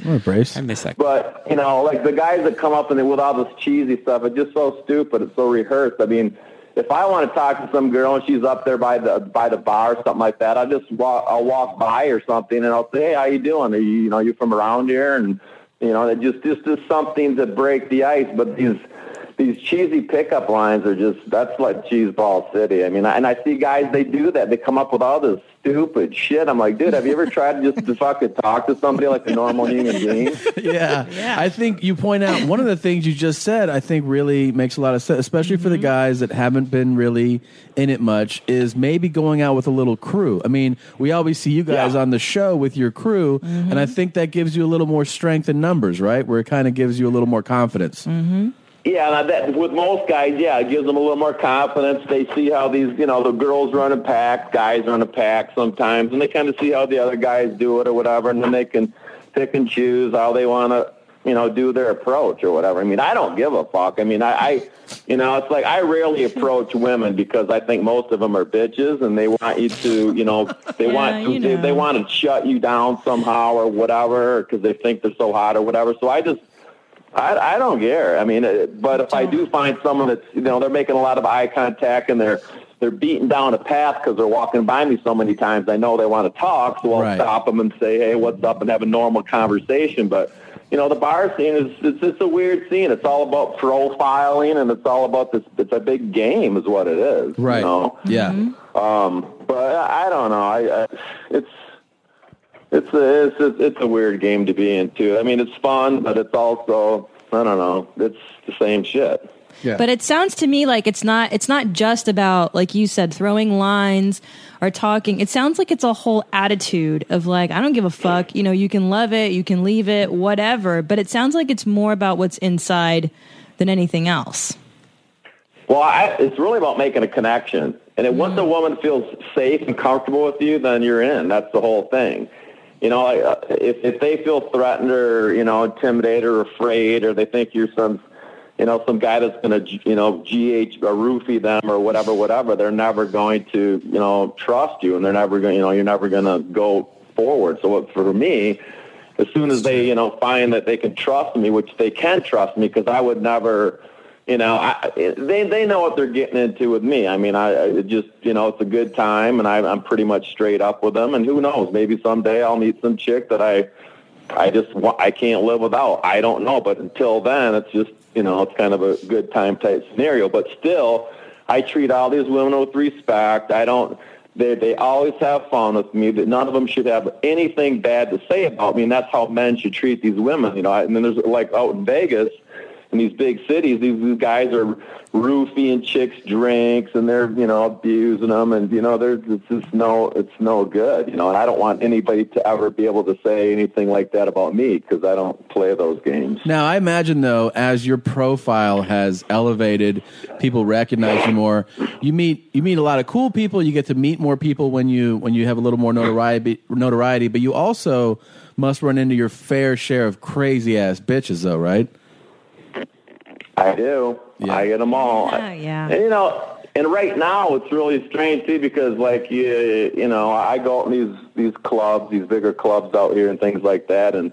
[SPEAKER 2] What a brace. I
[SPEAKER 3] miss that.
[SPEAKER 4] But you know, like the guys that come up and they, with all this cheesy stuff, it's just so stupid. It's so rehearsed. I mean, if I want to talk to some girl and she's up there by the by the bar or something like that, I'll just walk, I'll walk by or something and I'll say, hey, how you doing? Are you, you know, you from around here? And you know, it just just is something to break the ice. But these these cheesy pickup lines are just that's like cheeseball city. I mean, and I see guys they do that. They come up with all this stupid shit. I'm like, dude, have you ever tried just to fucking talk to somebody like a normal human being?
[SPEAKER 2] yeah. I think you point out one of the things you just said, I think really makes a lot of sense, especially for the guys that haven't been really in it much, is maybe going out with a little crew. I mean, we always see you guys on the show with your crew, and I think that gives you a little more strength in numbers, right? Where it kind of gives you a little more confidence. Mm-hmm.
[SPEAKER 4] Yeah, and I bet with most guys, yeah, it gives them a little more confidence. They see how these, you know, the girls run a pack, guys run a pack sometimes, and they kind of see how the other guys do it or whatever, and then they can pick and choose how they want to, you know, do their approach or whatever. I mean, I don't give a fuck. I mean, I, I, you know, it's like I rarely approach women because I think most of them are bitches and they want you to, you know, they
[SPEAKER 1] Yeah,
[SPEAKER 4] want
[SPEAKER 1] you
[SPEAKER 4] to, they,
[SPEAKER 1] know.
[SPEAKER 4] they want to shut you down somehow or whatever because they think they're so hot or whatever. So I just I, I don't care. I mean, uh, but if I do find someone that's, you know, they're making a lot of eye contact and they're they're beating down a path because they're walking by me so many times, I know they want to talk, so I'll
[SPEAKER 2] Right.
[SPEAKER 4] stop them and say, hey, what's up, and have a normal conversation. But you know, the bar scene is it's just a weird scene. It's all about profiling and it's all about this. It's a big game, is what it is.
[SPEAKER 2] Right.
[SPEAKER 4] You know?
[SPEAKER 2] Yeah.
[SPEAKER 4] Um, but I I don't know. I, I it's it's a it's a, it's a weird game to be into. I mean, it's fun, but it's also I don't know. It's the same shit.
[SPEAKER 2] Yeah.
[SPEAKER 1] But it sounds to me like it's not it's not just about like you said throwing lines or talking. It sounds like it's a whole attitude of like I don't give a fuck, you know, you can love it, you can leave it, whatever, but it sounds like it's more about what's inside than anything
[SPEAKER 2] Uh,
[SPEAKER 1] else.
[SPEAKER 4] Well, I, it's really about making a connection. And then once a woman feels safe and comfortable with you, then you're in. That's the whole thing. You know, I- uh, if, if they feel threatened or, you know, intimidated or afraid or they think you're some, you know, some guy that's going to, you know, GH or roofie them or whatever, whatever, they're never going to, you know, trust you and they're never going, you know, you're never going to go forward. So what, for me, as soon as they, you know, find that they can trust me, which they can trust me because I would never, you know, I, they they know what they're getting into with me. I mean, I, I it just you know, it's a good time, and I, I'm pretty much straight up with them. And who knows, maybe someday I'll meet some chick that I I just wa- I can't live without. I don't know, but until then, it's just you know, it's kind of a good time type scenario. But still, I treat all these women with respect. I don't. They they always have fun with me. That none of them should have anything bad to say about me, and that's how men should treat these women. You know, I, and then there's like out in Vegas in these big cities, these, these guys are roofing chicks drinks and they're, you know, abusing them. And, you know, there's, it's just no, it's no good, you know, and I don't want anybody to ever be able to say anything like that about me because I don't play those games.
[SPEAKER 2] Now, I imagine though, as your profile has elevated, people recognize you more. You meet you meet a lot of cool people. You get to meet more people when you when you have a little more notoriety. Notoriety, but you also must run into your fair share of crazy ass bitches, though, right?
[SPEAKER 4] I do. I get them all.
[SPEAKER 1] Yeah, Oh, yeah.
[SPEAKER 4] And you know, and right now it's really strange too because like you, you know, I go out in these these clubs, these bigger clubs out here and things like that, and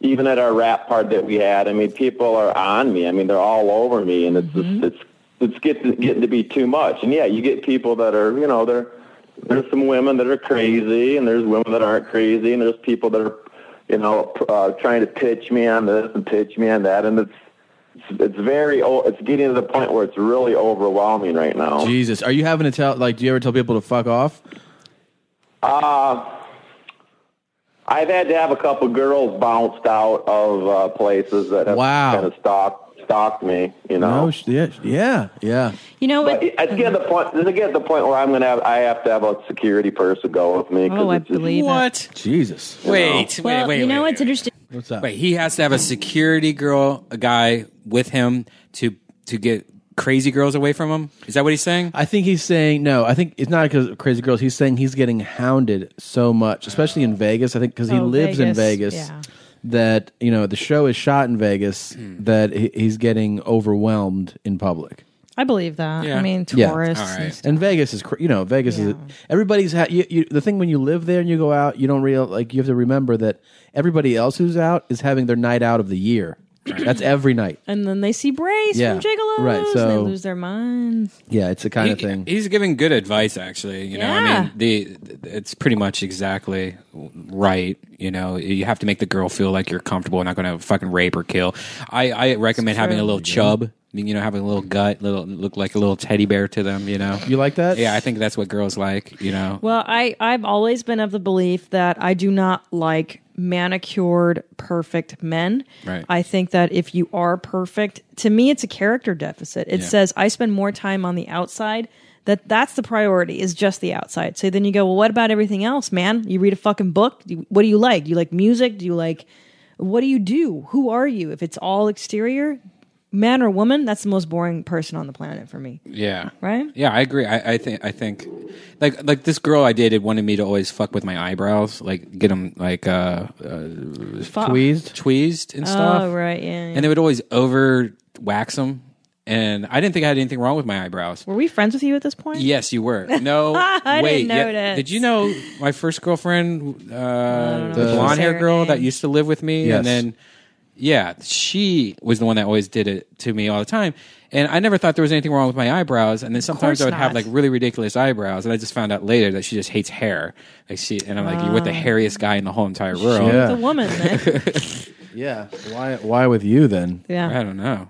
[SPEAKER 4] even at our rap part that we had, I mean, people are on me. I mean, they're all over me, and it's just, it's it's getting getting to be too much. And yeah, you get people that are you know they're there's some women that are crazy, and there's women that aren't crazy, and there's people that are you know uh, trying to pitch me on this and pitch me on that, and it's it's, it's very o- it's getting to the point where it's really overwhelming right now.
[SPEAKER 2] Jesus, are you having to tell like? Do you ever tell people to fuck off?
[SPEAKER 4] Uh, I've had to have a couple girls bounced out of uh, places that have kind of stalked stalked me. You know,
[SPEAKER 2] No, sh- yeah, Oh, yeah, yeah.
[SPEAKER 1] You know,
[SPEAKER 4] but it's getting to the point. It's getting to the point where I'm gonna have I have to have a security person go with me. 'cause
[SPEAKER 1] Oh, I
[SPEAKER 4] it's just-
[SPEAKER 1] believe it. What?
[SPEAKER 2] Jesus.
[SPEAKER 3] Wait,
[SPEAKER 1] well,
[SPEAKER 3] wait, wait,
[SPEAKER 1] you
[SPEAKER 3] wait.
[SPEAKER 1] know what's interesting?
[SPEAKER 2] What's up?
[SPEAKER 3] Wait, he has to have a security girl, a guy with him to to get crazy girls away from him. Is that what he's saying?
[SPEAKER 2] I think he's saying no. I think it's not because crazy girls. He's saying he's getting hounded so much, especially in Vegas. I think because he
[SPEAKER 3] Oh,
[SPEAKER 2] lives in
[SPEAKER 3] Vegas,
[SPEAKER 2] Vegas,
[SPEAKER 3] yeah.
[SPEAKER 2] that you know the show is shot in Vegas,
[SPEAKER 3] Hmm.
[SPEAKER 2] that he- he's getting overwhelmed in public.
[SPEAKER 1] I believe that. I mean,
[SPEAKER 2] Yeah.
[SPEAKER 1] tourists. and stuff.
[SPEAKER 2] and Vegas is cr- you know Vegas is everybody's ha- you, you, the thing when you live there and you go out, you don't real like you have to remember that everybody else who's out is having their night out of the year. That's every night.
[SPEAKER 1] And then they see Brace
[SPEAKER 2] Yeah.
[SPEAKER 1] from Gigolos,
[SPEAKER 2] Right,
[SPEAKER 1] and they
[SPEAKER 2] so-
[SPEAKER 1] lose their minds.
[SPEAKER 2] Yeah, it's the kind of
[SPEAKER 3] He-
[SPEAKER 2] thing.
[SPEAKER 3] He's giving good advice, actually. You know, I
[SPEAKER 1] Yeah.
[SPEAKER 3] mean, the it's pretty much exactly right. You know, you have to make the girl feel like you're comfortable, not going to fucking rape or kill. I, I recommend having a little chub. I mean, you know, having a little gut, little look like a little teddy bear to them. You know,
[SPEAKER 2] you like that?
[SPEAKER 3] Yeah, I think that's what girls like. You know,
[SPEAKER 1] Well, I I've always been of the belief that I do not like manicured perfect men.
[SPEAKER 3] Right.
[SPEAKER 1] I think that if you are perfect, to me it's a character deficit. It
[SPEAKER 19] Yeah.
[SPEAKER 1] says I spend more time on the outside. That that's the priority is just the outside. So then you go, well, what about everything else, man? You read a fucking book. Do you- what do you like? Do you like music? Do you like what do you do? Who are you? If it's all exterior, man or woman, that's the most boring person on the planet for me.
[SPEAKER 3] yeah,
[SPEAKER 1] Right?
[SPEAKER 3] Yeah, I agree. I, I think I think like like this girl I dated wanted me to always fuck with my eyebrows, like get them like uh, uh
[SPEAKER 1] Fuck.
[SPEAKER 2] tweezed,
[SPEAKER 3] tweezed and stuff.
[SPEAKER 1] Oh right, yeah. yeah.
[SPEAKER 3] and they would always over wax them. And I didn't think I had anything wrong with my eyebrows.
[SPEAKER 1] Were we friends with you at this point?
[SPEAKER 3] Yes, you were. No,
[SPEAKER 1] I
[SPEAKER 3] wait.
[SPEAKER 1] didn't
[SPEAKER 3] yeah.
[SPEAKER 1] notice.
[SPEAKER 3] did you know my first girlfriend, uh,
[SPEAKER 1] know.
[SPEAKER 3] the
[SPEAKER 1] The-
[SPEAKER 3] blonde hair
[SPEAKER 1] Sarah
[SPEAKER 3] girl
[SPEAKER 1] Name.
[SPEAKER 3] that used to live with me,
[SPEAKER 2] Yes.
[SPEAKER 3] and then yeah, she was the one that always did it to me all the time. And I never thought there was anything wrong with my eyebrows. And then sometimes
[SPEAKER 1] course
[SPEAKER 3] I would have
[SPEAKER 1] not.
[SPEAKER 3] like really ridiculous eyebrows, and I just found out later that she just hates hair. Like she and I'm like, you're with the
[SPEAKER 2] Ah.
[SPEAKER 3] hairiest guy in the whole entire world.
[SPEAKER 2] Yeah.
[SPEAKER 1] The woman, man.
[SPEAKER 2] Yeah. Why? Why with you then?
[SPEAKER 1] Yeah.
[SPEAKER 3] I don't know.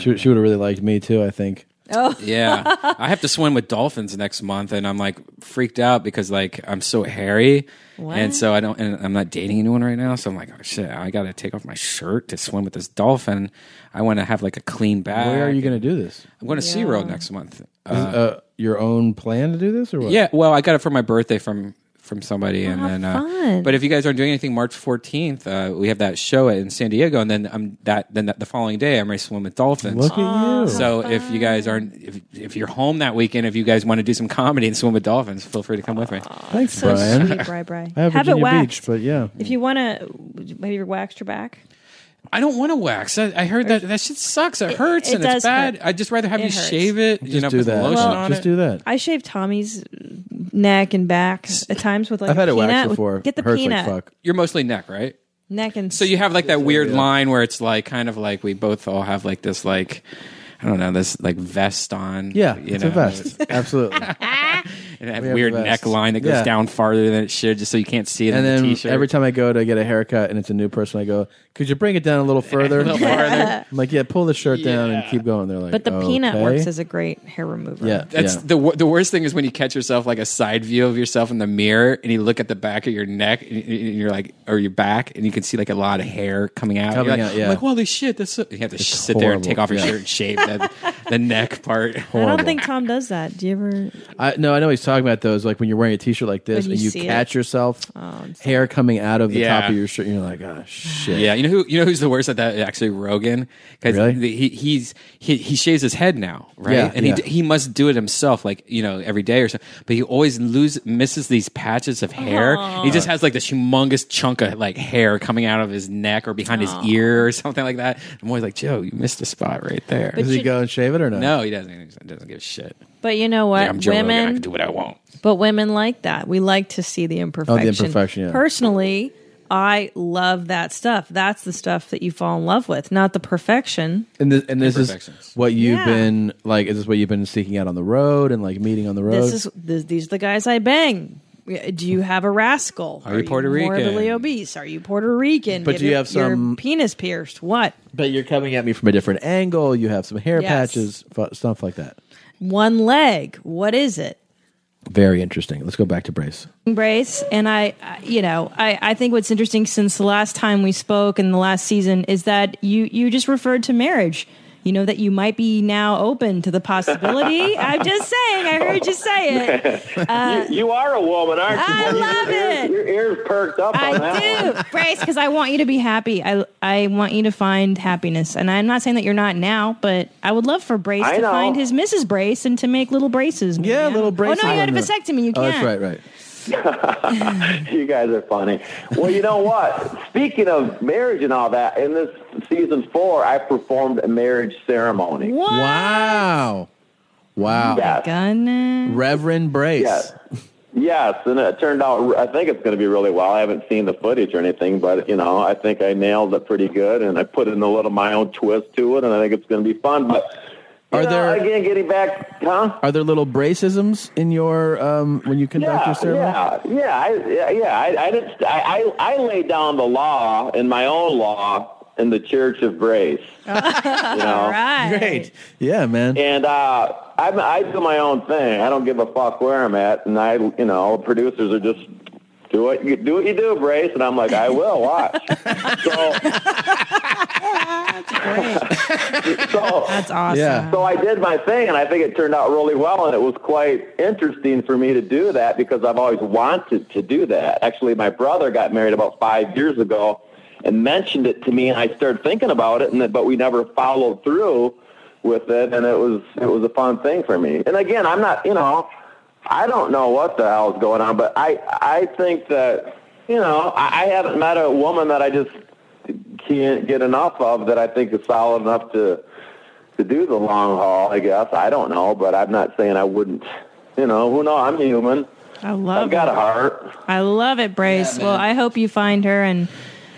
[SPEAKER 2] She, she would have really liked me too. I think.
[SPEAKER 1] Oh
[SPEAKER 3] yeah, I have to swim with dolphins next month, and I'm like freaked out because like I'm so hairy,
[SPEAKER 1] What?
[SPEAKER 3] and so I don't, and I'm not dating anyone right now, so I'm like, oh, shit, I got to take off my shirt to swim with this dolphin. I want to have like a clean bag.
[SPEAKER 2] Where are you going to do this?
[SPEAKER 3] I'm going to Sea SeaWorld next month.
[SPEAKER 2] Is it, uh, your own plan to do this, or what?
[SPEAKER 3] Yeah, well, I got it for my birthday from from somebody, and then. Uh,
[SPEAKER 2] fun.
[SPEAKER 3] but if you guys aren't doing anything, March fourteenth, uh, we have that show in San Diego, and then I'm that then that, the following day I'm ready to swim with dolphins.
[SPEAKER 2] Look at Aw,
[SPEAKER 1] Ah,
[SPEAKER 2] you.
[SPEAKER 3] So if you guys aren't if, if you're home that weekend, if you guys want to do some comedy and swim with dolphins, feel free to come with me.
[SPEAKER 2] Thanks,
[SPEAKER 1] so
[SPEAKER 2] Brian.
[SPEAKER 1] sweet, Bri, Bri.
[SPEAKER 2] I have,
[SPEAKER 1] Have it
[SPEAKER 2] Virginia Beach,
[SPEAKER 1] waxed.
[SPEAKER 2] but yeah.
[SPEAKER 1] If you want to, maybe you waxed your back.
[SPEAKER 3] I don't want to wax. I, I heard that that shit sucks. It,
[SPEAKER 1] It-
[SPEAKER 3] hurts
[SPEAKER 1] it
[SPEAKER 3] and it's
[SPEAKER 1] does
[SPEAKER 3] bad.
[SPEAKER 1] hurt.
[SPEAKER 3] I'd just rather have
[SPEAKER 1] It
[SPEAKER 3] you
[SPEAKER 1] hurts.
[SPEAKER 3] shave it. you
[SPEAKER 2] Just
[SPEAKER 3] know,
[SPEAKER 2] do
[SPEAKER 3] put some
[SPEAKER 2] that.
[SPEAKER 3] lotion
[SPEAKER 2] Well,
[SPEAKER 3] on
[SPEAKER 2] just
[SPEAKER 3] it.
[SPEAKER 2] do that.
[SPEAKER 1] I shave Tommy's neck and back at times with like
[SPEAKER 3] I've had
[SPEAKER 1] a
[SPEAKER 3] it waxed
[SPEAKER 1] peanut.
[SPEAKER 3] before.
[SPEAKER 1] Get the
[SPEAKER 3] Hurts like
[SPEAKER 1] peanut.
[SPEAKER 3] fuck. You're mostly neck, right?
[SPEAKER 1] Neck and
[SPEAKER 3] So you have like that weird line where it's like kind of like we both all have like this like I don't know this like vest on.
[SPEAKER 2] Yeah,
[SPEAKER 3] you
[SPEAKER 2] it's
[SPEAKER 3] know,
[SPEAKER 2] a vest. Absolutely.
[SPEAKER 3] and that
[SPEAKER 2] We have
[SPEAKER 3] weird
[SPEAKER 2] vests.
[SPEAKER 3] neckline that goes
[SPEAKER 2] Yeah.
[SPEAKER 3] down farther than it should, just so you can't see it.
[SPEAKER 2] and
[SPEAKER 3] in the
[SPEAKER 2] then
[SPEAKER 3] t-shirt.
[SPEAKER 2] every time I go to get a haircut and it's a new person, I go, "Could you bring it down a little further?"
[SPEAKER 3] little farther.
[SPEAKER 2] I'm like, "Yeah, pull the shirt down and keep going." They're like,
[SPEAKER 1] But the peanut
[SPEAKER 2] "Okay."
[SPEAKER 1] works as a great hair remover.
[SPEAKER 2] yeah,
[SPEAKER 3] That's
[SPEAKER 2] yeah.
[SPEAKER 3] the wor- the worst thing is when you catch yourself like a side view of yourself in the mirror and you look at the back of your neck and, and you're like or your back and you can see like a lot of hair coming out.
[SPEAKER 2] Coming
[SPEAKER 3] You're like,
[SPEAKER 2] out, yeah.
[SPEAKER 3] I'm like holy shit, that's so-" you have to sh- sit there
[SPEAKER 2] horrible,
[SPEAKER 3] and take off your
[SPEAKER 2] yeah.
[SPEAKER 3] shirt and shave the, the neck part.
[SPEAKER 1] I don't think Tom does that. Do you ever?
[SPEAKER 2] I no, I know what he's talking about those. Like when you're wearing a t-shirt like this
[SPEAKER 1] When you
[SPEAKER 2] and you
[SPEAKER 1] see it. Oh,
[SPEAKER 2] catch yourself hair coming out of the
[SPEAKER 3] Yeah.
[SPEAKER 2] top of your shirt, and you're like, "Oh shit!"
[SPEAKER 3] Yeah, you know who you know who's the worst at that? Actually, Rogan, because he he's he, he shaves his head now, right?
[SPEAKER 2] Yeah,
[SPEAKER 3] and
[SPEAKER 2] yeah.
[SPEAKER 3] he he must do it himself, like you know, every day or so. But he always lose misses these patches of hair.
[SPEAKER 2] Aw.
[SPEAKER 3] He just has like this humongous chunk of like hair coming out of his neck or behind
[SPEAKER 2] Aw.
[SPEAKER 3] his ear or something like that. I'm always like, Joe, you missed a spot right there.
[SPEAKER 1] But Does he you- go
[SPEAKER 2] and shave it or
[SPEAKER 3] no? No, he doesn't. He doesn't give a shit.
[SPEAKER 1] But you know what,
[SPEAKER 3] Yeah, I'm Joe Rogan. I
[SPEAKER 1] women.
[SPEAKER 3] can do what I want.
[SPEAKER 1] But women like that. We like to see the imperfection.
[SPEAKER 2] imperfection, yeah.
[SPEAKER 1] Personally, I love that stuff. That's the stuff that you fall in love with, not the perfection.
[SPEAKER 2] And this, and this is what you've
[SPEAKER 1] Yeah.
[SPEAKER 2] been like. Is this what you've been seeking out on the road and like meeting on the road?
[SPEAKER 1] This is this, these are the guys I bang. Do you have a rascal?
[SPEAKER 2] Are you Puerto
[SPEAKER 1] Morbidly
[SPEAKER 2] Rican?
[SPEAKER 1] obese? Are you Puerto Rican?
[SPEAKER 2] But do you
[SPEAKER 1] your-
[SPEAKER 2] have
[SPEAKER 1] your
[SPEAKER 2] some-
[SPEAKER 1] penis pierced? What?
[SPEAKER 2] but you're coming at me from a different angle. You have some hair
[SPEAKER 1] Yes.
[SPEAKER 2] patches, fu- stuff like that.
[SPEAKER 1] One leg? What is it?
[SPEAKER 2] Very interesting. Let's go back to brace.
[SPEAKER 1] Brace and I, I- you know, I, I think what's interesting since the last time we spoke in the last season is that you you just referred to marriage. You know that you might be now open to the possibility. I'm just saying. I heard you say it. Uh,
[SPEAKER 4] you, you are a woman, aren't you?
[SPEAKER 1] I love it.
[SPEAKER 4] Your ears perked up on that
[SPEAKER 1] I do, Brace, because I want you to be happy. I I want you to find happiness, and I'm not saying that you're not now, but I would love for Brace
[SPEAKER 2] I
[SPEAKER 1] to
[SPEAKER 2] know.
[SPEAKER 1] find his Mrs. Brace and to make little braces. Yeah, little
[SPEAKER 2] braces
[SPEAKER 1] Oh no, you had a
[SPEAKER 2] on the-
[SPEAKER 1] vasectomy. You can't.
[SPEAKER 2] Oh, that's right, right.
[SPEAKER 4] you guys are funny. Well, you know what? Speaking of marriage and all that, in this season four, I performed a marriage ceremony.
[SPEAKER 2] Wow. Wow.
[SPEAKER 4] Yes.
[SPEAKER 2] Reverend Brace.
[SPEAKER 4] Yes. Yes, and it turned out. I think it's going to be really well. I haven't seen the footage or anything, but you know, I think I nailed it pretty good, and I put in a little my own twist to it, and I think it's going to be fun. But you
[SPEAKER 2] Are
[SPEAKER 4] know,
[SPEAKER 2] there-
[SPEAKER 4] again getting back, huh?
[SPEAKER 2] Are there little bracisms in your um, when you conduct your ceremony?
[SPEAKER 4] Yeah, yeah, I, yeah, yeah. I, I, just, I, I, I laid down the law in my own law in the Church of Grace. You know?
[SPEAKER 2] Great. Yeah, man.
[SPEAKER 4] And uh, I, I do my own thing. I don't give a fuck where I'm at. And I, you know, producers are just do what you do what you do, Brace. And I'm like, I will watch. so, so that's
[SPEAKER 1] awesome.
[SPEAKER 2] Yeah.
[SPEAKER 4] So I did my thing, and I think it turned out really well. And it was quite interesting for me to do that because I've always wanted to do that. Actually, my brother got married about five years ago and mentioned it to me, and I started thinking about it, and that, but we never followed through with it, and it was it was a fun thing for me. And again, I'm not, you know, I don't know what the hell's going on, but I I think that you know I, I haven't met a woman that I just can't get enough of that I think is solid enough to to do the long haul. I guess I don't know, but I'm not saying I wouldn't. You know, who knows? I'm human.
[SPEAKER 1] I love.
[SPEAKER 4] I've got
[SPEAKER 1] it.
[SPEAKER 4] a heart.
[SPEAKER 1] I love it, Brace. well, I hope you find her and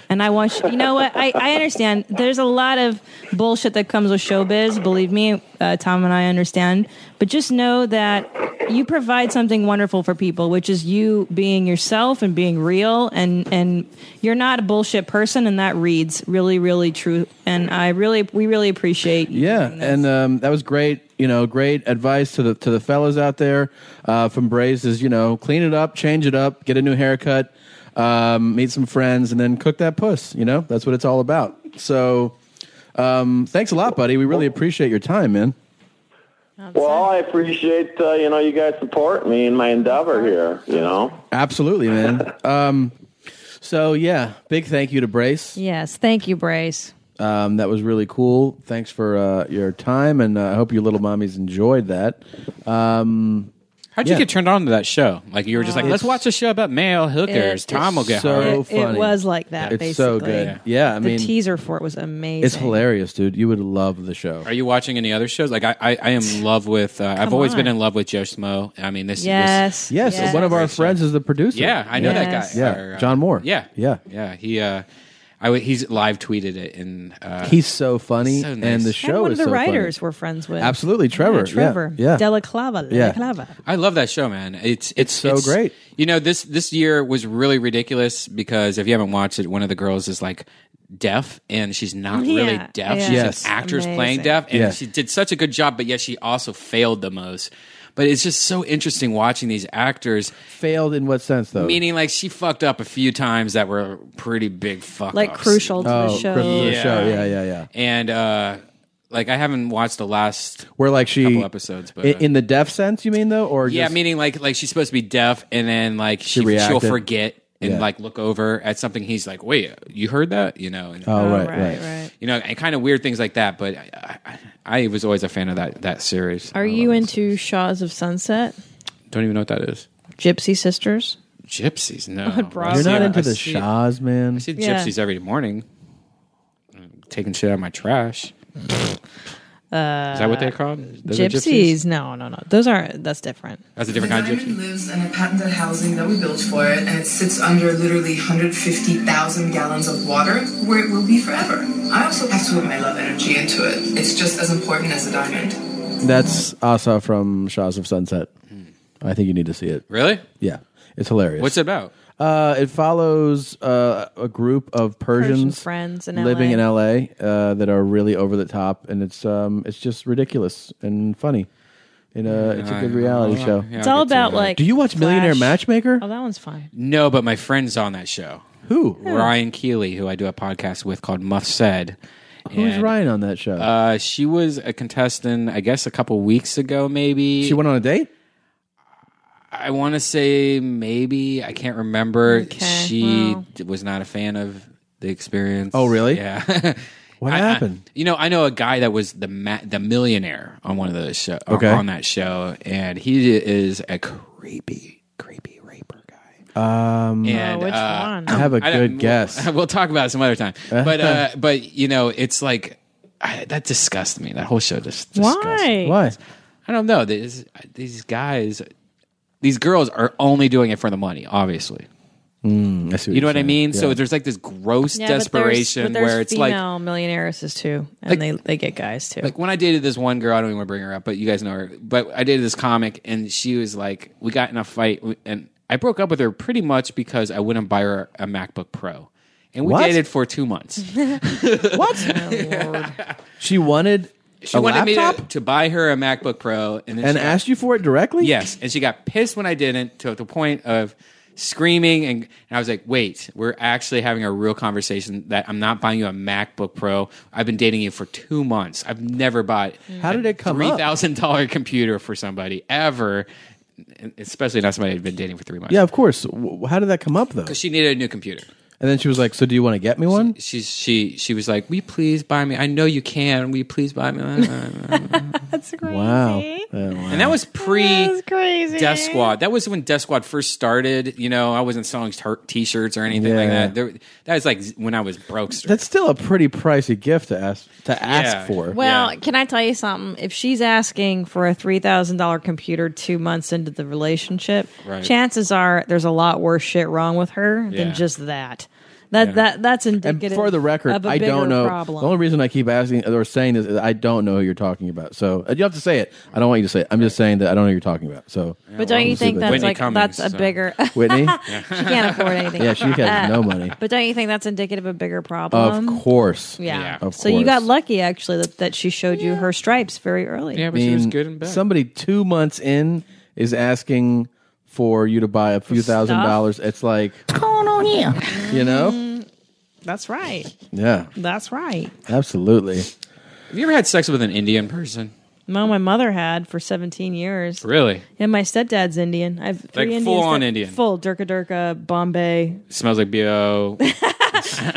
[SPEAKER 1] and I want you, you know what I, I understand. There's a lot of bullshit that comes with showbiz. Believe me, uh, Tom and I understand. But just know that you provide something wonderful for people, which is you being yourself and being real, and and you're not a bullshit person, and that reads really, really true. And I really, we really appreciate. you.
[SPEAKER 2] Yeah, and um, that was great. You know, great advice to the to the fellas out there uh, from Braze is you know clean it up, change it up, get a new haircut, um, meet some friends, and then cook that puss. You know, that's what it's all about. So, um, thanks a lot, buddy. We really appreciate your time, man.
[SPEAKER 4] Well, I appreciate uh, you know you guys support me in my endeavor here. You know.
[SPEAKER 2] Absolutely, man. um, so yeah, big thank you to Brace.
[SPEAKER 1] Yes, thank you, Brace.
[SPEAKER 2] Um, that was really cool. Thanks for uh, your time, and uh, I hope your little mommies enjoyed that. Um,
[SPEAKER 3] How'd you get turned on to that show? Like you were
[SPEAKER 1] Uh,
[SPEAKER 3] just like, let's watch a show about male hookers.
[SPEAKER 1] It-
[SPEAKER 3] Tom will get
[SPEAKER 2] so
[SPEAKER 3] hard.
[SPEAKER 1] It- it funny. was like that,
[SPEAKER 2] It's so
[SPEAKER 1] basically.
[SPEAKER 2] good. Yeah, I
[SPEAKER 1] the
[SPEAKER 2] mean,
[SPEAKER 1] teaser for it was amazing.
[SPEAKER 2] it's hilarious, dude. You would love the show.
[SPEAKER 3] Are you watching any other shows? Like I, I, I am in love with. Uh, I've
[SPEAKER 1] Come
[SPEAKER 3] always been
[SPEAKER 1] on.
[SPEAKER 3] in love with Joe Schmo. I mean, this.
[SPEAKER 1] Yes,
[SPEAKER 3] This,
[SPEAKER 2] Yes,
[SPEAKER 3] this-
[SPEAKER 2] one of our friends is the producer.
[SPEAKER 3] Yeah, I know that guy.
[SPEAKER 2] Yeah,
[SPEAKER 3] Or, uh,
[SPEAKER 2] John Moore.
[SPEAKER 3] Yeah,
[SPEAKER 2] yeah.
[SPEAKER 3] yeah. He, uh, I w- he's live tweeted it, and uh,
[SPEAKER 2] He's so funny,
[SPEAKER 3] so nice.
[SPEAKER 2] and the
[SPEAKER 1] and
[SPEAKER 2] show
[SPEAKER 1] one
[SPEAKER 2] is
[SPEAKER 1] of the
[SPEAKER 2] so funny.
[SPEAKER 1] writers we're friends with.
[SPEAKER 2] Absolutely,
[SPEAKER 1] Yeah,
[SPEAKER 2] Trevor. Yeah,
[SPEAKER 1] Trevor.
[SPEAKER 2] yeah.
[SPEAKER 1] Della Clava. Della
[SPEAKER 2] Yeah.
[SPEAKER 1] Clava.
[SPEAKER 3] I love that show, man. It's it's,
[SPEAKER 2] so great.
[SPEAKER 3] You know this this year was really ridiculous because if you haven't watched it, one of the girls is like deaf and she's not
[SPEAKER 15] Yeah,
[SPEAKER 3] really deaf.
[SPEAKER 15] yeah.
[SPEAKER 3] She's
[SPEAKER 15] Yes.
[SPEAKER 3] an actress
[SPEAKER 15] Amazing.
[SPEAKER 3] playing deaf, and
[SPEAKER 15] Yeah.
[SPEAKER 3] she did such a good job, but yet she also failed the most. But it's just so interesting watching these actors.
[SPEAKER 2] Failed in what sense, though?
[SPEAKER 3] Meaning, like she fucked up a few times that were pretty big fuck
[SPEAKER 1] Like
[SPEAKER 3] ups.
[SPEAKER 1] crucial to the
[SPEAKER 2] Oh,
[SPEAKER 1] show.
[SPEAKER 2] crucial to the show. Yeah, yeah, yeah.
[SPEAKER 3] And uh, like I haven't watched the last
[SPEAKER 2] Where like she
[SPEAKER 3] couple episodes, but uh,
[SPEAKER 2] in, in the deaf sense, you mean though, or
[SPEAKER 3] yeah,
[SPEAKER 2] just,
[SPEAKER 3] meaning like like she's supposed to be deaf, and then like she, she will
[SPEAKER 2] reacted.
[SPEAKER 3] forget and
[SPEAKER 2] Yeah.
[SPEAKER 3] like look over at something. He's like, "Wait, you heard that?" You know. And,
[SPEAKER 2] Oh, right, right, right. right.
[SPEAKER 3] You know, and kind of weird things like that. But I, I, I was always a fan of that that series.
[SPEAKER 1] Are you into Shaws of Sunset?
[SPEAKER 3] Don't even know what that is.
[SPEAKER 1] Gypsy Sisters?
[SPEAKER 3] Gypsies, no.
[SPEAKER 1] On Bravo.
[SPEAKER 2] you're not
[SPEAKER 3] I
[SPEAKER 2] into the
[SPEAKER 3] see-
[SPEAKER 2] Shahs, man.
[SPEAKER 3] I see
[SPEAKER 1] Yeah.
[SPEAKER 3] gypsies every morning, taking shit out of my trash.
[SPEAKER 1] Uh,
[SPEAKER 3] Is that what they're called? Those are
[SPEAKER 1] gypsies? No, no, no. Those aren't. That's different.
[SPEAKER 3] That's a different kind of gypsy.
[SPEAKER 20] lives in a patented housing that we built for it, and it sits under literally 150,000 gallons of water, where it will be forever. I also have to put my love energy into it. It's just as important as a diamond.
[SPEAKER 2] That's Asa from Shahs of Sunset. I think you need to see it.
[SPEAKER 3] Hmm. Really?
[SPEAKER 2] Yeah, it's hilarious.
[SPEAKER 3] What's it about?
[SPEAKER 2] Uh, it follows uh, a group of Persians
[SPEAKER 1] Persian friends in
[SPEAKER 2] living
[SPEAKER 1] LA.
[SPEAKER 2] in LA uh, that are really over the top, and it's um, it's just ridiculous and funny. And uh, it's a good reality show.
[SPEAKER 1] it's all about like.
[SPEAKER 2] Do you watch Millionaire
[SPEAKER 1] Flash.
[SPEAKER 2] Matchmaker?
[SPEAKER 1] Oh, that one's fine.
[SPEAKER 3] No, but my friend's on that show.
[SPEAKER 2] Who?
[SPEAKER 1] Oh.
[SPEAKER 3] Ryan Keeley, who I do a podcast with called Muff Said.
[SPEAKER 2] Who's
[SPEAKER 3] And,
[SPEAKER 2] Ryan on that show?
[SPEAKER 3] Uh, she was a contestant, I guess, a couple weeks ago, maybe.
[SPEAKER 2] she went on a date.
[SPEAKER 3] I want to say maybe. I can't remember. she d- was not a fan of the experience.
[SPEAKER 2] Oh, really?
[SPEAKER 3] Yeah.
[SPEAKER 2] What
[SPEAKER 3] I- I-
[SPEAKER 2] happened?
[SPEAKER 3] you know, I know a guy that was the ma- the millionaire on one of those show
[SPEAKER 2] Okay.
[SPEAKER 3] on that show, and he is a creepy.
[SPEAKER 2] Um,
[SPEAKER 1] Oh,
[SPEAKER 3] And, uh,
[SPEAKER 2] I have a
[SPEAKER 3] I don't-
[SPEAKER 2] good guess.
[SPEAKER 3] We'll, we'll talk about it some other time. But uh, but you know, it's like I, that disgusts me. That whole show just disgusts Me.
[SPEAKER 2] Why?
[SPEAKER 3] I don't know. These these guys, these girls are only doing it for the money. Obviously,
[SPEAKER 2] Mm, I see
[SPEAKER 3] you know
[SPEAKER 2] you're
[SPEAKER 3] what I
[SPEAKER 2] saying.
[SPEAKER 3] mean. So
[SPEAKER 2] Yeah.
[SPEAKER 3] there's like this gross
[SPEAKER 1] Yeah, but there's-
[SPEAKER 3] desperation
[SPEAKER 1] but there's
[SPEAKER 3] where it's like.
[SPEAKER 1] female millionairesses too, and
[SPEAKER 3] Like-
[SPEAKER 1] they they get guys too.
[SPEAKER 3] Like when I dated this one girl, I don't even want to bring her up, but you guys know her. But I dated this comic, and she was like, "We got in a fight, and I broke up with her pretty much because I wouldn't buy her a MacBook Pro." And we
[SPEAKER 2] What?
[SPEAKER 3] dated for two months.
[SPEAKER 2] She wanted
[SPEAKER 3] She
[SPEAKER 2] a
[SPEAKER 3] wanted
[SPEAKER 2] laptop
[SPEAKER 3] me to, to buy her a MacBook Pro, and then
[SPEAKER 2] and
[SPEAKER 3] she
[SPEAKER 2] asked you for it directly.
[SPEAKER 3] yes, and she got pissed when I didn't to the point of screaming, and, and I was like, "Wait, we're actually having a real conversation. That I'm not buying you a MacBook Pro. I've been dating you for two months. I've never bought
[SPEAKER 2] Mm. How did it come
[SPEAKER 3] three
[SPEAKER 2] up?
[SPEAKER 3] thousand dollar computer for somebody ever, and especially not somebody I'd been dating for three months.
[SPEAKER 2] Yeah, of course. W- How did that come up though?
[SPEAKER 3] because she needed a new computer.
[SPEAKER 2] And then she was like, "So do you want to get me one?"
[SPEAKER 3] She's she she was like, "We please buy me? I know you can. We please buy me?"
[SPEAKER 1] That's crazy.
[SPEAKER 2] Wow.
[SPEAKER 3] And that was pre
[SPEAKER 1] crazy.
[SPEAKER 3] Death Squad. That was when Death Squad first started. You know, I wasn't selling t- t-shirts or anything like
[SPEAKER 2] Yeah.
[SPEAKER 3] that. There, that was like when I was broke.
[SPEAKER 2] That's still a pretty pricey gift to ask to ask
[SPEAKER 3] Yeah.
[SPEAKER 2] for.
[SPEAKER 1] Well, can I tell you something? If she's asking for a three thousand dollar computer two months into the relationship,
[SPEAKER 17] Right.
[SPEAKER 1] chances are there's a lot worse shit wrong with her
[SPEAKER 17] Yeah.
[SPEAKER 1] than just that. That that that's indicative.
[SPEAKER 2] And for the record,
[SPEAKER 1] of a
[SPEAKER 2] I
[SPEAKER 1] bigger
[SPEAKER 2] don't know.
[SPEAKER 1] Problem.
[SPEAKER 2] The only reason I keep asking or saying this is I don't know who you're talking about. So uh, you don't have to say it. I don't want you to say it. I'm just saying that I don't know who you're talking about. So,
[SPEAKER 1] But don't you think that's like that's a bigger
[SPEAKER 2] Whitney?
[SPEAKER 1] she can't afford anything.
[SPEAKER 2] Yeah, she has
[SPEAKER 1] Uh,
[SPEAKER 2] no money.
[SPEAKER 1] But don't you think that's indicative of a bigger problem?
[SPEAKER 2] Of course.
[SPEAKER 1] Yeah.
[SPEAKER 2] Of
[SPEAKER 1] so you
[SPEAKER 2] course.
[SPEAKER 1] got lucky actually that, that she showed you her stripes very early.
[SPEAKER 2] I mean, Somebody two months in is asking for you to buy a few thousand
[SPEAKER 1] stuff?
[SPEAKER 2] dollars. It's like,
[SPEAKER 1] going on here?
[SPEAKER 2] you know?
[SPEAKER 1] Mm, That's right.
[SPEAKER 2] Yeah,
[SPEAKER 1] That's right.
[SPEAKER 2] absolutely.
[SPEAKER 3] Have you ever had sex with an Indian person?
[SPEAKER 1] No, my mother had for 17 years.
[SPEAKER 3] Really?
[SPEAKER 1] Yeah, my stepdad's Indian. I've three
[SPEAKER 3] Like
[SPEAKER 1] Indians
[SPEAKER 3] full-on
[SPEAKER 1] that-
[SPEAKER 3] Indian.
[SPEAKER 1] Full Durka Durka, Bombay.
[SPEAKER 3] Smells like bo.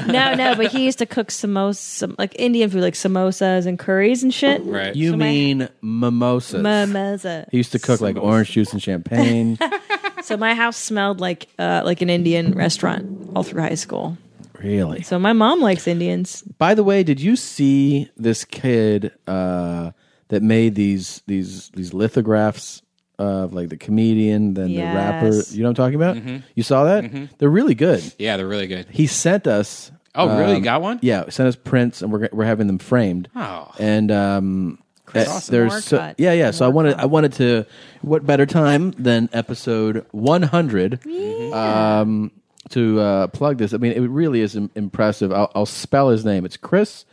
[SPEAKER 1] no, no, but he used to cook samosas, some, like Indian food, like samosas and curries and shit.
[SPEAKER 2] You
[SPEAKER 1] So my-
[SPEAKER 2] mean mimosas?
[SPEAKER 1] Mimosa.
[SPEAKER 2] He used to cook like orange juice and champagne.
[SPEAKER 1] so my house smelled like uh, like an Indian restaurant all through high school.
[SPEAKER 2] really?
[SPEAKER 1] So my mom likes Indians.
[SPEAKER 2] By the way, did you see this kid uh, that made these these these lithographs of like the comedian, then the rapper?
[SPEAKER 3] Yes.
[SPEAKER 2] You know what I'm talking about?
[SPEAKER 3] Mhm.
[SPEAKER 2] You saw that?
[SPEAKER 3] Mhm.
[SPEAKER 2] They're really good.
[SPEAKER 3] Yeah, they're really good.
[SPEAKER 2] He sent us. uh,
[SPEAKER 3] Oh, really? Got one?
[SPEAKER 2] Um, Yeah, sent us prints, and we're we're having them framed.
[SPEAKER 3] Oh.
[SPEAKER 2] and um,
[SPEAKER 3] That's
[SPEAKER 2] uh,
[SPEAKER 3] awesome. More
[SPEAKER 2] there's so-
[SPEAKER 3] cut.
[SPEAKER 2] yeah, yeah. So I wanted I wanted to. What better time than episode 100? Um, to uh, plug this, I mean, it really is im- impressive. I'll, I'll spell his name. It's Chris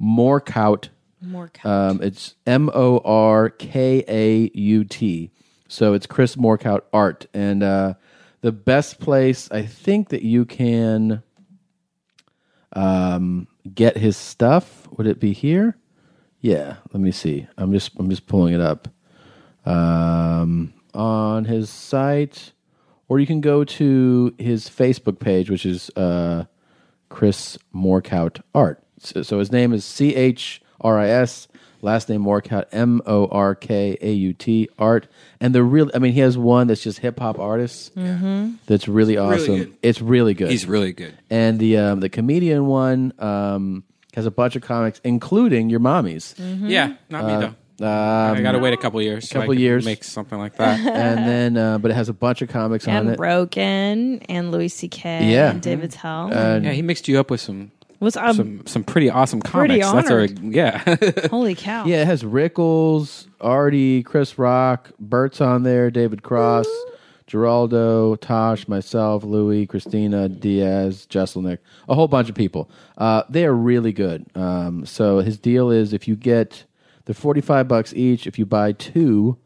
[SPEAKER 2] Morkout.
[SPEAKER 1] Morkout.
[SPEAKER 2] Um, it's M O R K A U T. So it's Chris Morkout Art, and uh, the best place I think that you can um, get his stuff. Would it be here? Yeah. Let me see. I'm just I'm just pulling it up um, on his site, or you can go to his Facebook page, which is uh, Chris Morkout Art. So, so his name is C H R I S. Last name Morkout, M O R K A U T art, and the real—I mean, he has one that's just hip hop artists.
[SPEAKER 1] Mm-hmm.
[SPEAKER 2] That's really
[SPEAKER 3] Really
[SPEAKER 2] awesome.
[SPEAKER 3] good.
[SPEAKER 2] it's really good.
[SPEAKER 3] He's really good.
[SPEAKER 2] And the um, the comedian one um, has a bunch of comics, including your mommies.
[SPEAKER 3] Yeah, not me,
[SPEAKER 2] Uh, Um,
[SPEAKER 3] I gotta wait a couple years so I
[SPEAKER 2] couple
[SPEAKER 3] can
[SPEAKER 2] years.
[SPEAKER 3] make something like that.
[SPEAKER 2] and then, uh, but it has a bunch of comics on
[SPEAKER 1] And
[SPEAKER 2] it.
[SPEAKER 1] Broken and Louis C.K.
[SPEAKER 2] Yeah. Uh,
[SPEAKER 1] and David Tell.
[SPEAKER 3] yeah, he mixed you up with some
[SPEAKER 1] was um,
[SPEAKER 3] some some pretty awesome
[SPEAKER 1] pretty
[SPEAKER 3] comics. That's our yeah.
[SPEAKER 1] holy cow.
[SPEAKER 2] Yeah, it has Rickles, Artie, Chris Rock, Bert's on there, David Cross, Geraldo, Tosh, myself, Louis, Christina, Diaz, Jesselnick, a whole bunch of people. Uh, they are really good. Um, so his deal is if you get the forty five bucks each, if you buy two,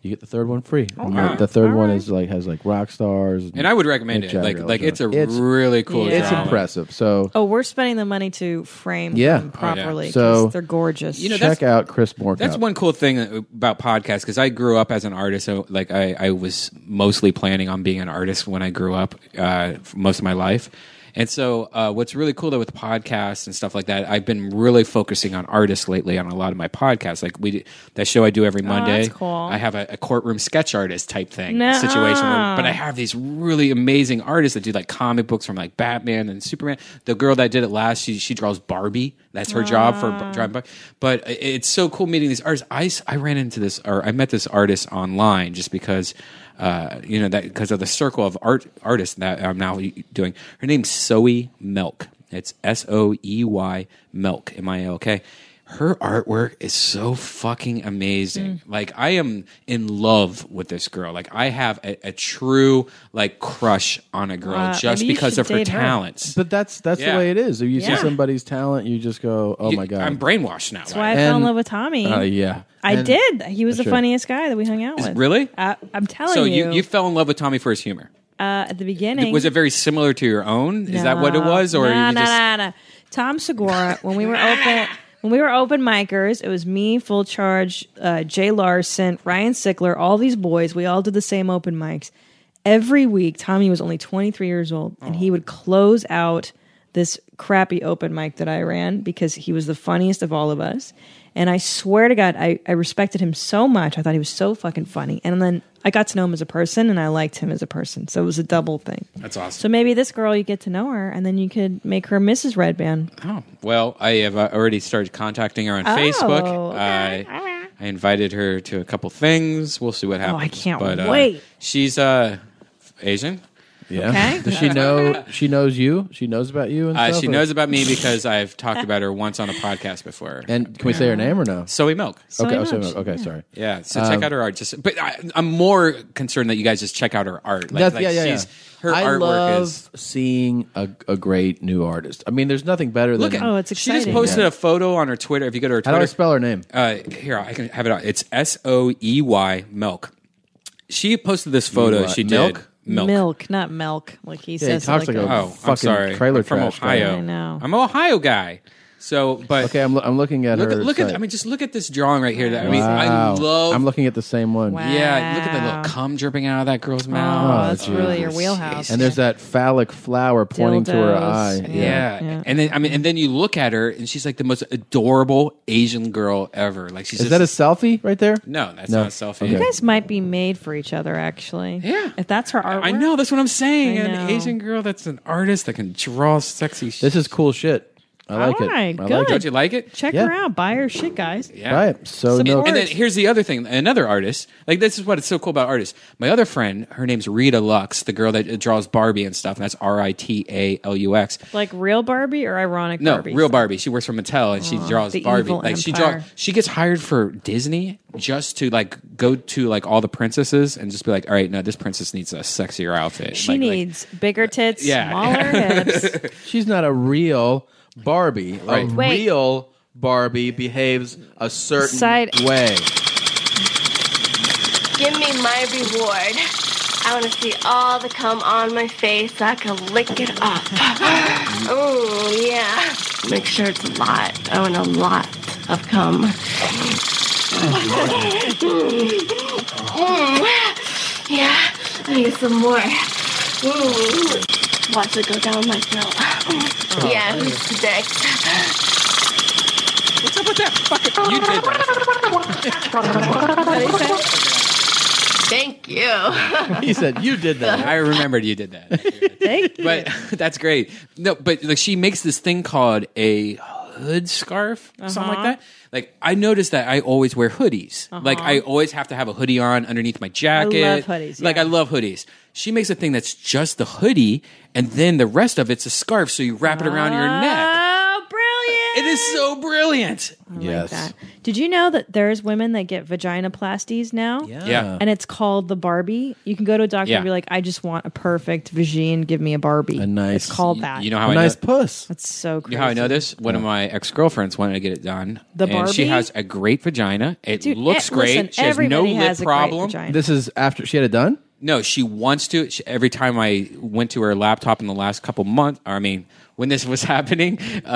[SPEAKER 2] you get the third one free. And the-
[SPEAKER 3] Okay.
[SPEAKER 2] The third one is like has like rock stars,
[SPEAKER 3] And I would recommend
[SPEAKER 2] Mick
[SPEAKER 3] it. Like
[SPEAKER 2] Jagger,
[SPEAKER 3] like it's a
[SPEAKER 2] It's-
[SPEAKER 3] really cool.
[SPEAKER 2] It's
[SPEAKER 3] drama.
[SPEAKER 2] impressive. So
[SPEAKER 1] Oh, we're spending the money to frame
[SPEAKER 2] Yeah.
[SPEAKER 1] them
[SPEAKER 2] Oh, yeah.
[SPEAKER 1] properly. 'cause
[SPEAKER 2] So-
[SPEAKER 1] they're gorgeous.
[SPEAKER 2] You know, Check that's- out Chris Morkow.
[SPEAKER 3] That's one cool thing about podcasts because I grew up as an artist. So, like, I, I was mostly planning on being an artist when I grew up uh, for most of my life. And so, uh, what's really cool though with podcasts and stuff like that, I've been really focusing on artists lately on a lot of my podcasts. Like we, that show I do every Monday,
[SPEAKER 1] Oh, that's cool.
[SPEAKER 3] I have a, a courtroom sketch artist type thing
[SPEAKER 1] Nuh-uh.
[SPEAKER 3] situation. where- but I have these really amazing artists that do like comic books from like Batman and Superman. The girl that did it last, she she draws Barbie. That's her job for b- drawing Barbie. But i- it's so cool meeting these artists. I, s- I ran into this or I met this artist online just because. Uh, you know that because of the circle of art artists that I'm now doing. Her name's Zoe Milk. It's S O E Y Milk M I L K her artwork is so fucking
[SPEAKER 1] Mm.
[SPEAKER 3] amazing. Like I am in love with this girl. Like I have a, a true like crush on a girl
[SPEAKER 2] Wow,
[SPEAKER 3] just
[SPEAKER 2] maybe you
[SPEAKER 3] because
[SPEAKER 2] should
[SPEAKER 3] of her
[SPEAKER 2] date her.
[SPEAKER 3] talents.
[SPEAKER 2] But that's that's
[SPEAKER 3] Yeah.
[SPEAKER 2] the way it is. If you see
[SPEAKER 3] Yeah.
[SPEAKER 2] somebody's talent, you just go, "Oh my god!"
[SPEAKER 3] I'm brainwashed now.
[SPEAKER 1] That's why I fell in love with Tommy.
[SPEAKER 2] Oh yeah,
[SPEAKER 1] I
[SPEAKER 2] And-
[SPEAKER 1] did. He was the
[SPEAKER 2] Sure.
[SPEAKER 1] funniest guy that we hung out
[SPEAKER 3] Is-
[SPEAKER 1] with.
[SPEAKER 3] really?
[SPEAKER 1] I, I'm telling
[SPEAKER 3] so
[SPEAKER 1] you.
[SPEAKER 3] you, you fell in love with Tommy for his humor.
[SPEAKER 1] uh, at the beginning,
[SPEAKER 3] Was it very similar to your own? Is that what it
[SPEAKER 1] No.
[SPEAKER 3] was, or
[SPEAKER 1] no,
[SPEAKER 3] you
[SPEAKER 1] no,
[SPEAKER 3] just
[SPEAKER 1] no, no. Tom Segura? When we were open, when we were open micers, it was me, Full Charge, uh, Jay Larson, Ryan Sickler, all these boys. We all did the same open mics every week. Tommy was only 23 years old, and he would close out this crappy open mic that I ran because he was the funniest of all of us. And I swear to God, I, I respected him so much. I thought he was so fucking funny. And then I got to know him as a person and I liked him as a person. So it was a double thing.
[SPEAKER 3] That's awesome.
[SPEAKER 1] So maybe this girl, you get to know her, and then you could make her Mrs. Redband.
[SPEAKER 3] Oh, Well, I have uh, already started contacting her on
[SPEAKER 1] Oh,
[SPEAKER 3] Facebook.
[SPEAKER 1] okay.
[SPEAKER 3] I, I invited her
[SPEAKER 1] Oh,
[SPEAKER 3] to a couple things. We'll see what happens.
[SPEAKER 1] I can't
[SPEAKER 3] but, uh,
[SPEAKER 1] wait.
[SPEAKER 3] She's uh, Asian.
[SPEAKER 2] Yeah.
[SPEAKER 1] Okay.
[SPEAKER 2] Does she know? She knows you. She knows about you. And
[SPEAKER 3] Uh,
[SPEAKER 2] stuff,
[SPEAKER 3] she
[SPEAKER 2] or-
[SPEAKER 3] knows about me because I've talked about her once on a podcast before.
[SPEAKER 2] And can we say her name or no?
[SPEAKER 3] Soy Milk.
[SPEAKER 2] okay. oh, Soy Milk. Okay. Sorry.
[SPEAKER 3] Yeah, so check
[SPEAKER 2] Um,
[SPEAKER 3] out her art. Just, but I, I'm more concerned that you guys just check out her art. Like,
[SPEAKER 2] That's-
[SPEAKER 3] like
[SPEAKER 2] yeah, yeah,
[SPEAKER 3] she's,
[SPEAKER 2] yeah.
[SPEAKER 3] Her
[SPEAKER 2] I
[SPEAKER 3] artwork
[SPEAKER 2] love
[SPEAKER 3] is
[SPEAKER 2] seeing a, a great new artist. I mean, there's nothing better
[SPEAKER 3] Look
[SPEAKER 2] than
[SPEAKER 3] at- Oh, it's she just exciting. posted a photo on her Twitter. If you go to her
[SPEAKER 2] how do I
[SPEAKER 3] Twitter-
[SPEAKER 2] spell her name?
[SPEAKER 3] Uh, here, I can have it out. It's S O E Y milk. She posted this photo.
[SPEAKER 2] E-Y.
[SPEAKER 3] She did
[SPEAKER 2] E Milk?
[SPEAKER 3] milk.
[SPEAKER 1] not milk. Like he
[SPEAKER 3] Yeah, he
[SPEAKER 1] says, it
[SPEAKER 2] talks like
[SPEAKER 1] that.
[SPEAKER 2] a-
[SPEAKER 3] Oh, I'm
[SPEAKER 2] Fucking
[SPEAKER 3] sorry.
[SPEAKER 2] trailer
[SPEAKER 3] I'm from
[SPEAKER 2] trash guy.
[SPEAKER 3] Ohio.
[SPEAKER 2] I
[SPEAKER 1] know.
[SPEAKER 3] I'm an Ohio guy. So, but
[SPEAKER 2] okay, I'm, lo- I'm looking at
[SPEAKER 3] look
[SPEAKER 2] her.
[SPEAKER 3] at look at.
[SPEAKER 2] site.
[SPEAKER 3] I mean, just look at this drawing right here. That, I mean, I
[SPEAKER 2] Wow.
[SPEAKER 3] love.
[SPEAKER 2] I'm looking at the same one.
[SPEAKER 3] Yeah, look at the little cum dripping out of that girl's mouth.
[SPEAKER 2] Oh,
[SPEAKER 1] that's really your wheelhouse.
[SPEAKER 2] And there's that phallic flower pointing to her eye.
[SPEAKER 3] Yeah. and then I mean, and then you look at her, and she's like the most adorable Asian girl ever. Like she's
[SPEAKER 2] Is
[SPEAKER 3] just,
[SPEAKER 2] that a selfie right there?
[SPEAKER 3] No, that's not a selfie.
[SPEAKER 1] You guys might be made for each other, actually. Yeah. If that's her artwork.
[SPEAKER 3] I know that's what I'm saying.
[SPEAKER 1] I
[SPEAKER 3] An
[SPEAKER 1] know.
[SPEAKER 3] Asian girl that's an artist that can draw sexy. Shit.
[SPEAKER 2] This is cool shit. I like
[SPEAKER 1] All
[SPEAKER 2] it.
[SPEAKER 1] right,
[SPEAKER 2] I
[SPEAKER 1] good.
[SPEAKER 2] like it.
[SPEAKER 3] Don't you like it?
[SPEAKER 1] Check
[SPEAKER 3] Yeah.
[SPEAKER 1] her out. Buy her shit, guys.
[SPEAKER 3] Yeah.
[SPEAKER 2] Right. So
[SPEAKER 3] And-
[SPEAKER 2] no.
[SPEAKER 3] And then here's the other thing. Another artist. Like this is what it's so cool about artists. My other friend, her name's Rita Lux, the girl that draws Barbie and stuff, and that's R I T A L U X.
[SPEAKER 1] Like real Barbie or ironic
[SPEAKER 3] No,
[SPEAKER 1] Barbie?
[SPEAKER 3] real Barbie. She works for Mattel and she
[SPEAKER 1] Aw,
[SPEAKER 3] draws
[SPEAKER 1] the
[SPEAKER 3] Barbie.
[SPEAKER 1] evil
[SPEAKER 3] Like she
[SPEAKER 1] empire.
[SPEAKER 3] draws. She gets hired for Disney just to like go to like all the princesses and just be like, all right, no, this princess needs a sexier outfit.
[SPEAKER 1] She
[SPEAKER 3] Like, like,
[SPEAKER 1] needs bigger tits,
[SPEAKER 3] Yeah.
[SPEAKER 1] smaller hips.
[SPEAKER 2] She's not a real Barbie. A
[SPEAKER 3] Right.
[SPEAKER 1] Wait.
[SPEAKER 2] real Barbie behaves a certain
[SPEAKER 21] Side-
[SPEAKER 2] way.
[SPEAKER 21] Give me my reward. I want to see all the cum on my face so I can lick it up. oh, yeah. Make sure it's a lot. I want a lot of cum. Mm. yeah, I need some more. Mm. Watch it go down my throat. Oh, yeah, who's dick?
[SPEAKER 3] What's up with that fucking... You did
[SPEAKER 21] Thank you.
[SPEAKER 2] he said, "You did that."
[SPEAKER 3] I remembered you did that.
[SPEAKER 1] Thank you.
[SPEAKER 3] But that's great. No, but like she makes this thing called a hood scarf, something like
[SPEAKER 1] Uh-huh.
[SPEAKER 3] that. Like I noticed that I always wear hoodies.
[SPEAKER 1] Uh-huh.
[SPEAKER 3] Like I always have to have a hoodie on underneath my jacket.
[SPEAKER 1] I love hoodies,
[SPEAKER 3] Like I love hoodies. She makes a thing that's just the hoodie, and then the rest of it's a scarf. So you wrap it around your neck.
[SPEAKER 1] Oh, brilliant.
[SPEAKER 3] It is so brilliant.
[SPEAKER 2] yes.
[SPEAKER 1] Did you know that there's women that get vaginoplasties now? Yeah.
[SPEAKER 2] Yeah.
[SPEAKER 1] And it's called the Barbie. You can go to a doctor
[SPEAKER 2] Yeah.
[SPEAKER 1] and be like, I just want a perfect vagine. Give me a Barbie.
[SPEAKER 2] A nice.
[SPEAKER 1] It's called that.
[SPEAKER 3] You know how Oh, I know,
[SPEAKER 2] puss.
[SPEAKER 1] That's so
[SPEAKER 3] You
[SPEAKER 1] crazy.
[SPEAKER 3] know how I know this? One of my ex girlfriends wanted to get it done.
[SPEAKER 1] The
[SPEAKER 3] and she
[SPEAKER 1] Barbie?
[SPEAKER 3] has a great vagina. It
[SPEAKER 1] Dude,
[SPEAKER 3] looks
[SPEAKER 1] eh,
[SPEAKER 3] great.
[SPEAKER 1] listen,
[SPEAKER 3] she has no
[SPEAKER 1] everybody
[SPEAKER 3] lip
[SPEAKER 1] has a great
[SPEAKER 3] problem.
[SPEAKER 1] vagina.
[SPEAKER 2] This is after she had it done.
[SPEAKER 3] No, she wants to. She, every time I went to her laptop in the last couple months, I mean, when this was happening, uh,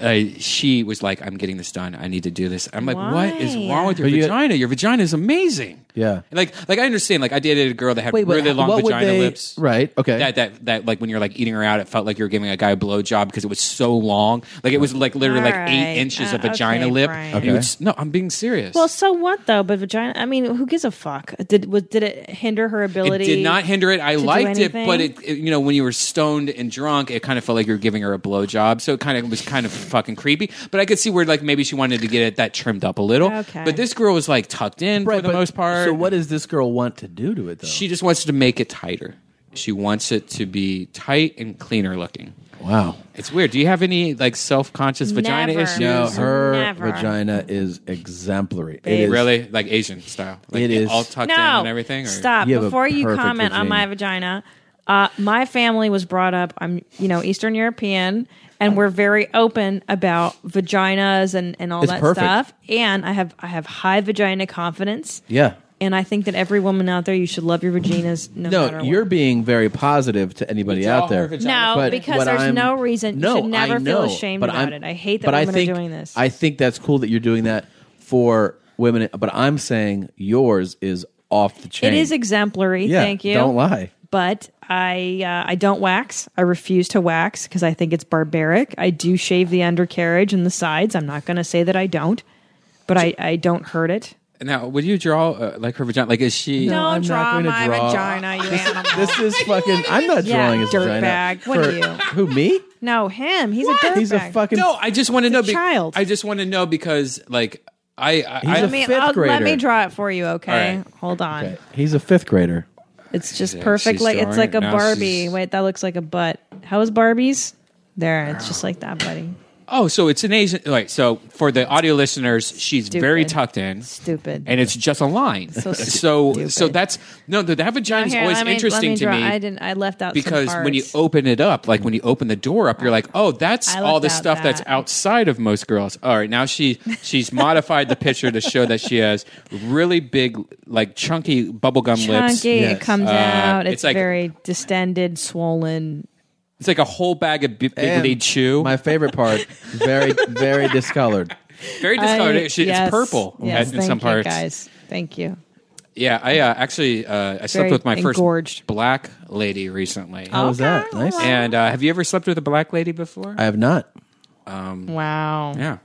[SPEAKER 3] uh, she was like, "I'm getting this done. I need to do this." I'm like, "What is
[SPEAKER 2] Why?
[SPEAKER 3] wrong with your
[SPEAKER 2] But you-
[SPEAKER 3] vagina? your vagina is amazing."
[SPEAKER 2] Yeah.
[SPEAKER 3] And like, like I understand. Like, I dated a girl that had
[SPEAKER 2] Wait, but
[SPEAKER 3] really long
[SPEAKER 2] what would
[SPEAKER 3] vagina
[SPEAKER 2] they-
[SPEAKER 3] lips.
[SPEAKER 2] Right. Okay.
[SPEAKER 3] That that that like when you're like eating her out, it felt like you were giving a guy a blowjob because it was so long. Like it was like literally like
[SPEAKER 1] Alright.
[SPEAKER 3] eight inches of
[SPEAKER 1] Uh,
[SPEAKER 3] vagina
[SPEAKER 1] okay,
[SPEAKER 3] lip.
[SPEAKER 1] Brian.
[SPEAKER 3] And you would
[SPEAKER 1] Okay.
[SPEAKER 3] s- no, I'm being serious.
[SPEAKER 1] Well, so what though? But vagina. I mean, who gives a fuck? Did was, did it hinder her ability?
[SPEAKER 3] It did not hinder it. I
[SPEAKER 1] to do
[SPEAKER 3] liked it, but
[SPEAKER 1] anything?
[SPEAKER 3] it, it- you know, when you were stoned and drunk, it kind of felt like you were giving her a blowjob. So it kind of was kind of fucking creepy. But I could see where like maybe she wanted to get it that trimmed up a little.
[SPEAKER 2] Okay.
[SPEAKER 3] But this girl was like tucked in for the most part.
[SPEAKER 2] So what does this girl want to do to it though?
[SPEAKER 3] She just wants to make it tighter. She wants it to be tight and cleaner looking.
[SPEAKER 2] Wow.
[SPEAKER 3] It's weird. Do you have any like self conscious vagina
[SPEAKER 2] Never.
[SPEAKER 3] issues?
[SPEAKER 2] No, her
[SPEAKER 1] Never.
[SPEAKER 2] vagina is exemplary.
[SPEAKER 1] Babe.
[SPEAKER 3] really like Asian style. Like
[SPEAKER 2] It is-
[SPEAKER 3] all tucked in
[SPEAKER 1] no.
[SPEAKER 3] and everything. Or?
[SPEAKER 1] Stop before you comment on my vagina. Uh, my family was brought up. I'm you know Eastern European, and we're very open about vaginas and and all
[SPEAKER 2] It's
[SPEAKER 1] that
[SPEAKER 2] perfect.
[SPEAKER 1] stuff. And I have I have high vagina confidence.
[SPEAKER 2] Yeah.
[SPEAKER 1] And I think that every woman out there, you should love your vaginas. No,
[SPEAKER 2] No,
[SPEAKER 1] matter what.
[SPEAKER 2] you're being very positive to anybody
[SPEAKER 1] It's all
[SPEAKER 2] out there.
[SPEAKER 1] her vagina. No,
[SPEAKER 2] But
[SPEAKER 1] because
[SPEAKER 2] what
[SPEAKER 1] there's
[SPEAKER 2] I'm-
[SPEAKER 1] no reason- you should never
[SPEAKER 2] I
[SPEAKER 1] feel
[SPEAKER 2] know,
[SPEAKER 1] ashamed
[SPEAKER 2] but I'm-
[SPEAKER 1] about it. I hate that
[SPEAKER 2] but I
[SPEAKER 1] women are
[SPEAKER 2] think-
[SPEAKER 1] doing this.
[SPEAKER 2] I think that's cool that you're doing that for women. But I'm saying yours is off the chain.
[SPEAKER 1] It is exemplary.
[SPEAKER 2] Yeah,
[SPEAKER 1] thank you.
[SPEAKER 2] don't lie.
[SPEAKER 1] But I uh, I don't wax. I refuse to wax because I think it's barbaric. I do shave the undercarriage and the sides. I'm not going to say that I don't, but I, I don't hurt it.
[SPEAKER 3] Now, would you draw uh, like her vagina? Like, is she?
[SPEAKER 1] No,
[SPEAKER 2] I'm not gonna draw.
[SPEAKER 1] you
[SPEAKER 2] This, this is fucking. I'm not
[SPEAKER 1] Yeah,
[SPEAKER 2] drawing his vagina.
[SPEAKER 1] dirtbag. What are
[SPEAKER 2] for-
[SPEAKER 1] you?
[SPEAKER 2] Who me?
[SPEAKER 1] No, him. He's a dirtbag.
[SPEAKER 2] He's a fucking.
[SPEAKER 3] No, I just want to know.
[SPEAKER 1] a child.
[SPEAKER 3] I just want to know because, like, I, I,
[SPEAKER 2] He's
[SPEAKER 3] I
[SPEAKER 2] a
[SPEAKER 1] Let me,
[SPEAKER 2] fifth
[SPEAKER 1] I'll- let
[SPEAKER 2] grader.
[SPEAKER 1] me draw it for you, okay?
[SPEAKER 2] All right.
[SPEAKER 1] Hold on.
[SPEAKER 2] He's a fifth grader.
[SPEAKER 1] It's just
[SPEAKER 22] She's
[SPEAKER 1] perfect. Like it's
[SPEAKER 22] drawing
[SPEAKER 1] like
[SPEAKER 22] it
[SPEAKER 1] a
[SPEAKER 22] now.
[SPEAKER 1] Barbie.
[SPEAKER 22] She's-
[SPEAKER 1] Wait, that looks like a butt. How is Barbie's? There, it's just like that, buddy.
[SPEAKER 3] Oh, so it's an Asian. Right. So for the audio listeners, she's very
[SPEAKER 1] Stupid.
[SPEAKER 3] tucked in.
[SPEAKER 1] Stupid.
[SPEAKER 3] And it's just a line.
[SPEAKER 1] So
[SPEAKER 3] So so, that's no. The, that
[SPEAKER 1] Now
[SPEAKER 3] vagina is
[SPEAKER 1] here,
[SPEAKER 3] always
[SPEAKER 1] let me- let
[SPEAKER 3] interesting
[SPEAKER 1] me
[SPEAKER 3] to
[SPEAKER 1] draw-
[SPEAKER 3] me
[SPEAKER 1] I didn't. I left out some
[SPEAKER 3] because when you
[SPEAKER 1] parts.
[SPEAKER 3] open it up, like when you open the door up, you're like, oh, that's
[SPEAKER 1] I
[SPEAKER 3] all
[SPEAKER 1] left
[SPEAKER 3] the
[SPEAKER 1] out
[SPEAKER 3] stuff that's
[SPEAKER 1] that.
[SPEAKER 3] outside of most girls. All right, now she she's modified the picture to show that she has really big, like chunky bubblegum lips.
[SPEAKER 1] chunky, it comes
[SPEAKER 3] Uh,
[SPEAKER 1] out. It's,
[SPEAKER 3] It's, like
[SPEAKER 1] very distended, swollen.
[SPEAKER 3] it's like a whole bag of b-
[SPEAKER 2] And
[SPEAKER 3] biggity chew.
[SPEAKER 2] My favorite part, very, very discolored.
[SPEAKER 3] Very discolored.
[SPEAKER 1] I-
[SPEAKER 3] It's- it's
[SPEAKER 1] yes,
[SPEAKER 3] purple at-
[SPEAKER 1] Yes,
[SPEAKER 3] in
[SPEAKER 1] thank
[SPEAKER 3] some
[SPEAKER 1] you,
[SPEAKER 3] parts.
[SPEAKER 1] guys. Thank you.
[SPEAKER 3] Yeah, I uh, actually uh, I
[SPEAKER 1] Very
[SPEAKER 3] slept with my
[SPEAKER 1] engorged. Oh.
[SPEAKER 3] first black lady recently.
[SPEAKER 2] How was Okay, that? Nice.
[SPEAKER 3] And uh, have you ever slept with a black lady before?
[SPEAKER 2] I have not.
[SPEAKER 3] Um,
[SPEAKER 1] Wow.
[SPEAKER 3] Yeah.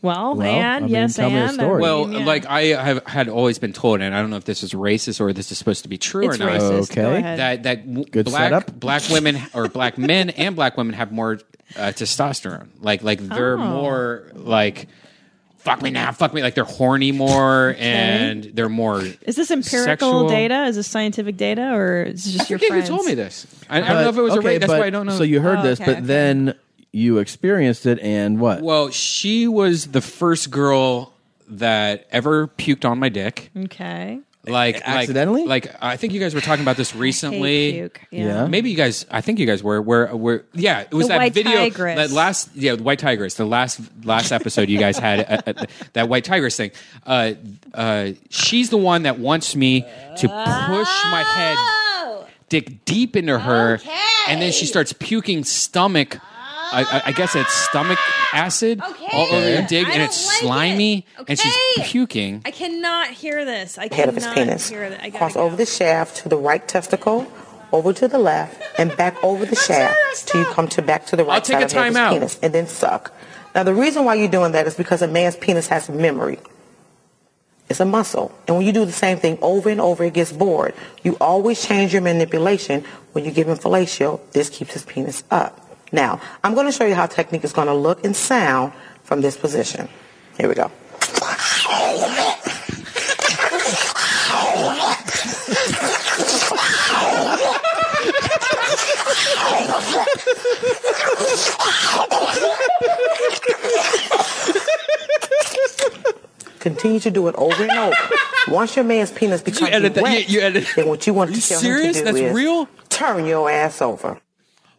[SPEAKER 1] Well,
[SPEAKER 2] Well,
[SPEAKER 1] and
[SPEAKER 2] I mean,
[SPEAKER 1] yes,
[SPEAKER 2] tell me a
[SPEAKER 1] and
[SPEAKER 2] story.
[SPEAKER 1] I
[SPEAKER 3] Well,
[SPEAKER 1] mean, yeah.
[SPEAKER 3] like I have had always been told, and I don't know if this is racist or this is supposed to be true
[SPEAKER 1] It's
[SPEAKER 3] or not.
[SPEAKER 1] racist. Go Okay. ahead.
[SPEAKER 3] That that w-
[SPEAKER 2] Good
[SPEAKER 3] black
[SPEAKER 2] setup.
[SPEAKER 3] black women or black men and black women have more uh, testosterone. Like like they're
[SPEAKER 2] Oh.
[SPEAKER 3] more like fuck me now, fuck me. Like they're horny more and they're more.
[SPEAKER 1] is this empirical
[SPEAKER 3] sexual.
[SPEAKER 1] data? Is this scientific data, or is this just your
[SPEAKER 3] think you
[SPEAKER 1] friends?
[SPEAKER 3] told me this. I, I don't know if it was a
[SPEAKER 2] okay,
[SPEAKER 3] rape. That's
[SPEAKER 2] but-
[SPEAKER 3] why I don't know.
[SPEAKER 2] So you heard
[SPEAKER 1] Oh,
[SPEAKER 2] this,
[SPEAKER 1] okay,
[SPEAKER 2] but then you experienced it, and what?
[SPEAKER 3] Well, she was the first girl that ever puked on my dick.
[SPEAKER 1] Okay.
[SPEAKER 3] Like accidentally? Like, I think you guys were talking about this recently.
[SPEAKER 1] puke, yeah. Yeah.
[SPEAKER 3] Maybe you guys I think you guys were where where yeah, it
[SPEAKER 1] The
[SPEAKER 3] was that
[SPEAKER 1] white
[SPEAKER 3] video
[SPEAKER 1] tigress.
[SPEAKER 3] that last yeah, the white tigress, the last last episode you guys had uh, uh, that white tigress thing. Uh uh she's the one that wants me to push my head dick deep into her and then she starts puking stomach I, I, I guess it's stomach acid all over your dick, and it's slimy, and she's puking.
[SPEAKER 1] I cannot hear this. I
[SPEAKER 14] head of his penis. Cross over the shaft to the right testicle, over to the left, and back over the shaft till you come to back to the right
[SPEAKER 3] I'll take
[SPEAKER 14] side
[SPEAKER 3] a
[SPEAKER 14] of his
[SPEAKER 3] timeout.
[SPEAKER 14] penis, and then suck. Now the reason why you're doing that is because a man's penis has memory. It's a muscle, and when you do the same thing over and over, it gets bored. You always change your manipulation when you give him fellatio. This keeps his penis up. Now I'm going to show you how technique is going to look and sound from this position. Here we go. Continue to do it over and over. Once your man's penis becomes
[SPEAKER 3] edit that?
[SPEAKER 14] erect,
[SPEAKER 3] You- you edit-
[SPEAKER 14] then what you want to tell him
[SPEAKER 3] serious?
[SPEAKER 14] to do
[SPEAKER 3] That's
[SPEAKER 14] is
[SPEAKER 3] real?
[SPEAKER 14] turn your ass over.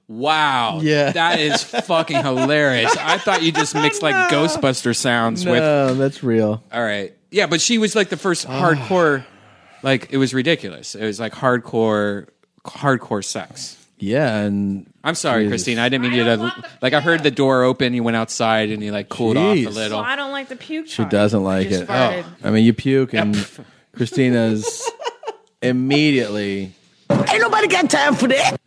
[SPEAKER 3] Wow.
[SPEAKER 14] Yeah.
[SPEAKER 3] That is fucking hilarious. I thought you just mixed like Ghostbuster sounds with.
[SPEAKER 2] no, Oh, Ah. that's real.
[SPEAKER 3] All right. Yeah, but she was like the first hardcore. Like it was ridiculous. It was like hardcore, hardcore sex.
[SPEAKER 2] Yeah, and
[SPEAKER 3] I'm sorry,
[SPEAKER 2] Jesus.
[SPEAKER 3] Christine. I didn't mean you to. Like I heard the door open. You went outside and you like cooled off
[SPEAKER 2] Jeez.
[SPEAKER 3] a little.
[SPEAKER 1] Well, I don't like the puke.
[SPEAKER 2] She doesn't like
[SPEAKER 1] just
[SPEAKER 2] it. Oh,
[SPEAKER 1] farted.
[SPEAKER 2] I mean, you puke, and Christina's immediately.
[SPEAKER 14] Ain't nobody got time for that.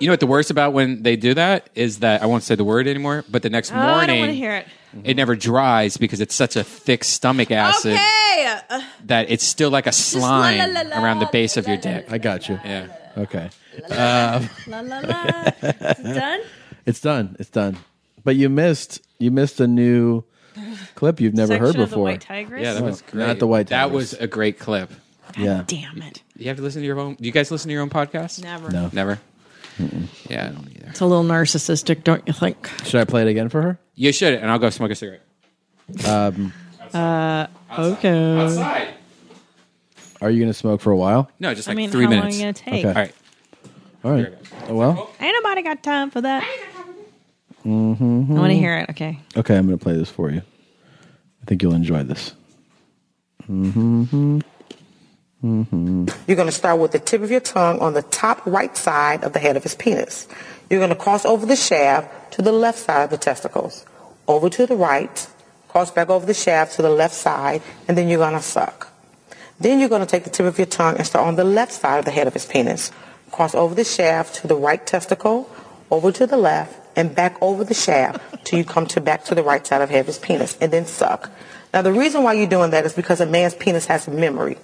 [SPEAKER 3] You know what the worst about when they do that is that I won't say the word anymore. But the next
[SPEAKER 1] Oh, I don't want to
[SPEAKER 3] morning,
[SPEAKER 1] hear it.
[SPEAKER 3] it never dries because it's such a thick stomach acid
[SPEAKER 1] Okay. Uh,
[SPEAKER 3] that it's still like a slime
[SPEAKER 1] la, la, la,
[SPEAKER 3] around the base of your dick.
[SPEAKER 2] I got you.
[SPEAKER 3] Yeah.
[SPEAKER 2] Okay.
[SPEAKER 1] la, la,
[SPEAKER 2] Um,
[SPEAKER 1] la, la. Is it done?
[SPEAKER 2] It's done. It's done. But you missed. You missed a new clip you've never
[SPEAKER 1] Section
[SPEAKER 2] heard
[SPEAKER 1] of the
[SPEAKER 2] before.
[SPEAKER 1] White Tigress?
[SPEAKER 3] Yeah, that
[SPEAKER 2] No,
[SPEAKER 3] was great.
[SPEAKER 2] Not the white. Tigress.
[SPEAKER 3] That was a great clip.
[SPEAKER 2] Yeah.
[SPEAKER 1] Damn it.
[SPEAKER 3] You have to listen to your own. Do you guys listen to your own podcast?
[SPEAKER 1] Never.
[SPEAKER 2] No.
[SPEAKER 3] Never. Yeah, I don't either.
[SPEAKER 1] It's a little narcissistic, don't you think?
[SPEAKER 2] Should I play it again for her?
[SPEAKER 3] You should, and I'll go smoke a cigarette.
[SPEAKER 2] Um,
[SPEAKER 1] Uh, okay.
[SPEAKER 3] Outside.
[SPEAKER 2] are you going to smoke for a while?
[SPEAKER 3] No, just
[SPEAKER 1] I
[SPEAKER 3] like
[SPEAKER 1] mean,
[SPEAKER 3] three
[SPEAKER 1] how long
[SPEAKER 3] minutes.
[SPEAKER 1] you gonna take?
[SPEAKER 2] All
[SPEAKER 3] right.
[SPEAKER 2] All right. Oh,
[SPEAKER 3] Oh.
[SPEAKER 2] Well.
[SPEAKER 1] Ain't nobody got time for that.
[SPEAKER 2] mhm.
[SPEAKER 1] I wanna hear it. Okay.
[SPEAKER 2] Okay, I'm going to play this for you. I think you'll enjoy this. Mm-hmm. Mm-hmm.
[SPEAKER 14] You're going to start with the tip of your tongue on the top right side of the head of his penis. You're going to cross over the shaft to the left side of the testicles, over to the right, cross back over the shaft to the left side, and then you're going to suck. Then you're going to take the tip of your tongue and start on the left side of the head of his penis, cross over the shaft to the right testicle, over to the left, and back over the shaft till you come to back to the right side of the head of his penis, and then suck. Now the reason why you're doing that is because a man's penis has memory.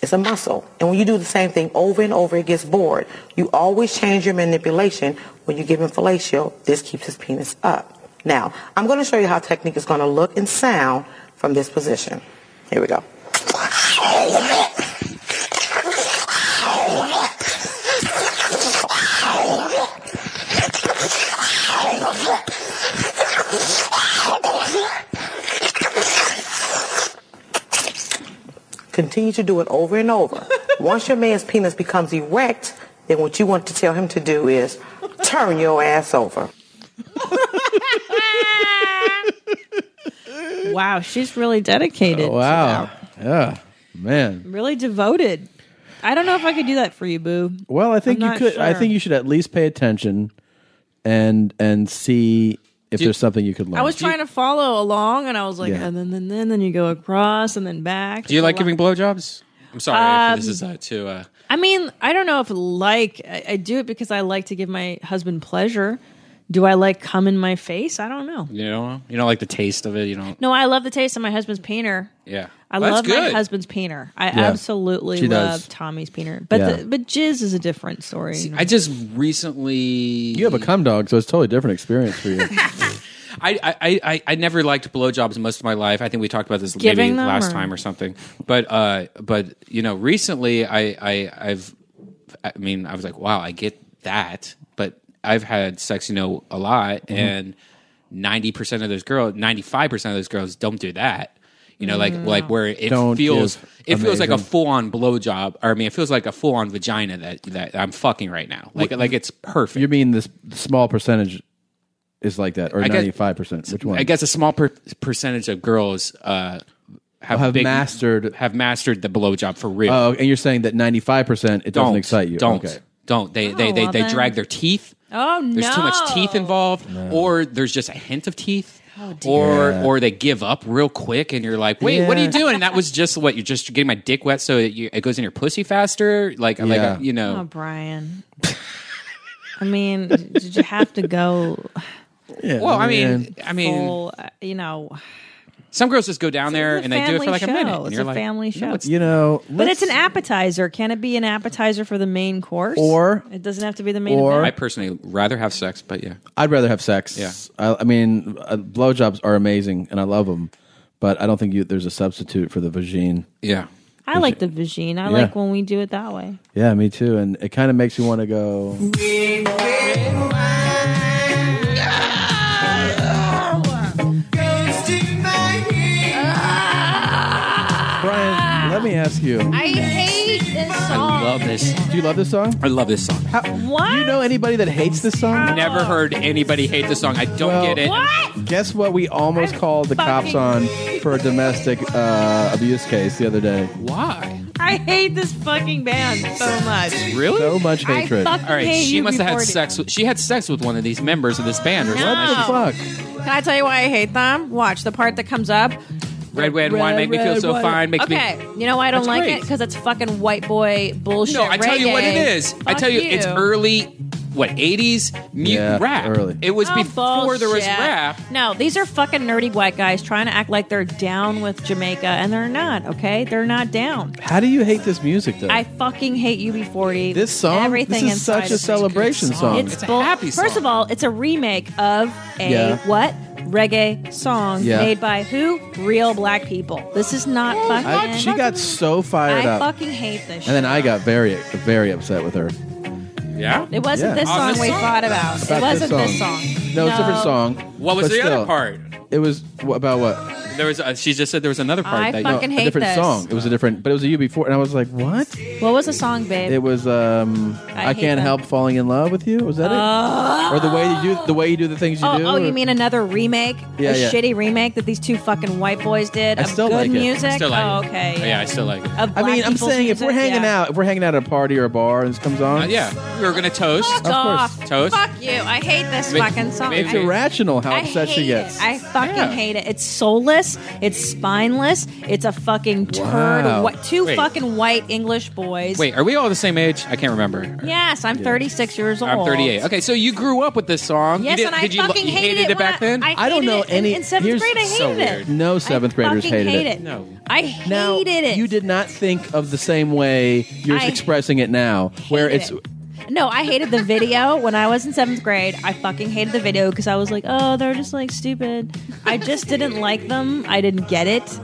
[SPEAKER 14] It's a muscle. And when you do the same thing over and over, it gets bored. You always change your manipulation when you give him fellatio. This keeps his penis up. Now, I'm going to show you how technique is going to look and sound from this position. Here we go.
[SPEAKER 23] Continue to do it over and over. Once your man's penis becomes erect, then what you want to tell him to do is turn your ass over.
[SPEAKER 1] Wow, she's really dedicated.
[SPEAKER 2] Oh, wow. Yeah. Man.
[SPEAKER 1] Really devoted. I don't know if I could do that for you, Boo.
[SPEAKER 2] Well, I think
[SPEAKER 1] I'm
[SPEAKER 2] you
[SPEAKER 1] not
[SPEAKER 2] could. I
[SPEAKER 1] sure.
[SPEAKER 2] think you should at least pay attention, and and see if there's something you could learn.
[SPEAKER 1] I was trying to follow along, and I was like,
[SPEAKER 2] Yeah.
[SPEAKER 1] and then, then, then, then you go across, and then back.
[SPEAKER 3] Do you like
[SPEAKER 1] Lo-
[SPEAKER 3] giving blowjobs? I'm sorry if this
[SPEAKER 1] Um,
[SPEAKER 3] is uh, too. Uh,
[SPEAKER 1] I mean, I don't know if like I, I do it because I like to give my husband pleasure. Do I like cum in my face? I don't know.
[SPEAKER 3] you know, you don't like the taste of it. You don't.
[SPEAKER 1] No, I love the taste of my husband's peener.
[SPEAKER 3] Yeah,
[SPEAKER 1] I
[SPEAKER 3] Well,
[SPEAKER 1] love
[SPEAKER 3] that's
[SPEAKER 1] my
[SPEAKER 3] good.
[SPEAKER 1] husband's peener. I
[SPEAKER 3] Yeah.
[SPEAKER 1] absolutely
[SPEAKER 3] She
[SPEAKER 1] love
[SPEAKER 3] does.
[SPEAKER 1] Tommy's peener, but
[SPEAKER 2] Yeah.
[SPEAKER 1] the, but jizz is a different story. you know.
[SPEAKER 3] I just recently
[SPEAKER 2] You have a cum dog, so it's a totally different experience for you.
[SPEAKER 3] I, I, I- I, I never liked blowjobs most of my life. I think we talked about this
[SPEAKER 1] Giving
[SPEAKER 3] maybe
[SPEAKER 1] them
[SPEAKER 3] last
[SPEAKER 1] or-
[SPEAKER 3] time or something. But uh, but you know, recently I, I I've I mean I was like, wow, I get that, but I've had sex, you know, a lot,
[SPEAKER 1] Mm-hmm.
[SPEAKER 2] Mhm.
[SPEAKER 3] and ninety percent of those girls, ninety five percent of those girls don't do that. You know, like like where it
[SPEAKER 2] Don't
[SPEAKER 3] feels
[SPEAKER 2] give.
[SPEAKER 3] it feels like a
[SPEAKER 2] Amazing.
[SPEAKER 3] full on blowjob, or I mean, it feels like a full on vagina that that I'm fucking right now. Like like it's perfect.
[SPEAKER 2] You mean this small percentage is like that, or
[SPEAKER 3] I guess-
[SPEAKER 2] ninety five percent? Which one?
[SPEAKER 3] I guess a small per- percentage of girls uh, have,
[SPEAKER 2] Have
[SPEAKER 3] mastered have mastered the blowjob for real.
[SPEAKER 2] Oh, and you're saying that ninety five percent it doesn't
[SPEAKER 3] Don't,
[SPEAKER 2] excite you?
[SPEAKER 3] Don't
[SPEAKER 2] Okay.
[SPEAKER 3] don't they they they,
[SPEAKER 1] Oh, well
[SPEAKER 3] they
[SPEAKER 1] then.
[SPEAKER 3] drag their teeth.
[SPEAKER 1] oh no, Oh,
[SPEAKER 3] There's too much teeth involved, or there's just a hint of teeth. or
[SPEAKER 2] Yeah.
[SPEAKER 3] or they give up real quick, and you're like, "Wait, what are you
[SPEAKER 2] Yeah.
[SPEAKER 3] doing?" And that was just what you're just getting my dick wet, so it, you, it goes in your pussy faster. Like like
[SPEAKER 2] Yeah.
[SPEAKER 3] uh, you know,
[SPEAKER 1] Oh, Brian. I mean, did you have to go?
[SPEAKER 2] Yeah,
[SPEAKER 3] Well, I mean- I mean-
[SPEAKER 1] full, uh, you know,
[SPEAKER 3] some girls just go down there
[SPEAKER 1] a
[SPEAKER 3] and they do it
[SPEAKER 1] family
[SPEAKER 3] for like a minute.
[SPEAKER 1] show.
[SPEAKER 3] and
[SPEAKER 1] It's
[SPEAKER 3] you're
[SPEAKER 1] a
[SPEAKER 3] like,
[SPEAKER 1] family show.
[SPEAKER 3] it's-
[SPEAKER 2] you know,
[SPEAKER 1] but it's an appetizer. Can it be an appetizer for the main course?
[SPEAKER 2] Or-
[SPEAKER 1] it doesn't have to be the main.
[SPEAKER 2] or-
[SPEAKER 1] event?
[SPEAKER 3] I personally rather have sex, but yeah.
[SPEAKER 2] I'd rather have sex.
[SPEAKER 3] Yeah.
[SPEAKER 2] I, I mean, uh, blowjobs are amazing, and I love them, but I don't think you, there's a substitute for the vagine.
[SPEAKER 3] Yeah.
[SPEAKER 1] I like the vagine. I
[SPEAKER 2] Yeah.
[SPEAKER 1] like when we do it that way.
[SPEAKER 2] Yeah, me too. And it kind of makes me want to go. Brian, let me ask you.
[SPEAKER 7] I hate this
[SPEAKER 3] I love this.
[SPEAKER 2] Do you love this song?
[SPEAKER 3] I love this song.
[SPEAKER 2] How, Do you know anybody that hates this song?
[SPEAKER 3] Never heard anybody hate the song. I don't
[SPEAKER 2] Well,
[SPEAKER 3] get it.
[SPEAKER 2] Guess what? We almost called the cops
[SPEAKER 1] fucking-
[SPEAKER 2] on for a domestic uh, abuse case the other day.
[SPEAKER 3] Why?
[SPEAKER 1] I hate this fucking band so much.
[SPEAKER 3] Really?
[SPEAKER 2] So much hatred.
[SPEAKER 1] fucking
[SPEAKER 3] All right,
[SPEAKER 1] hate
[SPEAKER 3] she
[SPEAKER 1] you
[SPEAKER 3] must have had
[SPEAKER 1] before it-
[SPEAKER 3] sex. With, she had sex with one of these members of this band or
[SPEAKER 1] No.
[SPEAKER 3] something.
[SPEAKER 1] What the Can I tell you why I hate them? Watch the part that comes up.
[SPEAKER 3] Red, red, wine make me feel
[SPEAKER 1] Red,
[SPEAKER 3] so
[SPEAKER 1] wine.
[SPEAKER 3] fine. Makes
[SPEAKER 1] okay,
[SPEAKER 3] me.
[SPEAKER 1] you know why I don't
[SPEAKER 3] That's
[SPEAKER 1] like
[SPEAKER 3] great.
[SPEAKER 1] it? Because it's fucking white boy bullshit.
[SPEAKER 3] No, I tell you what it
[SPEAKER 1] reggae.
[SPEAKER 3] is. I
[SPEAKER 1] Fuck
[SPEAKER 3] tell you, it's early. What eighties mute
[SPEAKER 2] Yeah,
[SPEAKER 3] rap?
[SPEAKER 2] early.
[SPEAKER 3] It was
[SPEAKER 1] Oh,
[SPEAKER 3] before there was
[SPEAKER 1] bullshit.
[SPEAKER 3] rap.
[SPEAKER 1] No, these are fucking nerdy white guys trying to act like they're down with Jamaica, and they're not. Okay, they're not down.
[SPEAKER 2] How do you hate this music though?
[SPEAKER 1] I fucking hate UB40.
[SPEAKER 2] this song.
[SPEAKER 1] everything
[SPEAKER 2] this is
[SPEAKER 1] inside
[SPEAKER 2] such a
[SPEAKER 1] of me.
[SPEAKER 2] celebration song.
[SPEAKER 1] It's, bull- First of all, it's a remake of a
[SPEAKER 2] Yeah.
[SPEAKER 1] what? Reggae song
[SPEAKER 2] Yeah.
[SPEAKER 1] made by who? Real black people. This is not fucking.
[SPEAKER 2] I, she got so fired
[SPEAKER 1] I
[SPEAKER 2] up,
[SPEAKER 1] fucking hate this.
[SPEAKER 2] and then I got very, very upset with her.
[SPEAKER 3] Yeah.
[SPEAKER 1] shit. It wasn't
[SPEAKER 2] Yeah.
[SPEAKER 1] this
[SPEAKER 2] On
[SPEAKER 1] song
[SPEAKER 2] this
[SPEAKER 1] we
[SPEAKER 2] song?
[SPEAKER 1] fought about.
[SPEAKER 2] About
[SPEAKER 1] it wasn't this song.
[SPEAKER 2] No, it's a different song.
[SPEAKER 3] What was
[SPEAKER 2] but
[SPEAKER 3] the other
[SPEAKER 2] still.
[SPEAKER 3] part?
[SPEAKER 2] It was wh- about what?
[SPEAKER 3] There was. A, she just said there was another part.
[SPEAKER 1] I
[SPEAKER 3] that
[SPEAKER 1] fucking
[SPEAKER 2] a
[SPEAKER 1] hate
[SPEAKER 2] different
[SPEAKER 1] this.
[SPEAKER 2] song. It was a different, but it was a UB4, and I was like, what?
[SPEAKER 1] What was the song, babe?
[SPEAKER 2] It was um,
[SPEAKER 1] I
[SPEAKER 2] I,
[SPEAKER 1] hate
[SPEAKER 2] can't
[SPEAKER 1] them.
[SPEAKER 2] help falling in love with you. Was that
[SPEAKER 1] Oh.
[SPEAKER 2] it? Or the way you do the way you do the things you
[SPEAKER 1] oh,
[SPEAKER 2] do?
[SPEAKER 1] oh,
[SPEAKER 2] or-
[SPEAKER 1] you mean another remake?
[SPEAKER 2] Yeah,
[SPEAKER 1] a
[SPEAKER 2] yeah.
[SPEAKER 1] shitty remake that these two fucking white boys did
[SPEAKER 2] I
[SPEAKER 1] of
[SPEAKER 2] still
[SPEAKER 1] good
[SPEAKER 2] like it. I
[SPEAKER 1] music.
[SPEAKER 3] still like
[SPEAKER 1] oh,
[SPEAKER 3] it.
[SPEAKER 1] okay. Oh.
[SPEAKER 3] Yeah, I still like it.
[SPEAKER 1] Of
[SPEAKER 2] I mean,
[SPEAKER 1] black
[SPEAKER 2] I'm
[SPEAKER 1] people's
[SPEAKER 2] saying if
[SPEAKER 1] music,
[SPEAKER 2] we're hanging
[SPEAKER 1] yeah.
[SPEAKER 2] out, if we're hanging out at a party or a bar and this comes on,
[SPEAKER 3] Uh, yeah, we were gonna toast. Uh,
[SPEAKER 1] Fuck off.
[SPEAKER 3] Toast.
[SPEAKER 1] Fuck you. I hate this
[SPEAKER 3] Maybe-
[SPEAKER 1] fucking song.
[SPEAKER 3] maybe-
[SPEAKER 1] I-
[SPEAKER 2] it's irrational how
[SPEAKER 1] I
[SPEAKER 2] upset she
[SPEAKER 1] hate it.
[SPEAKER 2] gets.
[SPEAKER 1] I fucking hate it. It's soulless. It's spineless. It's a fucking turd.
[SPEAKER 3] Wow.
[SPEAKER 1] What two
[SPEAKER 3] Wait.
[SPEAKER 1] fucking white English boys?
[SPEAKER 3] Wait, are we all the same age? I can't remember.
[SPEAKER 1] Yes, I'm 36 years old.
[SPEAKER 3] I'm 38. Okay, so you grew up with this song. You
[SPEAKER 1] Yes,
[SPEAKER 3] did,
[SPEAKER 1] and I
[SPEAKER 3] did you, lo-
[SPEAKER 1] fucking
[SPEAKER 3] you
[SPEAKER 1] hated it
[SPEAKER 3] hated it, back
[SPEAKER 1] when
[SPEAKER 3] then.
[SPEAKER 1] I- I I don't hated know it in- any- in seventh here's- grade, I
[SPEAKER 2] so
[SPEAKER 1] hated it.
[SPEAKER 2] weird. No seventh graders
[SPEAKER 1] fucking
[SPEAKER 2] hated
[SPEAKER 1] hate
[SPEAKER 2] it.
[SPEAKER 1] it. I hated
[SPEAKER 2] Now
[SPEAKER 1] it.
[SPEAKER 2] you did not think of the same way you're
[SPEAKER 1] I
[SPEAKER 2] expressing it now, where it's
[SPEAKER 1] it. No, I hated the video when I was in seventh grade. I fucking hated the video because I was like, oh, they're just like stupid. I just didn't like them. I didn't get it.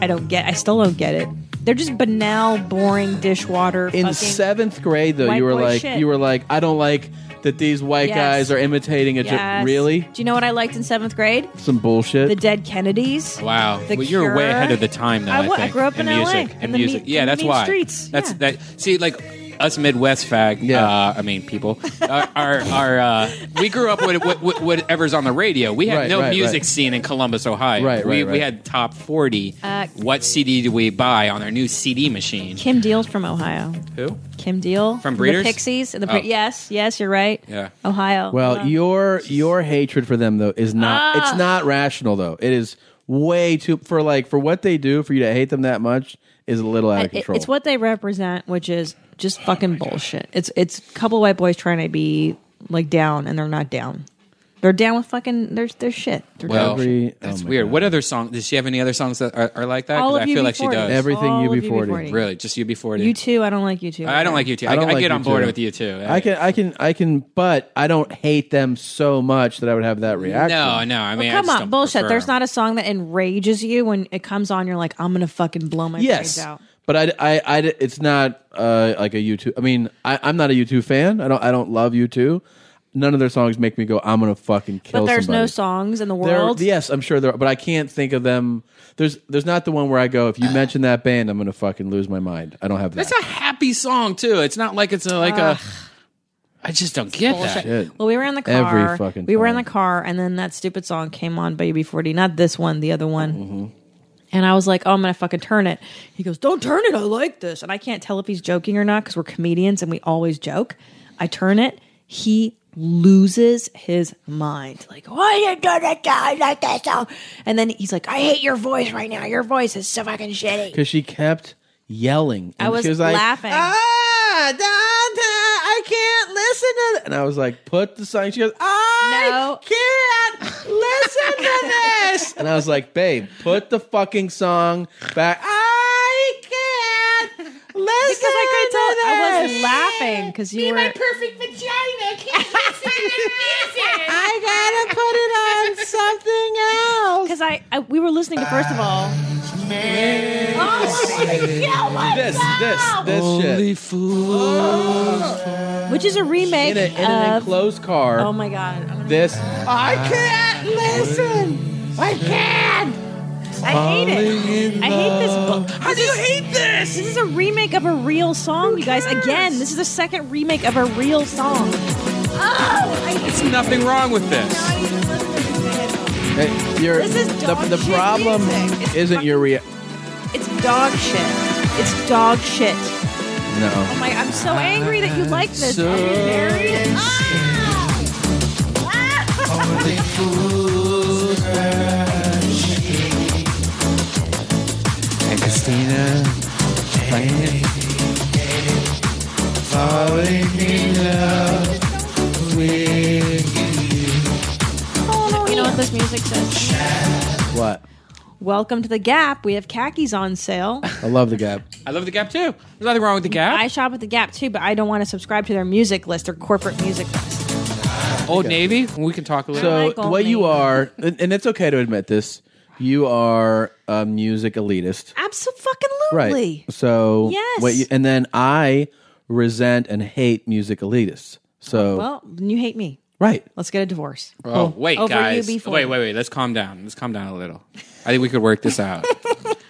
[SPEAKER 1] I don't get. I still don't get it. They're just banal, boring dishwater.
[SPEAKER 2] In
[SPEAKER 1] fucking-
[SPEAKER 2] seventh grade, though,
[SPEAKER 1] white
[SPEAKER 2] you were
[SPEAKER 1] boy
[SPEAKER 2] like,
[SPEAKER 1] shit.
[SPEAKER 2] you were like, I don't like that these white
[SPEAKER 1] Yes.
[SPEAKER 2] guys are imitating a. Ge-
[SPEAKER 1] Yes.
[SPEAKER 2] really?
[SPEAKER 1] Do you know what I liked in seventh grade?
[SPEAKER 2] Some bullshit.
[SPEAKER 1] The Dead Kennedys.
[SPEAKER 3] Wow,
[SPEAKER 1] The
[SPEAKER 3] well, you're way
[SPEAKER 1] Cure.
[SPEAKER 3] ahead of the time, though.
[SPEAKER 1] I
[SPEAKER 3] I,
[SPEAKER 1] wa- I
[SPEAKER 3] think.
[SPEAKER 1] grew up in LA,
[SPEAKER 3] music,
[SPEAKER 1] in
[SPEAKER 3] in
[SPEAKER 1] the
[SPEAKER 3] music.
[SPEAKER 1] mean-
[SPEAKER 3] yeah,
[SPEAKER 1] in the
[SPEAKER 3] that's
[SPEAKER 1] mean
[SPEAKER 3] why.
[SPEAKER 1] streets,
[SPEAKER 3] That's that. See, like us Midwest fag. Uh, I mean, people are are, are uh, we grew up with, with, with whatever's on the radio. We had
[SPEAKER 2] Right,
[SPEAKER 3] no
[SPEAKER 2] right,
[SPEAKER 3] music
[SPEAKER 2] right.
[SPEAKER 3] scene in Columbus, Ohio.
[SPEAKER 2] Right,
[SPEAKER 3] we,
[SPEAKER 2] right,
[SPEAKER 3] we
[SPEAKER 2] right.
[SPEAKER 3] had top forty.
[SPEAKER 1] Uh,
[SPEAKER 3] what CD do we buy on our new CD machine?
[SPEAKER 1] Kim Deal's from Ohio.
[SPEAKER 3] Who?
[SPEAKER 1] Kim Deal
[SPEAKER 3] From Breeders?
[SPEAKER 1] the Pixies, and the Bre-
[SPEAKER 3] Oh.
[SPEAKER 1] yes, yes, you're right.
[SPEAKER 3] Yeah.
[SPEAKER 1] Ohio.
[SPEAKER 2] Well,
[SPEAKER 1] Uh,
[SPEAKER 2] your your hatred for them though is not
[SPEAKER 1] Ah!
[SPEAKER 2] it's not rational though. It is way too for like for what they do for you to hate them that much is a little out of
[SPEAKER 1] it-
[SPEAKER 2] control.
[SPEAKER 1] it's what they represent, which is just fucking bullshit. It's it's a couple white boys trying to be like down, and they're not down. They're down with fucking their their shit. They're
[SPEAKER 3] Well,
[SPEAKER 1] down.
[SPEAKER 2] oh
[SPEAKER 3] that's weird. What other song? Does she have any other songs that are, are like that? 'Cause
[SPEAKER 1] All of
[SPEAKER 3] I
[SPEAKER 1] You
[SPEAKER 3] feel
[SPEAKER 1] Be
[SPEAKER 3] like she
[SPEAKER 1] 40.
[SPEAKER 3] does.
[SPEAKER 1] Everything All You Be of You Be 40. 40.
[SPEAKER 3] Really, just you be forty.
[SPEAKER 1] you too. I don't like you too.
[SPEAKER 3] I don't like you too. I,
[SPEAKER 2] don't
[SPEAKER 3] I
[SPEAKER 2] like
[SPEAKER 3] get on
[SPEAKER 2] U2.
[SPEAKER 3] board with you too.
[SPEAKER 2] I can I can I can but I don't hate them so much that I would have that reaction.
[SPEAKER 3] No, no. I mean, I
[SPEAKER 1] Come
[SPEAKER 3] just
[SPEAKER 1] on,
[SPEAKER 3] don't
[SPEAKER 1] bullshit.
[SPEAKER 3] prefer
[SPEAKER 1] There's
[SPEAKER 3] them.
[SPEAKER 1] not a song that enrages you when it comes on. You're like, I'm gonna fucking blow my brains
[SPEAKER 2] Yes.
[SPEAKER 1] out.
[SPEAKER 2] But I, I, I, it's not uh, like a U2. I mean, I, I'm not a U2 fan. I don't, I don't love U2. None of their songs make me go, I'm going to fucking kill
[SPEAKER 1] But there's
[SPEAKER 2] somebody.
[SPEAKER 1] no songs in the
[SPEAKER 2] There-
[SPEAKER 1] world.
[SPEAKER 2] yes, I'm sure there, are, but I can't think of them. There's there's not the one where I go. If you mention that band, I'm gonna fucking lose my mind. I don't have that.
[SPEAKER 3] That's a happy song too. It's not like it's a, like a. I just don't get that.
[SPEAKER 2] Shit.
[SPEAKER 1] Well, we were in the car.
[SPEAKER 2] Every fucking
[SPEAKER 1] we were in the car, and then that stupid song came on, Baby 40. Not this one, the other one.
[SPEAKER 2] Mm-hmm.
[SPEAKER 1] And I was like, oh, I'm going to fucking turn it. He goes, don't turn it. I like this. And I can't tell if he's joking or not because we're comedians and we always joke. I turn it. He loses his mind. Like, why you doing that? I like that song. And then he's like, I hate your voice right now. Your voice is so fucking shitty.
[SPEAKER 2] because she kept yelling.
[SPEAKER 1] I
[SPEAKER 2] And
[SPEAKER 1] was,
[SPEAKER 2] she was like,
[SPEAKER 1] laughing.
[SPEAKER 2] Ah, da, da, I can't listen to that. And I was like, put the song. She goes, I can't listen to this. And I was like, babe, put the fucking song back. I can't listen because
[SPEAKER 1] I
[SPEAKER 2] I
[SPEAKER 1] was laughing because you were.
[SPEAKER 7] perfect vagina can't listen to music.
[SPEAKER 1] I gotta put it on something else. Because I, I, we were listening to first of all.
[SPEAKER 2] This, this, this shit.
[SPEAKER 1] Which is a remake
[SPEAKER 2] In, a, in an
[SPEAKER 1] of.
[SPEAKER 2] enclosed car.
[SPEAKER 1] oh my god!
[SPEAKER 2] This.
[SPEAKER 1] I can't listen. I can't. I hate it. I hate this book. How do you hate this? This is a remake of a real song, you guys. Again, this is the second remake of a real song.
[SPEAKER 3] There's nothing wrong with this.
[SPEAKER 2] Hey, you're,
[SPEAKER 1] This is
[SPEAKER 2] the,
[SPEAKER 1] dog
[SPEAKER 2] the
[SPEAKER 1] shit
[SPEAKER 2] problem
[SPEAKER 1] music. It's
[SPEAKER 2] isn't your rea-
[SPEAKER 1] It's dog shit. It's dog shit.
[SPEAKER 2] No.
[SPEAKER 1] Oh my! I'm so angry that you like this. Are you married?
[SPEAKER 3] And Christina.
[SPEAKER 1] You know what this music says?
[SPEAKER 2] What?
[SPEAKER 1] Welcome to the Gap. We have khakis on sale.
[SPEAKER 2] I love the gap.
[SPEAKER 3] I love the Gap too. There's nothing wrong with the Gap.
[SPEAKER 1] I shop at the Gap too, but I don't want to subscribe to their music list, their corporate music list.
[SPEAKER 3] Old Navy. We can talk a little.
[SPEAKER 2] So what you are, and, and it's okay to admit this, you are a music elitist, right?
[SPEAKER 1] Absolutely.
[SPEAKER 2] So
[SPEAKER 1] Yes.
[SPEAKER 2] what you, and then I resent and hate music elitists. So
[SPEAKER 1] Oh, Well, then you hate me.
[SPEAKER 2] right,
[SPEAKER 1] Let's get a divorce.
[SPEAKER 3] Oh wait,
[SPEAKER 1] Over
[SPEAKER 3] guys.
[SPEAKER 1] you before.
[SPEAKER 3] Wait, wait, wait. Let's calm down. Let's calm down a little. I think we could work this out.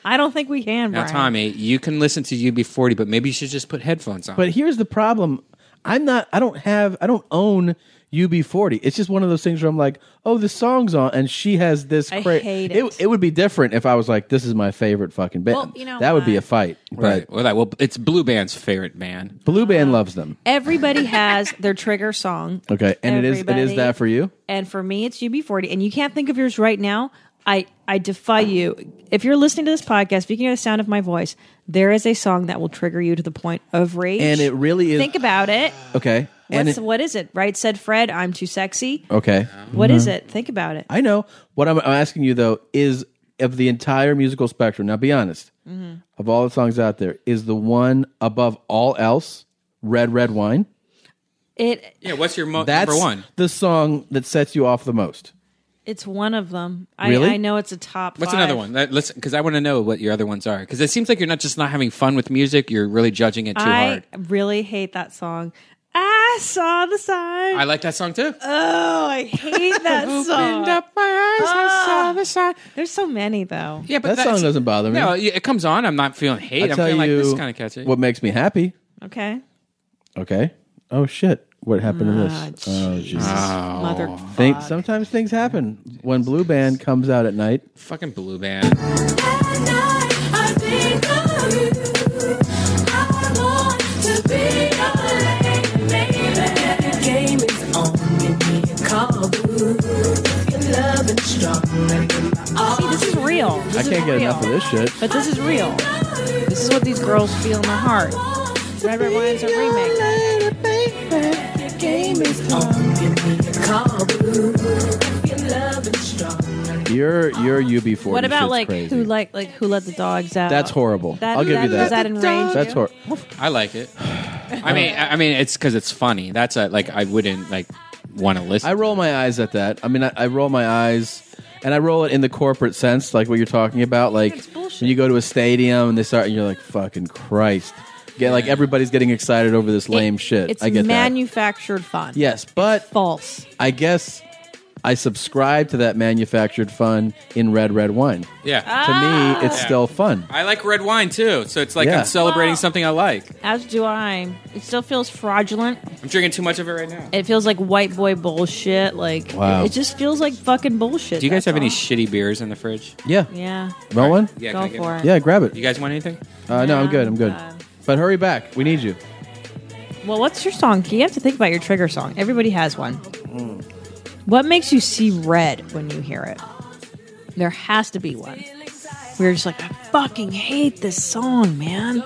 [SPEAKER 1] I don't think we can,
[SPEAKER 3] now,
[SPEAKER 1] Brian.
[SPEAKER 3] Tommy, you can listen to UB40, but maybe you should just put headphones on.
[SPEAKER 2] but here's the problem: I'm not. I don't have. I don't own UB40. It's just one of those things where I'm like, oh, the song's on, and she has this.
[SPEAKER 1] I
[SPEAKER 2] cra-
[SPEAKER 1] hate
[SPEAKER 2] it. it. would be different if I was like, this is my favorite fucking band.
[SPEAKER 1] Well, you know
[SPEAKER 2] that would be
[SPEAKER 1] what?
[SPEAKER 2] a fight.
[SPEAKER 3] right.
[SPEAKER 2] But
[SPEAKER 3] Well, that, well, it's Blue Band's favorite band.
[SPEAKER 2] Blue
[SPEAKER 1] Uh,
[SPEAKER 2] Band loves them.
[SPEAKER 1] Everybody has their trigger song.
[SPEAKER 2] Okay, and it is it is
[SPEAKER 1] Everybody-
[SPEAKER 2] that for you.
[SPEAKER 1] And for me, it's UB40. And you can't think of yours right now. I, I defy you. If you're listening to this podcast, if you can hear the sound of my voice, there is a song that will trigger you to the point of rage.
[SPEAKER 2] And it really is-
[SPEAKER 1] Think about it.
[SPEAKER 2] Okay. and
[SPEAKER 1] What's
[SPEAKER 2] it-
[SPEAKER 1] what is it? Right? Said Fred, I'm too sexy.
[SPEAKER 2] Okay.
[SPEAKER 1] What is
[SPEAKER 2] Mhm.
[SPEAKER 1] it? Think about it.
[SPEAKER 2] I know. What I'm, I'm asking you though is of the entire musical spectrum. Now, be honest.
[SPEAKER 3] Mm-hmm.
[SPEAKER 2] Of all the songs out there, is the one above all else "Red Red Wine"?
[SPEAKER 1] It
[SPEAKER 3] Yeah. What's your mo-
[SPEAKER 2] That's
[SPEAKER 3] number one?
[SPEAKER 2] the song that sets you off the most.
[SPEAKER 1] It's one of them. I,
[SPEAKER 3] Really?
[SPEAKER 1] I know it's a top.
[SPEAKER 3] What's
[SPEAKER 1] five.
[SPEAKER 3] another one? That, let's because I want to know what your other ones are because it seems like you're not just not having fun with music. You're really judging it too
[SPEAKER 1] I
[SPEAKER 3] hard.
[SPEAKER 1] really hate that song. I saw the sign.
[SPEAKER 3] I like that song too.
[SPEAKER 1] Oh, I hate that
[SPEAKER 3] Opened
[SPEAKER 1] song.
[SPEAKER 3] up my eyes,
[SPEAKER 1] I
[SPEAKER 3] saw the sign.
[SPEAKER 1] There's so many though.
[SPEAKER 3] Yeah,
[SPEAKER 2] that song doesn't bother me.
[SPEAKER 3] No, it comes on. I'm not feeling
[SPEAKER 2] I
[SPEAKER 3] hate. I'm
[SPEAKER 2] tell
[SPEAKER 3] feeling like
[SPEAKER 2] you
[SPEAKER 3] this is kind of catchy.
[SPEAKER 2] What makes me happy?
[SPEAKER 1] Okay.
[SPEAKER 2] Okay. Oh shit! What happened to this? Oh Jesus!
[SPEAKER 1] Mother
[SPEAKER 2] Think, sometimes things happen. When Blue Band comes out at night,
[SPEAKER 3] Fucking blue band.
[SPEAKER 1] See, this is real. This
[SPEAKER 2] I
[SPEAKER 1] is
[SPEAKER 2] can't get
[SPEAKER 1] real.
[SPEAKER 2] enough of this shit.
[SPEAKER 1] But this is real. This is what these girls feel in their heart. Red Red Wine's a remake.
[SPEAKER 2] Your your UB40.
[SPEAKER 1] What about
[SPEAKER 2] shit's
[SPEAKER 1] like
[SPEAKER 2] crazy.
[SPEAKER 1] who like like who let the dogs out?
[SPEAKER 2] That's horrible.
[SPEAKER 1] That-
[SPEAKER 2] I'll give you
[SPEAKER 1] that-
[SPEAKER 2] that.
[SPEAKER 1] is that in range?
[SPEAKER 2] That's horrible.
[SPEAKER 3] I like it. I mean, I I mean, it's because it's funny. That's a, like I wouldn't like want to listen.
[SPEAKER 2] I roll my eyes at that. I mean, I, I roll my eyes, and I roll it in the corporate sense, like what you're talking about. Like when you go to a stadium and they start, and you're like, "Fucking Christ!" Get like everybody's getting excited over this lame shit.
[SPEAKER 1] It's
[SPEAKER 2] I get that.
[SPEAKER 1] manufactured fun.
[SPEAKER 2] Yes, but
[SPEAKER 1] false.
[SPEAKER 2] I guess I subscribe to that manufactured fun in red red wine.
[SPEAKER 3] Yeah.
[SPEAKER 2] Ah. To me, it's
[SPEAKER 3] Yeah.
[SPEAKER 2] still fun.
[SPEAKER 3] I like red wine too, so it's like
[SPEAKER 2] Yeah.
[SPEAKER 3] I'm celebrating something I like.
[SPEAKER 1] As do I. It still feels fraudulent.
[SPEAKER 3] I'm drinking too much of it right now.
[SPEAKER 1] It feels like white boy bullshit. Like
[SPEAKER 3] Wow.
[SPEAKER 1] it, it just feels like fucking bullshit.
[SPEAKER 3] Do you guys
[SPEAKER 1] that's
[SPEAKER 3] have any
[SPEAKER 1] all.
[SPEAKER 3] shitty beers in the fridge?
[SPEAKER 2] Yeah.
[SPEAKER 1] Yeah.
[SPEAKER 2] Want one?
[SPEAKER 3] Yeah,
[SPEAKER 1] Go
[SPEAKER 3] can I get
[SPEAKER 1] for
[SPEAKER 3] one?
[SPEAKER 1] it.
[SPEAKER 2] Yeah, grab it.
[SPEAKER 3] You guys want anything?
[SPEAKER 2] Uh, no, I'm good. I'm good. But hurry back. We need you.
[SPEAKER 1] Well, what's your song? You have to think about your trigger song. Everybody has one.
[SPEAKER 2] Hmm.
[SPEAKER 1] What makes you see red when you hear it? There has to be one. We were just like, I fucking hate this song, man.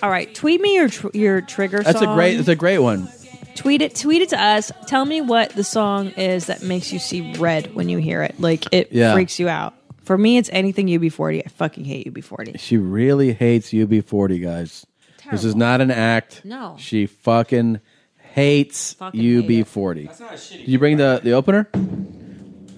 [SPEAKER 1] All right, tweet me your tr- your trigger
[SPEAKER 2] Hmm. That's a
[SPEAKER 1] song.
[SPEAKER 2] great. That's a great one.
[SPEAKER 1] tweet it. Tweet it to us. Tell me what the song is that makes you see red when you hear it. Like it
[SPEAKER 2] Yeah.
[SPEAKER 1] freaks you out. For me, it's anything UB40. I fucking hate UB40.
[SPEAKER 2] She really hates UB40, guys. This is not an act.
[SPEAKER 1] No.
[SPEAKER 2] She fucking hates
[SPEAKER 1] Fucking
[SPEAKER 2] UB40. That's not a shitty. Did you bring the, the opener?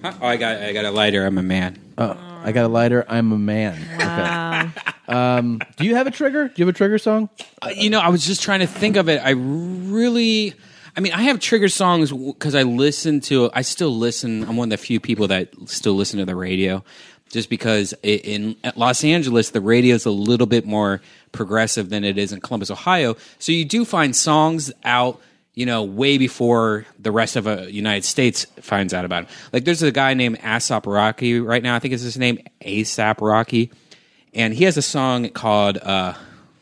[SPEAKER 3] Huh? Oh, I got I got a lighter. I'm a man.
[SPEAKER 2] Oh, I got a lighter. I'm a man.
[SPEAKER 1] Wow.
[SPEAKER 2] Okay. Um, do you have a trigger? Do you have a trigger song?
[SPEAKER 3] Uh, you know, I was just trying to think of it. I really, I mean, I have trigger songs because I listen to. I still listen. I'm one of the few people that still listen to the radio, just because i in at Los Angeles the radio is a little bit more progressive than it is in Columbus, Ohio. So you do find songs out. You know, way before the rest of the United States finds out about it. Like, there's a guy named Asap Rocky right now. I think it's his name, ASAP Rocky. And he has a song called uh,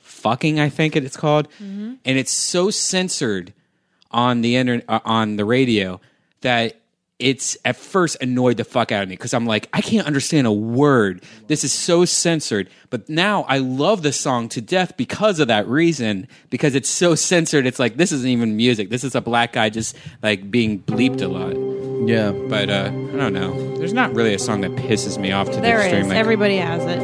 [SPEAKER 3] fucking i think it's called
[SPEAKER 1] Mm-hmm.
[SPEAKER 3] and it's so censored on the inter- uh, on the radio that it's at first annoyed the fuck out of me because i'm like i can't understand a word this is so censored but now i love the song to death because of that reason because it's so censored it's like this isn't even music this is a black guy just like being bleeped a lot
[SPEAKER 2] yeah
[SPEAKER 3] but uh i don't know there's not really a song that pisses me off to
[SPEAKER 1] There
[SPEAKER 3] the
[SPEAKER 1] is.
[SPEAKER 3] extreme like
[SPEAKER 1] Everybody has it.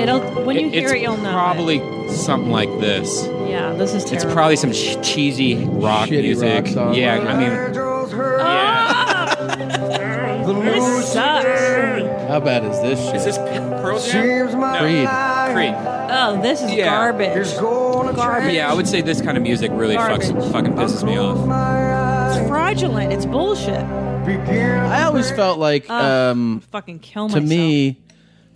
[SPEAKER 1] It'll when you
[SPEAKER 3] It-
[SPEAKER 1] hear
[SPEAKER 3] it's
[SPEAKER 1] it, you'll know.
[SPEAKER 3] probably something like this
[SPEAKER 1] it. Yeah, this is
[SPEAKER 3] it's
[SPEAKER 1] terrible.
[SPEAKER 3] probably some sh- cheesy rock
[SPEAKER 2] Shitty
[SPEAKER 3] music.
[SPEAKER 2] rock song.
[SPEAKER 3] Yeah, I mean, Ah!
[SPEAKER 1] Ah! This sucks.
[SPEAKER 2] How bad is this shit?
[SPEAKER 3] Is this Pearl
[SPEAKER 2] Jam? Creed.
[SPEAKER 3] Creed.
[SPEAKER 1] Oh, this is
[SPEAKER 3] Yeah.
[SPEAKER 1] garbage. Garbage.
[SPEAKER 3] Yeah, I would say this kind of music really fucks,
[SPEAKER 1] Garbage.
[SPEAKER 3] fucking pisses me off.
[SPEAKER 1] It's fraudulent. It's bullshit.
[SPEAKER 2] I always felt like
[SPEAKER 1] Oh,
[SPEAKER 2] um,
[SPEAKER 1] fucking kill
[SPEAKER 2] to
[SPEAKER 1] myself.
[SPEAKER 2] me,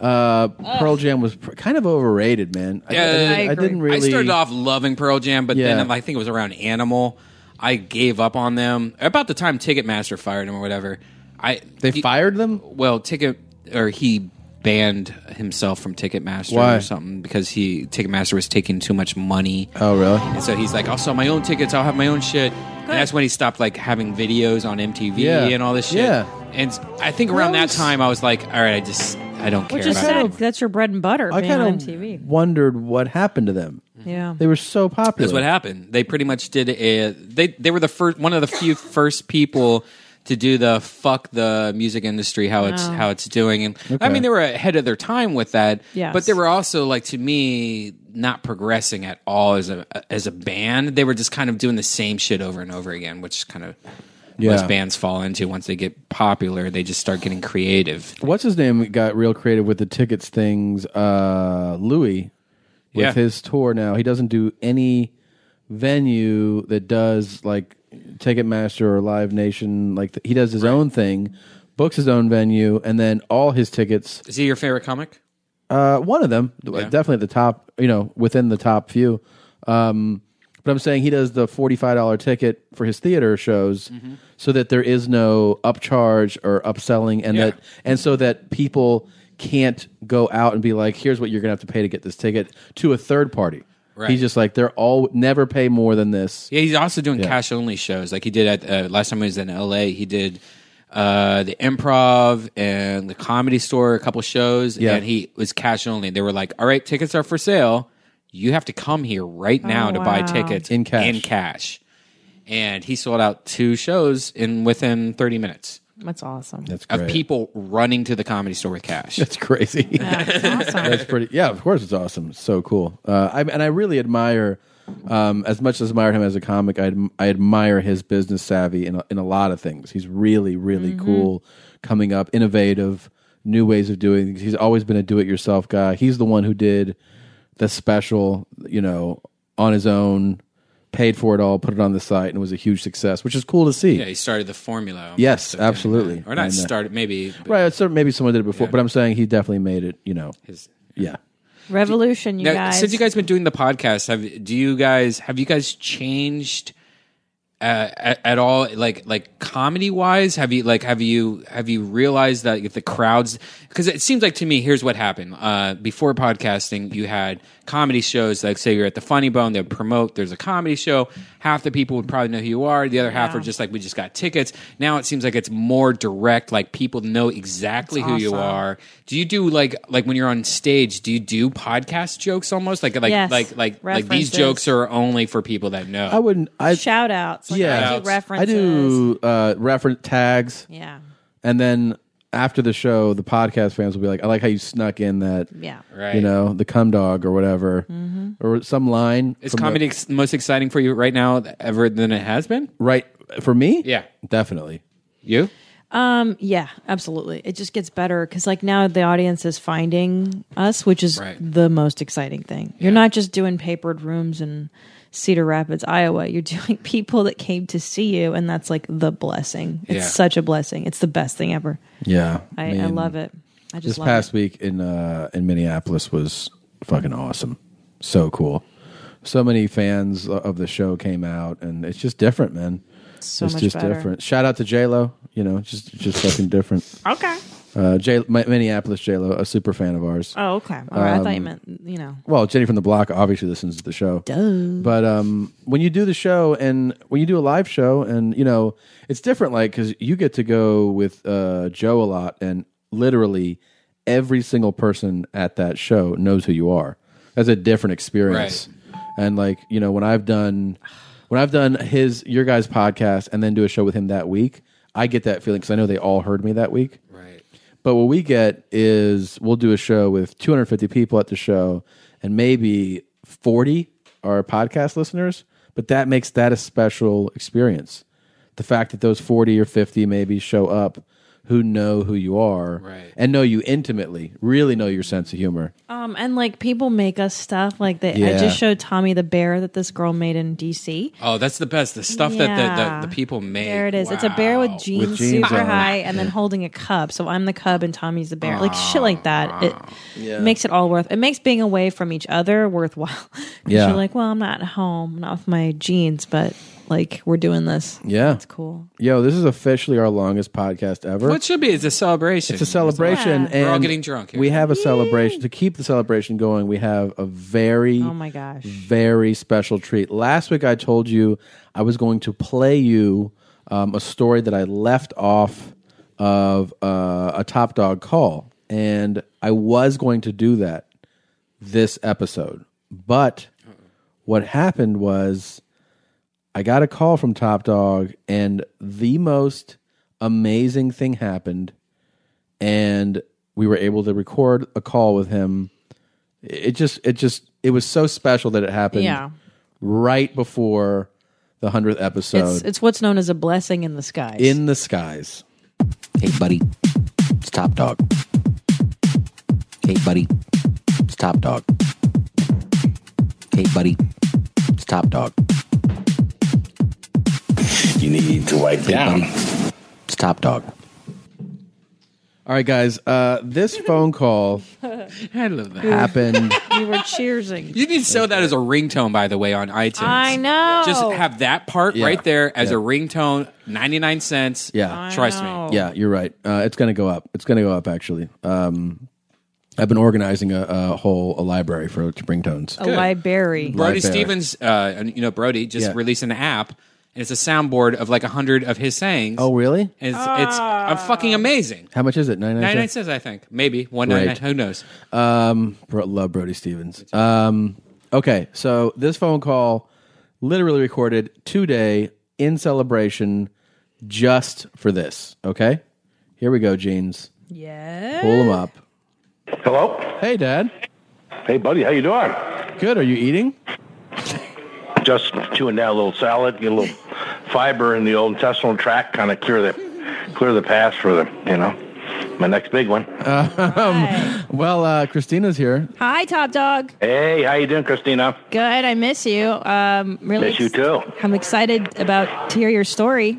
[SPEAKER 2] uh, Pearl Jam was pr- kind of overrated, man. I, I, didn't- I didn't really.
[SPEAKER 3] I started off loving Pearl Jam, but
[SPEAKER 2] Yeah.
[SPEAKER 3] then I think it was around Animal. I gave up on them about the time Ticketmaster fired him or whatever. I
[SPEAKER 2] they fired them.
[SPEAKER 3] Well, Ticket or he banned himself from Ticketmaster
[SPEAKER 2] Why?
[SPEAKER 3] or something because he Ticketmaster was taking too much money.
[SPEAKER 2] Oh, really?
[SPEAKER 3] And so he's like, I'll sell my own tickets. I'll have my own shit. And that's when he stopped like having videos on MTV
[SPEAKER 2] Yeah.
[SPEAKER 3] and all this shit.
[SPEAKER 2] Yeah.
[SPEAKER 3] And I think around that
[SPEAKER 2] Gross.
[SPEAKER 3] time, I was like, all right, I just I don't care
[SPEAKER 1] Which is
[SPEAKER 3] about
[SPEAKER 1] sad.
[SPEAKER 3] it.
[SPEAKER 1] 'cause That's your bread and butter.
[SPEAKER 2] I
[SPEAKER 1] being on
[SPEAKER 2] kind
[SPEAKER 1] MTV.
[SPEAKER 2] of wondered what happened to them.
[SPEAKER 1] Yeah.
[SPEAKER 2] They were so popular.
[SPEAKER 3] That's what happened. They pretty much did a. They they were the first one of the few first people to do the fuck the music industry how it's
[SPEAKER 1] Wow.
[SPEAKER 3] how it's doing and I
[SPEAKER 2] Okay.
[SPEAKER 3] mean they were ahead of their time with that
[SPEAKER 1] Yes.
[SPEAKER 3] but they were also like to me not progressing at all as a as a band they were just kind of doing the same shit over and over again which kind of
[SPEAKER 2] Yeah.
[SPEAKER 3] most bands fall into once they get popular. They just start getting creative.
[SPEAKER 2] What's his name? Got real creative with the tickets things. Uh, Louis with
[SPEAKER 3] Yeah.
[SPEAKER 2] his tour now. He doesn't do any venue that does like Ticketmaster or Live Nation. Like he does his own thing, books his own venue, and then all his tickets.
[SPEAKER 3] Is he your favorite comic?
[SPEAKER 2] Uh, one of them,
[SPEAKER 3] Yeah.
[SPEAKER 2] definitely at the top. You know, within the top few. Um, but I'm saying he does the forty-five dollar ticket for his theater shows,
[SPEAKER 3] Mm-hmm.
[SPEAKER 2] so that there is no upcharge or upselling, and that and so that people can't go out and be like, "Here's what you're gonna have to pay to get this ticket" to a third party.
[SPEAKER 3] Right.
[SPEAKER 2] He's just like they're all never pay more than this.
[SPEAKER 3] Yeah, he's also doing
[SPEAKER 2] Yeah.
[SPEAKER 3] cash only shows. Like he did at uh, last time he was in L.A. He did uh, the Improv and the Comedy Store, a couple shows,
[SPEAKER 2] Yeah.
[SPEAKER 3] and he was cash only. They were like, "All right, tickets are for sale. You have to come here right now
[SPEAKER 2] Oh,
[SPEAKER 3] to buy
[SPEAKER 2] wow.
[SPEAKER 3] tickets
[SPEAKER 2] In cash.
[SPEAKER 3] In cash." And he sold out two shows in within thirty minutes
[SPEAKER 1] That's awesome.
[SPEAKER 2] That's
[SPEAKER 3] of people running to the Comedy Store with cash.
[SPEAKER 2] That's crazy. That's
[SPEAKER 1] awesome.
[SPEAKER 2] pretty. Yeah, of course, it's awesome. It's so cool. Uh, I, and I really admire, um, as much as I admire him as a comic, I, adm- I admire his business savvy in a, in a lot of things. He's really, really
[SPEAKER 3] Mm-hmm.
[SPEAKER 13] Mhm.
[SPEAKER 2] cool, coming up, innovative, new ways of doing things. He's always been a do it yourself guy. He's the one who did the special, you know, on his own, paid for it all, put it on the site, and it was a huge success, which is cool to see.
[SPEAKER 3] Yeah, he started the formula.
[SPEAKER 2] Yes, absolutely.
[SPEAKER 3] Or not
[SPEAKER 2] And, uh,
[SPEAKER 3] started, maybe.
[SPEAKER 2] Right, so maybe someone did it before, but I'm saying he definitely made it. You know, yeah.
[SPEAKER 1] Revolution, you
[SPEAKER 3] Now,
[SPEAKER 1] guys.
[SPEAKER 3] Since you guys been doing the podcast, have do you guys have you guys changed uh, at, at all? Like like comedy wise, have you like have you have you realized that if the crowds because it seems like to me here's what happened uh, before podcasting you had comedy shows like say you're at the Funny Bone they would promote there's a comedy show half the people would probably know who you are the other half
[SPEAKER 13] Yeah.
[SPEAKER 3] are just like we just got tickets now it seems like it's more direct like people know exactly
[SPEAKER 13] That's
[SPEAKER 3] who you
[SPEAKER 13] awesome.
[SPEAKER 3] are are. Do you do like like when you're on stage? Do you do podcast jokes almost like like
[SPEAKER 1] Yes.
[SPEAKER 3] like like like these
[SPEAKER 1] References.
[SPEAKER 3] jokes are only for people that know?
[SPEAKER 2] I wouldn't. I
[SPEAKER 1] shout outs. Like, I do
[SPEAKER 2] I
[SPEAKER 1] references.
[SPEAKER 2] do uh, reference tags.
[SPEAKER 1] Yeah.
[SPEAKER 2] and then after the show, the podcast fans will be like, "I like how you snuck in that."
[SPEAKER 1] Yeah. Mm-hmm.
[SPEAKER 3] Right.
[SPEAKER 2] You know, the cum dog or whatever, or some line.
[SPEAKER 3] Is
[SPEAKER 2] from the-
[SPEAKER 3] comedy ex- most exciting for you right now ever than it has been?
[SPEAKER 2] right for me?
[SPEAKER 3] Yeah,
[SPEAKER 2] definitely.
[SPEAKER 3] You?
[SPEAKER 1] Um, yeah, absolutely. It just gets better because like now the audience is finding us, which is
[SPEAKER 13] Right.
[SPEAKER 1] the most exciting thing. You're not just doing papered rooms in Cedar Rapids, Iowa. You're doing people that came to see you, and that's like the blessing. It's
[SPEAKER 2] Yeah.
[SPEAKER 1] such a blessing. It's the best thing ever.
[SPEAKER 2] Yeah,
[SPEAKER 1] I, I,
[SPEAKER 2] mean,
[SPEAKER 1] love it. I just
[SPEAKER 2] this
[SPEAKER 1] love
[SPEAKER 2] past week in uh, in Minneapolis was fucking awesome. So cool. So many fans of the show came out, and it's just different, man.
[SPEAKER 1] So
[SPEAKER 2] it's
[SPEAKER 1] much
[SPEAKER 2] just
[SPEAKER 1] better.
[SPEAKER 2] different. Shout out to J Lo. You know, just just fucking different.
[SPEAKER 1] Okay.
[SPEAKER 2] Uh, J Mi- Minneapolis J Lo, a super fan of ours.
[SPEAKER 1] it. Oh, okay. All right. I thought you
[SPEAKER 2] Um,
[SPEAKER 1] meant you know.
[SPEAKER 2] Well, Jenny from the Block obviously listens to the show.
[SPEAKER 1] Duh.
[SPEAKER 2] But um, when you do the show and when you do a live show, and you know, it's different, like, because you get to go with uh, Joe a lot, and literally every single person at that show knows who you are. That's a different experience. And, like, you know, when I've done. When I've done his your guys podcast and then do a show with him that week, I get that feeling because I know they all heard me that week. But what we get is we'll do a show with 250 people at the show, and maybe 40 are podcast listeners. But that makes that a special experience. The fact that those 40 or 50 maybe show up who know who you are and know you intimately, really know your sense of humor.
[SPEAKER 1] Um, and like people make us stuff like they. I
[SPEAKER 2] Yeah.
[SPEAKER 1] just showed Tommy the bear that this girl made in D.C.
[SPEAKER 3] Oh, that's the best. The stuff that
[SPEAKER 1] Yeah.
[SPEAKER 3] the, the, the people make.
[SPEAKER 1] There it is. It's a bear with
[SPEAKER 3] Wow.
[SPEAKER 1] jeans,
[SPEAKER 3] jeans
[SPEAKER 1] super
[SPEAKER 3] on.
[SPEAKER 1] high, and then holding a cub. So I'm the cub and Tommy's the bear. Like shit like that. It makes it all worth. It makes being away from each other worthwhile. 'Cause
[SPEAKER 2] Yeah.
[SPEAKER 1] You're like, well, I'm not at home, I'm not with my jeans, but like we're doing this.
[SPEAKER 2] Yeah.
[SPEAKER 1] It's cool.
[SPEAKER 2] Yo, this is officially our longest podcast ever.
[SPEAKER 3] What should be? It's a celebration.
[SPEAKER 2] It's a celebration,
[SPEAKER 3] Yeah.
[SPEAKER 2] and
[SPEAKER 3] We're all getting drunk. Here.
[SPEAKER 2] We have a celebration to keep the celebration going. We have a very,
[SPEAKER 1] Oh my gosh.
[SPEAKER 2] very special treat. Last week, I told you I was going to play you um, a story that I left off of uh, a top dog call, and I was going to do that this episode, but what happened was I got a call from Top Dog, and the most amazing thing happened. And we were able to record a call with him. It just, it just, it was so special that it happened
[SPEAKER 1] Yeah.
[SPEAKER 2] right before the hundredth
[SPEAKER 1] It's,
[SPEAKER 2] episode
[SPEAKER 1] it's what's known as a blessing in the skies.
[SPEAKER 2] in the skies.
[SPEAKER 24] Hey, buddy, it's Top Dog. Hey, buddy, it's Top Dog. Hey, buddy, it's Top Dog.
[SPEAKER 25] You need to wipe down.
[SPEAKER 24] It's Top Dog.
[SPEAKER 2] All right, guys. Uh, this phone call
[SPEAKER 3] I love that.
[SPEAKER 2] happened.
[SPEAKER 1] you were cheersing.
[SPEAKER 3] You need to sell that as a ringtone, by the way, on iTunes.
[SPEAKER 1] I know.
[SPEAKER 3] Just have that part
[SPEAKER 2] Yeah.
[SPEAKER 3] right there as
[SPEAKER 2] Yeah.
[SPEAKER 3] a ringtone, 99 cents.
[SPEAKER 2] Yeah. I
[SPEAKER 3] Trust me.
[SPEAKER 2] Yeah, you're right. Uh, it's going to go up. It's going to go up. Actually, um, I've been organizing a, a whole a library for to bring tones.
[SPEAKER 1] a library.
[SPEAKER 3] Brody
[SPEAKER 2] Live bear.
[SPEAKER 3] Stevens, uh, and, you know, Brody just
[SPEAKER 2] Yeah.
[SPEAKER 3] released an app, and it's a soundboard of like 100 of his sayings.
[SPEAKER 2] Oh, really?
[SPEAKER 3] And it's, it's uh, fucking amazing.
[SPEAKER 2] How much is it? Ninety
[SPEAKER 3] 99
[SPEAKER 2] nine
[SPEAKER 3] cents, I think. Maybe. 199. Who knows?
[SPEAKER 2] Um, bro, love Brody Stevens. Um, okay, so this phone call literally recorded today in celebration just for this. Okay, here we go, Jeans.
[SPEAKER 1] Yeah.
[SPEAKER 2] Pull them up.
[SPEAKER 4] Hello.
[SPEAKER 2] Hey, Dad.
[SPEAKER 4] Hey, buddy. How you doing?
[SPEAKER 2] Good. Are you eating?
[SPEAKER 4] Just chewing down a little salad, get a little fiber in the old intestinal tract, kind of clear the clear the path for the you know my next big one.
[SPEAKER 2] Um, well, uh, Christina's here.
[SPEAKER 1] Hi, Top Dog.
[SPEAKER 4] Hey, how you doing, Christina?
[SPEAKER 1] Good. I miss you. Um, really.
[SPEAKER 4] Miss you too.
[SPEAKER 1] I'm excited about to hear your story.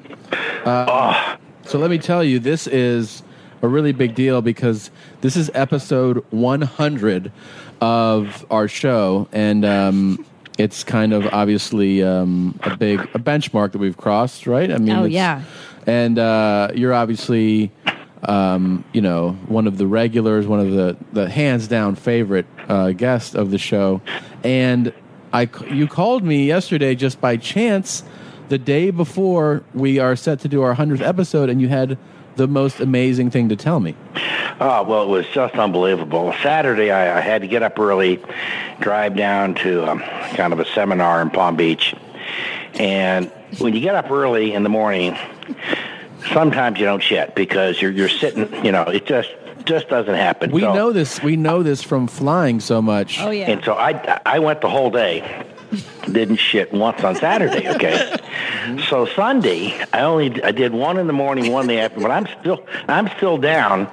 [SPEAKER 2] Uh, So let me tell you, this is a really big deal because this is episode 100 of our show, and um, it's kind of obviously um, a big a benchmark that we've crossed, right? I mean,
[SPEAKER 1] Oh,
[SPEAKER 2] it's-
[SPEAKER 1] yeah.
[SPEAKER 2] and uh, you're obviously. Um, you know, one of the regulars, one of the, the hands down favorite uh, guest of the show, and I c- you called me yesterday just by chance, the day before we are set to do our hundredth episode, and you had the most amazing thing to tell me.
[SPEAKER 4] Oh, well, it was just unbelievable. Saturday, I, I had to get up early, drive down to um, kind of a seminar in Palm Beach. And when you get up early in the morning, sometimes you don't shit because you're, you're sitting, you know, it just just doesn't happen.
[SPEAKER 2] We
[SPEAKER 4] So-
[SPEAKER 2] know this. We know this from flying so much.
[SPEAKER 1] Oh,
[SPEAKER 4] and so I, I went the whole day, didn't shit once on Saturday. Okay. so Sunday, I only I did one in the morning, one in the afternoon. But I'm still I'm still down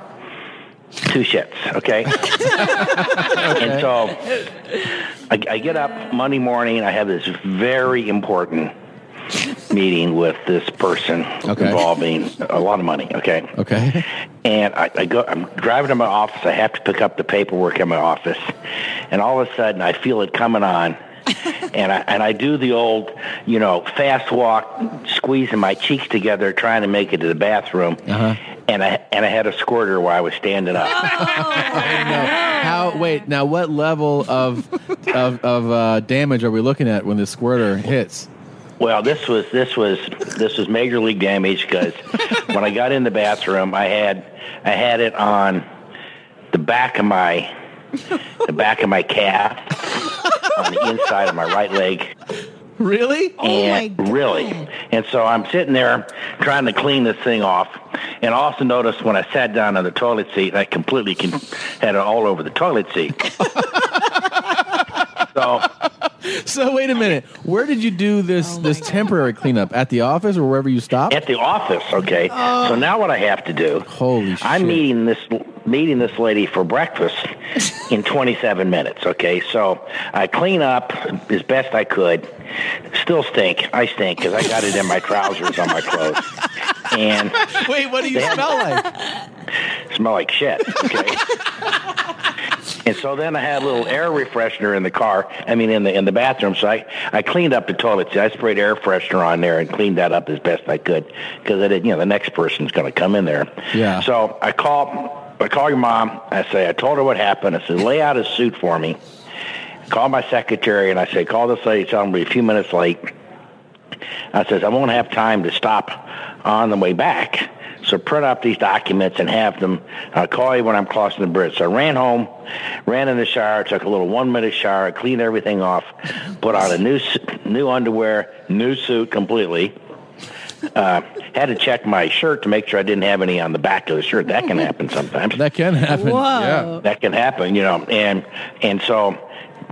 [SPEAKER 4] two shits. Okay. And so I, I get up Monday morning. I have this very important meeting with this person involving a lot of money. Okay.
[SPEAKER 2] Okay.
[SPEAKER 4] And I, I go, I'm driving to my office. I have to pick up the paperwork in my office, and all of a sudden I feel it coming on, and I and I do the old, you know, fast walk, squeezing my cheeks together, trying to make it to the bathroom, and I and I had a squirter while I was standing up.
[SPEAKER 2] How? Wait. Now, what level of of, of uh, damage are we looking at when this squirter hits?
[SPEAKER 4] Well, this was this was this was major league damage because when I got in the bathroom, I had I had it on the back of my the back of my calf on the inside of my right leg.
[SPEAKER 2] Really?
[SPEAKER 4] and really. And so I'm sitting there trying to clean this thing off, and I also noticed when I sat down on the toilet seat, I completely con- had it all over the toilet seat. so
[SPEAKER 2] So wait a minute. Where did you do this this temporary cleanup at the office or wherever you stopped?
[SPEAKER 4] At the office, okay.
[SPEAKER 2] Oh.
[SPEAKER 4] So now what I have to do?
[SPEAKER 2] Holy shit!
[SPEAKER 4] I'm meeting this meeting this lady for breakfast in 27 minutes. Okay, so I clean up as best I could. Still stink. I stink because I got it in my trousers on my clothes. And
[SPEAKER 2] Wait, what do you
[SPEAKER 4] They had-
[SPEAKER 2] smell like?
[SPEAKER 4] smell like shit. Okay. and so then I had a little air refreshener in the car. I mean, in the in the bathroom. So I I cleaned up the toilet seat. I sprayed air freshener on there and cleaned that up as best I could because I didn't. You know, the next person's going to come in there.
[SPEAKER 2] Yeah.
[SPEAKER 4] So I call. I call your mom. I say I told her what happened. I said lay out a suit for me. Call my secretary and I say call this lady. Tell them to be a few minutes late. I says, I won't have time to stop on the way back. So print up these documents and have them. I'll call you when I'm crossing the bridge. So I ran home, ran in the shower, took a little one minute shower, cleaned everything off, put on a new s- new underwear, new suit completely. Uh, had to check my shirt to make sure I didn't have any on the back of the shirt. That can happen sometimes.
[SPEAKER 2] That can happen.
[SPEAKER 4] That can happen, you know. And and so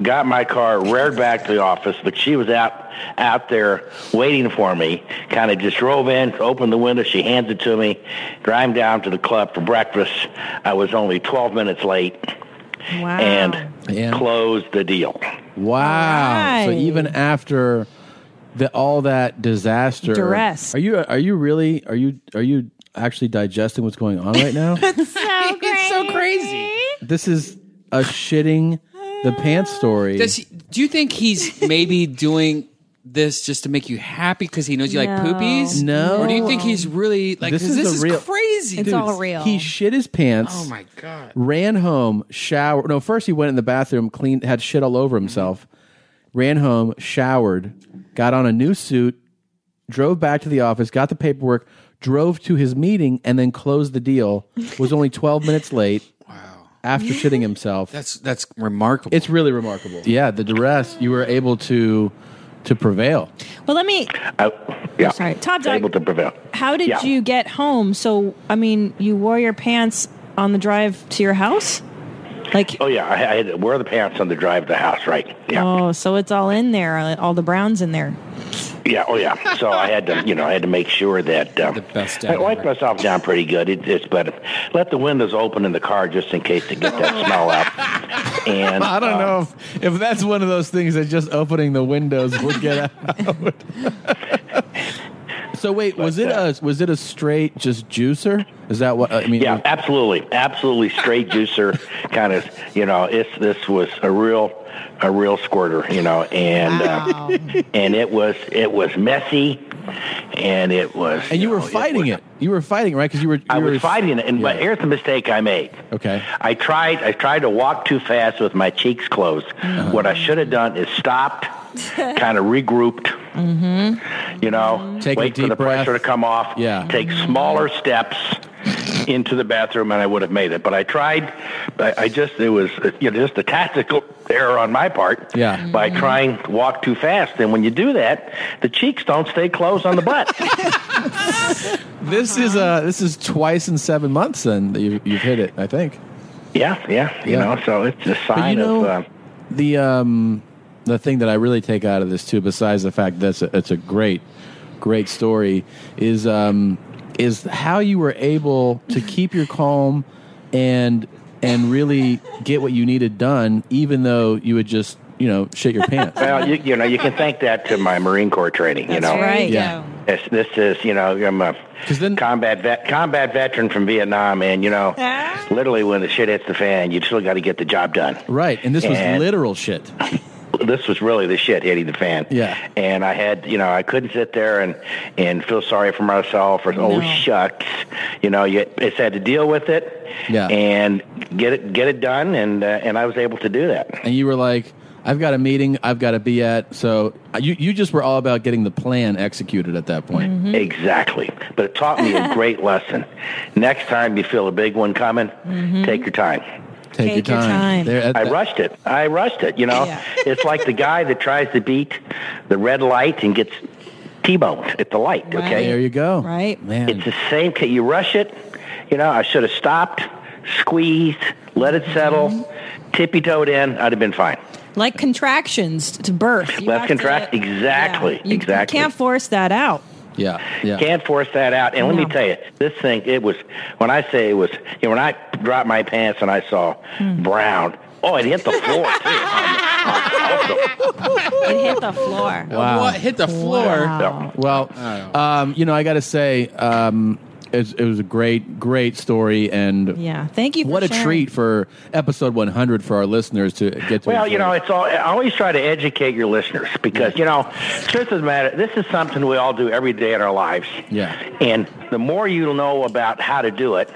[SPEAKER 4] got my car, reared back to the office, but she was out out there waiting for me. Kind of just drove in, opened the window, she hands it to me, drive down to the club for breakfast. I was only 12 minutes late
[SPEAKER 1] Wow.
[SPEAKER 4] and, closed the deal.
[SPEAKER 2] Wow. So
[SPEAKER 1] Right.
[SPEAKER 2] even after the, all that disaster,
[SPEAKER 1] Duress.
[SPEAKER 2] Are you are you really are you are you actually digesting what's going on right now?
[SPEAKER 26] It's so crazy. it's so crazy.
[SPEAKER 2] this is a shitting the pants story.
[SPEAKER 3] Does he, do you think he's maybe doing this just to make you happy because he knows you like
[SPEAKER 2] No.
[SPEAKER 3] poopies?
[SPEAKER 2] No.
[SPEAKER 3] Or do you think he's really like
[SPEAKER 2] This
[SPEAKER 3] 'cause
[SPEAKER 2] is
[SPEAKER 3] this
[SPEAKER 2] a
[SPEAKER 3] is
[SPEAKER 2] real-
[SPEAKER 3] crazy?
[SPEAKER 2] Dude, He shit his pants.
[SPEAKER 3] Oh my god.
[SPEAKER 2] Ran home, showered. No, first he went in the bathroom, cleaned, had shit all over himself. Ran home, showered, got on a new suit, drove back to the office, got the paperwork, drove to his meeting, and then closed the deal. Was only twelve minutes late. Wow. After shitting himself.
[SPEAKER 3] That's that's remarkable.
[SPEAKER 2] It's really remarkable. Yeah, the duress you were able to to prevail.
[SPEAKER 1] Well, let me.
[SPEAKER 4] I, yeah.
[SPEAKER 1] Sorry, Todd Dog-
[SPEAKER 4] Able to prevail.
[SPEAKER 1] How did
[SPEAKER 4] Yeah.
[SPEAKER 1] you get home? So, I mean, you wore your pants on the drive to your house? Like,
[SPEAKER 4] oh yeah, I, I had to wear the pants on the drive to the house, right?
[SPEAKER 1] Oh, so it's all in there. uh, All the browns in there.
[SPEAKER 4] Yeah, oh yeah. So I had to, you know, I had to make sure that um, the best. I wiped myself down pretty good. It, it's better. Let the windows open in the car just in case to get that smell out. And
[SPEAKER 2] I don't
[SPEAKER 4] uh,
[SPEAKER 2] know if, if that's one of those things that just opening the windows would get out. so wait, was it a was it a straight just juicer? Is that what I mean?
[SPEAKER 4] Yeah, absolutely, absolutely straight juicer kind of. You know, it's this was a real, a real squirter. You know, and uh, and it was it was messy, and Oh, it was.
[SPEAKER 2] And you were fighting it. You were fighting right because you were. You
[SPEAKER 4] I
[SPEAKER 2] were,
[SPEAKER 4] was fighting it, and but here's the mistake I made.
[SPEAKER 2] Okay.
[SPEAKER 4] I tried. I tried to walk too fast with my cheeks closed. What I should have done is stopped, kind of regrouped. You know,
[SPEAKER 2] Take a
[SPEAKER 4] wait for
[SPEAKER 2] deep
[SPEAKER 4] the pressure to come off.
[SPEAKER 2] Yeah.
[SPEAKER 4] Take smaller steps into the bathroom, and I would have made it. But I tried. I, I just it was uh, you know just a tactical error on my part.
[SPEAKER 2] Yeah. Mm-hmm.
[SPEAKER 4] By trying to walk too fast, and when you do that, the cheeks don't stay closed on the butt.
[SPEAKER 2] This is uh this is twice in seven months then that you you've hit it. I think.
[SPEAKER 4] yeah, yeah. You
[SPEAKER 2] Yeah.
[SPEAKER 4] know, so it's a
[SPEAKER 2] But
[SPEAKER 4] sign
[SPEAKER 2] you know,
[SPEAKER 4] of. Uh,
[SPEAKER 2] the um, the thing that I really take out of this too, besides the fact that it's a, it's a great, great story, is um, is how you were able to keep your calm and and really get what you needed done, even though you would just you know shit your pants.
[SPEAKER 4] Well, you, you know, you can thank that to my Marine Corps training. You
[SPEAKER 2] That's
[SPEAKER 4] know,
[SPEAKER 2] right. Yeah.
[SPEAKER 4] This, this is, you know, I'm a combat vet, combat veteran from Vietnam, and you know,
[SPEAKER 2] Ah.
[SPEAKER 4] literally when the shit hits the fan, you still got to get the job done.
[SPEAKER 2] Right, and this was
[SPEAKER 4] And-
[SPEAKER 2] literal shit.
[SPEAKER 4] This was really the shit hitting the fan.
[SPEAKER 2] Yeah.
[SPEAKER 4] And I had, you know, I couldn't sit there and and feel sorry for myself or oh
[SPEAKER 2] No.
[SPEAKER 4] shucks, you know, you it's had to deal with it.
[SPEAKER 2] Yeah.
[SPEAKER 4] And get it get it done, and uh, and I was able to do that.
[SPEAKER 2] and you were like, "I've got a meeting, I've got to be at." So you you just were all about getting the plan executed at that point.
[SPEAKER 4] Exactly. But it taught me a great lesson. Next time you feel a big one coming,
[SPEAKER 2] Mm-hmm.
[SPEAKER 4] take your time.
[SPEAKER 2] Take your Take your time. time. There- at
[SPEAKER 4] I
[SPEAKER 2] the-
[SPEAKER 4] rushed it. I rushed it, you know. it's like the guy that tries to beat the red light and gets T-boned at the light, okay?
[SPEAKER 2] There you go.
[SPEAKER 1] Right.
[SPEAKER 2] Man.
[SPEAKER 4] It's the same. ca- You rush it. You know, I should have stopped, squeezed, let it settle,
[SPEAKER 2] Mm-hmm.
[SPEAKER 4] tippy-toed in. I'd have been fine.
[SPEAKER 1] Like contractions to birth. You
[SPEAKER 4] Left
[SPEAKER 1] have to-
[SPEAKER 4] contract. Exactly.
[SPEAKER 1] You
[SPEAKER 4] exactly.
[SPEAKER 1] can't force that out.
[SPEAKER 2] Yeah,
[SPEAKER 4] Can't force that out. And let me
[SPEAKER 1] No.
[SPEAKER 4] tell you, this thing, it was, when I say it was, you know, when I dropped my pants and I saw
[SPEAKER 2] Hmm.
[SPEAKER 4] brown, oh, it hit the floor, too.
[SPEAKER 1] It hit the floor.
[SPEAKER 2] Wow. What?
[SPEAKER 3] Hit the floor.
[SPEAKER 2] Well, um, you know, I got to say, um, it, it was a great, great story, and
[SPEAKER 1] yeah, thank you. For
[SPEAKER 2] what a
[SPEAKER 1] sharing.
[SPEAKER 2] treat for episode 100 for our listeners to get to.
[SPEAKER 4] Well,
[SPEAKER 2] enjoy.
[SPEAKER 4] you know, it's all. I always try to educate your listeners because you know, truth of the matter, this is something we all do every day in our lives.
[SPEAKER 2] Yeah.
[SPEAKER 4] And the more you know about how to do it,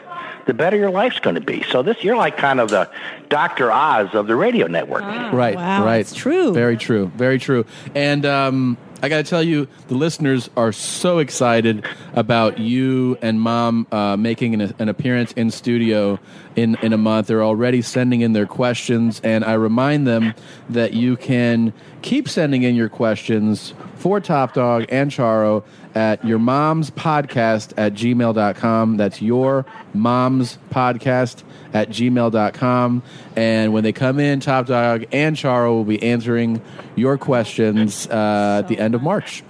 [SPEAKER 4] the better your life's going to be. So this, you're like kind of the Doctor Oz of the radio network.
[SPEAKER 2] right, right. It's
[SPEAKER 1] true.
[SPEAKER 2] Very true. Very true. And um, I got to tell you, the listeners are so excited about you and Mom uh, making an, an appearance in studio in, in a month. They're already sending in their questions, and I remind them that you can keep sending in your questions for Top Dog and Charo at your mom's podcast at gmail.com. That's your mom's podcast at gmail.com. And when they come in, Top Dog and Charo will be answering your questions uh, at the end of March.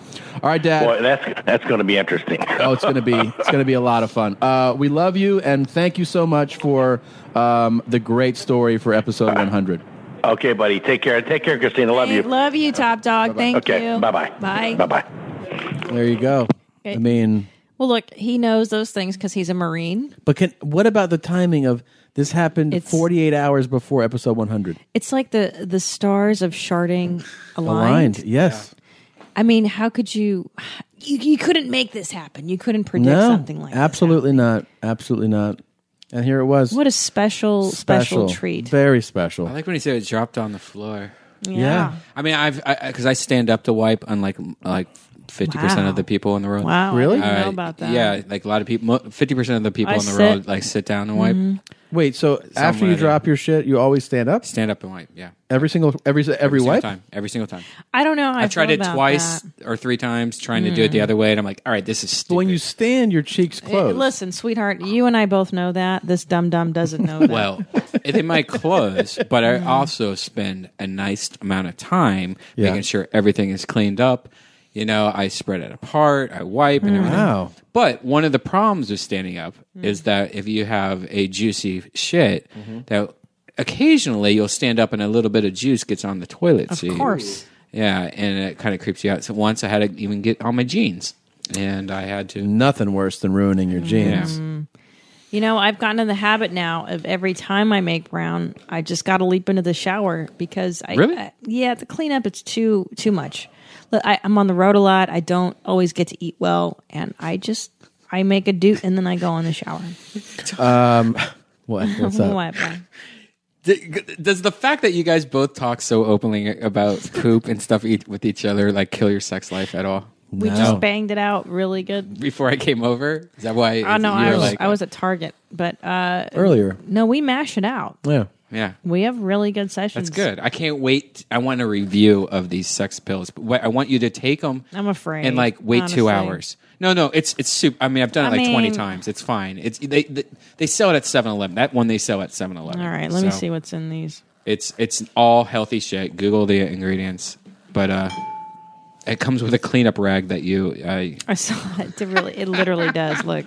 [SPEAKER 2] All right, Dad.
[SPEAKER 4] Boy, that's that's going to be interesting.
[SPEAKER 2] oh, it's gonna be it's gonna be a lot of fun. Uh, we love you and thank you so much for um, the great story for episode 100.
[SPEAKER 4] Okay, buddy. Take care. Take care, Christina. Love you.
[SPEAKER 1] Love you, Top Dog. Thank
[SPEAKER 4] okay.
[SPEAKER 1] you.
[SPEAKER 4] Bye bye.
[SPEAKER 1] Bye.
[SPEAKER 4] Bye bye.
[SPEAKER 2] There you go.
[SPEAKER 1] Okay.
[SPEAKER 2] I mean,
[SPEAKER 1] Well, look, he knows those things because he's a Marine.
[SPEAKER 2] but can, what about the timing of this happened
[SPEAKER 1] It's-
[SPEAKER 2] 48 hours before episode 100?
[SPEAKER 1] It's like the the stars of sharding aligned.
[SPEAKER 2] Aligned. Yes.
[SPEAKER 1] I mean, how could you? You, you couldn't make this happen. You couldn't predict
[SPEAKER 2] no.
[SPEAKER 1] something like
[SPEAKER 2] Absolutely not. Absolutely not. And here it was.
[SPEAKER 1] what a special, special, treat.
[SPEAKER 2] Very special.
[SPEAKER 3] I like when you say it dropped on the floor.
[SPEAKER 1] Yeah. Yeah.
[SPEAKER 3] I mean, I've because I, stand up to wipe, unlike like fifty percent
[SPEAKER 1] Wow.
[SPEAKER 3] of the people in the room.
[SPEAKER 1] Wow, I Really? didn't know
[SPEAKER 3] Uh,
[SPEAKER 1] about that.
[SPEAKER 3] Yeah, like a lot of people. Fifty percent of the people
[SPEAKER 1] I
[SPEAKER 3] in the
[SPEAKER 1] sit-
[SPEAKER 3] room like sit down and wipe.
[SPEAKER 1] Mhm.
[SPEAKER 2] Wait, so after you
[SPEAKER 3] way,
[SPEAKER 2] drop your shit, you always stand up?
[SPEAKER 3] Stand up and wipe. Yeah.
[SPEAKER 2] Every single every every,
[SPEAKER 3] single
[SPEAKER 2] wipe?
[SPEAKER 3] time. Every single time.
[SPEAKER 1] I don't know. how I
[SPEAKER 3] I've tried
[SPEAKER 1] feel
[SPEAKER 3] it
[SPEAKER 1] about
[SPEAKER 3] twice
[SPEAKER 1] that.
[SPEAKER 3] or three times, trying to do it the
[SPEAKER 1] Mm.
[SPEAKER 3] other way, and I'm like, all right, this is stupid.
[SPEAKER 2] When you stand, your cheeks
[SPEAKER 1] Eh, Listen, sweetheart, you and I both know that. This dum dum doesn't know that.
[SPEAKER 3] well, they might close, but I also spend a nice amount of time
[SPEAKER 2] Yeah.
[SPEAKER 3] making sure everything is cleaned up. You know, I spread it apart, I wipe, and
[SPEAKER 2] Mm.
[SPEAKER 3] everything.
[SPEAKER 2] Wow.
[SPEAKER 3] But one of the problems with standing up
[SPEAKER 1] Mm.
[SPEAKER 3] is that if you have a juicy shit,
[SPEAKER 2] Mm-hmm.
[SPEAKER 3] that occasionally you'll stand up and a little bit of juice gets on the toilet
[SPEAKER 1] Of
[SPEAKER 3] seat.
[SPEAKER 1] course.
[SPEAKER 3] Yeah, and it kind of creeps you out. So once I had to even get on my jeans, and I had to.
[SPEAKER 2] Nothing worse than ruining
[SPEAKER 1] Mm.
[SPEAKER 2] your jeans.
[SPEAKER 1] You know, I've gotten in the habit now of every time I make brown, I just got to leap into the shower because I,
[SPEAKER 2] Really?
[SPEAKER 1] I- yeah, the cleanup it's too too much. Look, I, I'm on the road a lot. I don't always get to eat well, and I just I make a doot and then I go in the shower.
[SPEAKER 2] Um, what? What's up?
[SPEAKER 1] What, bro?
[SPEAKER 3] D- Does the fact that you guys both talk so openly about poop and stuff each, with each other like kill your sex life at all?
[SPEAKER 1] We just banged it out really good.
[SPEAKER 3] before I came over. Is that why?
[SPEAKER 1] Oh no,
[SPEAKER 3] you
[SPEAKER 1] I
[SPEAKER 3] were
[SPEAKER 1] was
[SPEAKER 3] like,
[SPEAKER 1] I was at Target, but uh
[SPEAKER 3] Earlier.
[SPEAKER 1] No, we mash it out.
[SPEAKER 2] yeah,
[SPEAKER 3] yeah.
[SPEAKER 1] We have really good sessions.
[SPEAKER 3] That's good. I can't wait. I want a review of these sex pills. But wh- I want you to take them
[SPEAKER 1] I'm afraid.
[SPEAKER 3] and like wait two
[SPEAKER 1] honestly.
[SPEAKER 3] hours. No, no, it's it's soup. I mean, I've done it
[SPEAKER 1] I
[SPEAKER 3] like twenty
[SPEAKER 1] mean-
[SPEAKER 3] times. It's fine. It's they they, they sell it at Seven Eleven. That one they sell at Seven
[SPEAKER 1] All
[SPEAKER 3] Eleven.
[SPEAKER 1] right, let me see what's in these.
[SPEAKER 3] It's it's all healthy shit. Google the ingredients, but uh, it comes with a cleanup rag that you. I
[SPEAKER 1] I saw it. It really, it literally does. Look,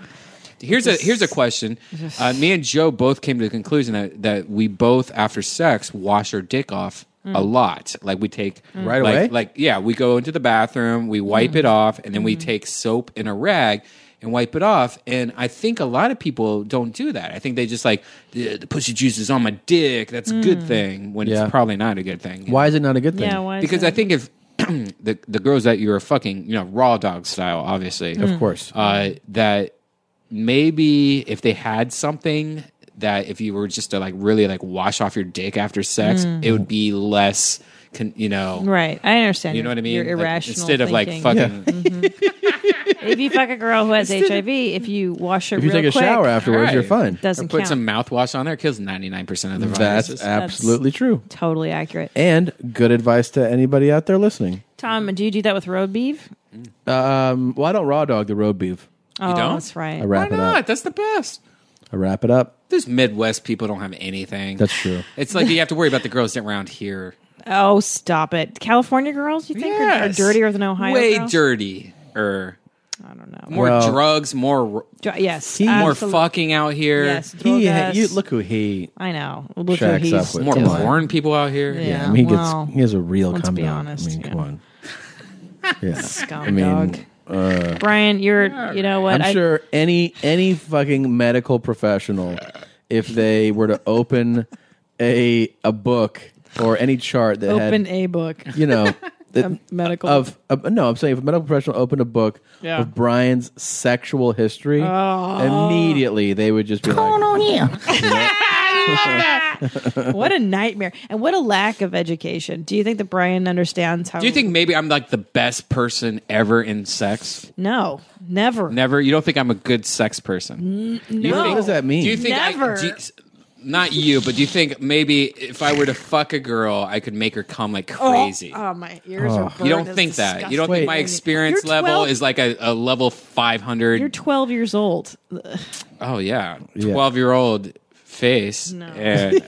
[SPEAKER 3] here's a here's a question. Uh, me and Joe both came to the conclusion that that we both after sex wash our dick off. A
[SPEAKER 2] Mm.
[SPEAKER 3] lot, like we take
[SPEAKER 2] Mm. Right
[SPEAKER 3] like-
[SPEAKER 2] away?
[SPEAKER 3] Like yeah, we go into the bathroom, we wipe it off, and then
[SPEAKER 2] Mm.
[SPEAKER 3] we take soap and a rag and wipe it off. And I think a lot of people don't do that. I think they just like the, the pussy juice is on my dick. That's a good
[SPEAKER 2] Mm.
[SPEAKER 3] thing when
[SPEAKER 2] Yeah.
[SPEAKER 3] it's probably not a good thing
[SPEAKER 2] Why is it not a good thing?
[SPEAKER 3] because I think if the the girls that you were fucking, you know, raw dog style, obviously,
[SPEAKER 2] Of Mm. course.
[SPEAKER 3] uh, that maybe if they had something that if you were just to like really like wash off your dick after sex,
[SPEAKER 1] Mm.
[SPEAKER 3] it would be less, con- you know,
[SPEAKER 1] right? I understand.
[SPEAKER 3] You know what I mean?
[SPEAKER 1] You're
[SPEAKER 3] Like,
[SPEAKER 1] irrational.
[SPEAKER 3] instead of, like,
[SPEAKER 1] thinking. Mm-hmm.
[SPEAKER 3] fucking-
[SPEAKER 1] Mhm. if you fuck a girl who has
[SPEAKER 2] Instead of-
[SPEAKER 1] HIV, if you wash her,
[SPEAKER 2] If you
[SPEAKER 1] real
[SPEAKER 2] take a
[SPEAKER 1] quick,
[SPEAKER 2] shower afterwards, you're fine.
[SPEAKER 1] Doesn't
[SPEAKER 3] or put
[SPEAKER 1] count.
[SPEAKER 3] some mouthwash on there. It kills ninety nine percent of the
[SPEAKER 2] That's
[SPEAKER 3] viruses.
[SPEAKER 2] absolutely true.
[SPEAKER 1] Totally accurate.
[SPEAKER 3] Eh.
[SPEAKER 2] And good advice to anybody out there listening.
[SPEAKER 1] Tom, do you do that with road beef?
[SPEAKER 2] Um, well, I don't raw dog the road beef.
[SPEAKER 1] Oh, don't? that's right.
[SPEAKER 2] I wrap
[SPEAKER 3] Why
[SPEAKER 2] it up.
[SPEAKER 3] not? That's the best.
[SPEAKER 2] I wrap it up.
[SPEAKER 3] Those Midwest people don't have anything.
[SPEAKER 2] That's true.
[SPEAKER 3] It's like you have to worry about the girls around here.
[SPEAKER 1] Oh, stop it! California girls, you think are, are
[SPEAKER 3] Yes.
[SPEAKER 1] dirtier than Ohio?
[SPEAKER 3] Way
[SPEAKER 1] girls?
[SPEAKER 3] dirty. Or
[SPEAKER 1] I don't know.
[SPEAKER 3] More
[SPEAKER 2] Well-
[SPEAKER 3] drugs. More.
[SPEAKER 1] Dr- yes,
[SPEAKER 3] more
[SPEAKER 1] absolute-
[SPEAKER 3] fucking out here.
[SPEAKER 1] Yes,
[SPEAKER 2] He,
[SPEAKER 1] drogas.
[SPEAKER 2] you, look who he.
[SPEAKER 1] I know. Look who
[SPEAKER 2] shacks
[SPEAKER 1] he's
[SPEAKER 2] up with.
[SPEAKER 3] More
[SPEAKER 2] Come on.
[SPEAKER 3] porn people out here.
[SPEAKER 2] Yeah, I mean, he gets he has a real.
[SPEAKER 1] Let's
[SPEAKER 2] come
[SPEAKER 1] be
[SPEAKER 2] down.
[SPEAKER 1] honest,
[SPEAKER 2] I mean, come on. Yeah,
[SPEAKER 1] Scum
[SPEAKER 2] I mean,
[SPEAKER 1] dog.
[SPEAKER 2] uh,
[SPEAKER 1] Brian, you're. You know what?
[SPEAKER 2] I'm
[SPEAKER 1] I-
[SPEAKER 2] sure any any fucking medical professional, if they were to open a a book or any chart that
[SPEAKER 1] open
[SPEAKER 2] had,
[SPEAKER 1] a book.
[SPEAKER 2] you know, that-
[SPEAKER 1] A medical
[SPEAKER 2] of, of- no, I'm saying if a medical professional opened a book
[SPEAKER 1] Yeah.
[SPEAKER 2] of Brian's sexual history,
[SPEAKER 1] Oh.
[SPEAKER 2] immediately they would just be like,
[SPEAKER 1] on what a nightmare and what a lack of education. Do you think that Brian understands how?
[SPEAKER 3] Do you think maybe I'm like the best person ever in sex?
[SPEAKER 1] No, never.
[SPEAKER 3] Never. You don't think I'm a good sex person?
[SPEAKER 1] N-
[SPEAKER 3] You
[SPEAKER 1] no.
[SPEAKER 3] think- Do you think I-
[SPEAKER 1] Never.
[SPEAKER 3] do you- Not you, but do you think maybe if I were to fuck a girl, I could make her come like crazy?
[SPEAKER 1] Oh, oh, my ears
[SPEAKER 3] Oh.
[SPEAKER 1] are burnt.
[SPEAKER 3] You don't
[SPEAKER 1] It's
[SPEAKER 3] think that. You don't
[SPEAKER 1] disgusting.
[SPEAKER 3] think my experience
[SPEAKER 1] You're
[SPEAKER 3] level
[SPEAKER 1] 12
[SPEAKER 3] is like a, a level 500.
[SPEAKER 1] You're 12 years old.
[SPEAKER 3] oh, yeah. 12 year old face. No. And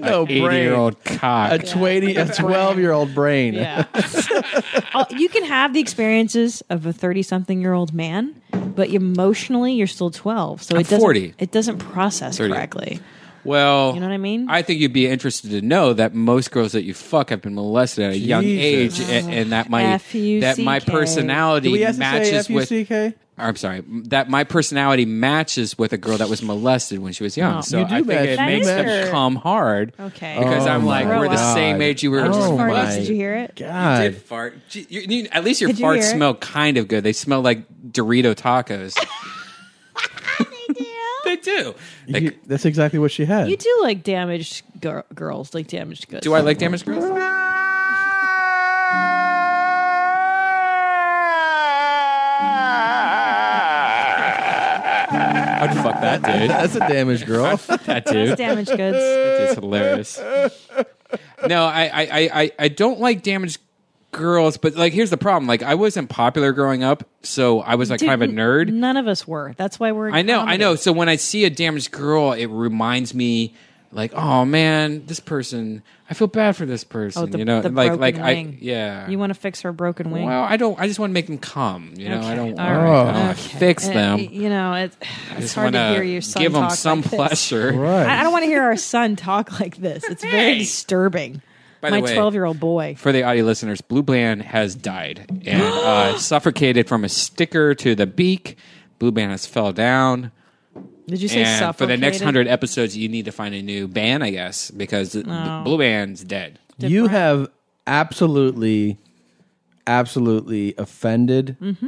[SPEAKER 2] No
[SPEAKER 3] no, 80 year old cock.
[SPEAKER 2] A twenty, a twelve-year-old brain.
[SPEAKER 1] Yeah. Uh, you can have the experiences of a 30 something year old man, but emotionally you're still 12. So
[SPEAKER 3] I'm
[SPEAKER 1] it doesn't
[SPEAKER 3] 40.
[SPEAKER 1] it doesn't process
[SPEAKER 3] 30.
[SPEAKER 1] correctly.
[SPEAKER 3] Well,
[SPEAKER 1] You know what I mean?
[SPEAKER 3] I think you'd be interested to know that most girls that you fuck have been molested at a young age,
[SPEAKER 2] Jesus.
[SPEAKER 3] a- and, that my
[SPEAKER 2] F-U-C-K.
[SPEAKER 3] that my personality
[SPEAKER 2] Do we have to say
[SPEAKER 3] matches
[SPEAKER 2] F-U-C-K?
[SPEAKER 3] with. I'm sorry. That my personality matches with a girl that was molested when she was young.
[SPEAKER 2] No.
[SPEAKER 3] Um, so
[SPEAKER 2] You do
[SPEAKER 3] I think
[SPEAKER 2] match-
[SPEAKER 3] it
[SPEAKER 2] you
[SPEAKER 3] makes
[SPEAKER 2] match.
[SPEAKER 3] them come hard.
[SPEAKER 1] Oh. Okay.
[SPEAKER 3] Because
[SPEAKER 2] Oh
[SPEAKER 3] I'm like,
[SPEAKER 2] my
[SPEAKER 3] we're the
[SPEAKER 2] God.
[SPEAKER 3] same age you were.
[SPEAKER 2] I just
[SPEAKER 3] oh
[SPEAKER 2] farted.
[SPEAKER 3] my
[SPEAKER 2] Did you hear
[SPEAKER 1] it?
[SPEAKER 2] God.
[SPEAKER 3] You did fart. You- you- you- at least your
[SPEAKER 1] Did you
[SPEAKER 3] farts
[SPEAKER 1] hear it?
[SPEAKER 3] smell kind of good. They smell like Dorito tacos. they do. They do.
[SPEAKER 2] You- that's exactly what she had.
[SPEAKER 1] You do like damaged gir- girls, like damaged goods.
[SPEAKER 3] Do I like damaged girls? I'd fuck that dude.
[SPEAKER 2] That's a damaged girl.
[SPEAKER 3] I'd fuck that dude.
[SPEAKER 1] That's damaged goods.
[SPEAKER 3] It is hilarious. No, I, I, I, I- I don't like damaged girls, but like, here's the problem. Like, I wasn't popular growing up, so I was like
[SPEAKER 1] Dude,
[SPEAKER 3] kind of a
[SPEAKER 1] n-
[SPEAKER 3] nerd.
[SPEAKER 1] None of us were. That's why we're. in
[SPEAKER 3] I know, I
[SPEAKER 1] comedy.
[SPEAKER 3] know. So when I see a damaged girl, it reminds me, like, oh man, this person. I feel bad for this person.
[SPEAKER 1] Oh, the,
[SPEAKER 3] you know,
[SPEAKER 1] the
[SPEAKER 3] like,
[SPEAKER 1] broken
[SPEAKER 3] like
[SPEAKER 1] wing.
[SPEAKER 3] I, yeah.
[SPEAKER 1] You want to fix her broken wing?
[SPEAKER 3] well, I don't. I just want to make them come. You know, I don't.
[SPEAKER 1] all
[SPEAKER 3] I don't
[SPEAKER 1] right,
[SPEAKER 3] wanna
[SPEAKER 1] okay.
[SPEAKER 3] fix
[SPEAKER 1] Uh,
[SPEAKER 3] them.
[SPEAKER 1] you know, it,
[SPEAKER 3] I
[SPEAKER 1] it's
[SPEAKER 3] just
[SPEAKER 1] hard to
[SPEAKER 3] wanna
[SPEAKER 1] hear your son
[SPEAKER 3] give them
[SPEAKER 1] talk
[SPEAKER 3] some
[SPEAKER 1] like this.
[SPEAKER 3] pleasure.
[SPEAKER 1] I, I don't want to hear our son talk like this. It's very disturbing.
[SPEAKER 3] By the
[SPEAKER 1] My
[SPEAKER 3] way-
[SPEAKER 1] twelve-year-old boy.
[SPEAKER 3] For the audio listeners, Blue Bland has died and uh, suffocated from a sticker to the beak. Blue Band has fell down.
[SPEAKER 1] Did you say
[SPEAKER 3] and for the next
[SPEAKER 1] suffocated?
[SPEAKER 3] hundred episodes, you need to find a new band, I guess, because the-
[SPEAKER 1] No.
[SPEAKER 3] Blue Band's dead.
[SPEAKER 2] you have absolutely, absolutely offended
[SPEAKER 1] Mm-hmm.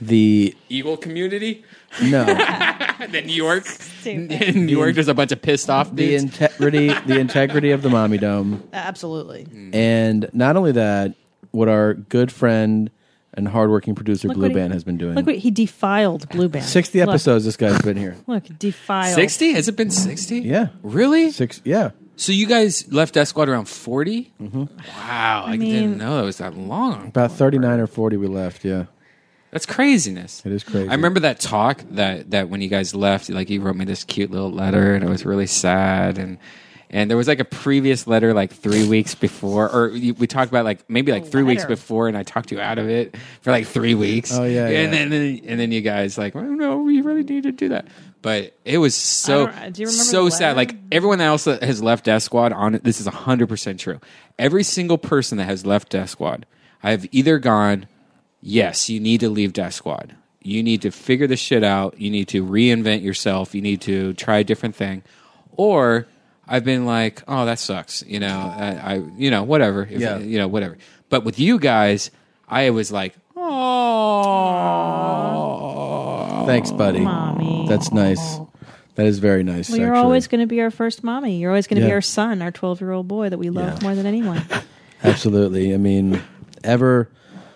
[SPEAKER 2] the
[SPEAKER 3] Eagle community?
[SPEAKER 2] no.
[SPEAKER 3] the New York, in New York, there's a bunch of pissed off
[SPEAKER 2] the
[SPEAKER 3] dudes.
[SPEAKER 2] integrity the integrity of the mommy dome
[SPEAKER 1] Absolutely.
[SPEAKER 3] Mm.
[SPEAKER 2] and not only that what our good friend and hardworking producer
[SPEAKER 1] Look
[SPEAKER 2] blue
[SPEAKER 1] what he-
[SPEAKER 2] band has been doing
[SPEAKER 1] Look what he defiled Blue Band.
[SPEAKER 2] 60
[SPEAKER 1] Look.
[SPEAKER 2] episodes this guy's been here
[SPEAKER 1] Look, defiled.
[SPEAKER 3] Sixty? Has it been sixty?
[SPEAKER 2] yeah
[SPEAKER 3] really
[SPEAKER 2] six yeah
[SPEAKER 3] So you guys left Death Squad around 40
[SPEAKER 2] Mm-hmm.
[SPEAKER 3] Wow, I,
[SPEAKER 1] mean-
[SPEAKER 3] didn't know that was that long.
[SPEAKER 2] about 39 or 40 we left yeah
[SPEAKER 3] That's craziness.
[SPEAKER 2] it is crazy
[SPEAKER 3] I remember that talk that that when you guys left, like you wrote me this cute little letter, and it was really sad and. And there was like a previous letter like three weeks before, or you- we talked about like maybe like three weeks
[SPEAKER 1] letter.
[SPEAKER 3] before, and I talked you out of it for like three weeks.
[SPEAKER 2] Oh, yeah,
[SPEAKER 3] and
[SPEAKER 2] yeah.
[SPEAKER 3] then and, and then you guys like, well, no, we really need to do that. But it was so
[SPEAKER 1] don't- do you remember
[SPEAKER 3] so
[SPEAKER 1] the letter?
[SPEAKER 3] sad. Like everyone else that has left Death Squad on it, this is hundred percent true. Every single person that has left Death Squad, I've either gone yes, you need to leave Death Squad. You need to figure this shit out. You need to reinvent yourself. You need to try a different thing. Or I've been like, oh, that sucks. You know, I, I you know, whatever. If-
[SPEAKER 2] Yeah.
[SPEAKER 3] You know, whatever. But with you guys, I was like, oh,
[SPEAKER 2] thanks buddy that's nice that is very nice
[SPEAKER 1] Well, you're
[SPEAKER 2] actually.
[SPEAKER 1] always going to be our first mommy. You're always going to be
[SPEAKER 2] Yeah.
[SPEAKER 1] our son, our 12 year old boy that we love more than anyone.
[SPEAKER 2] Absolutely. I mean, ever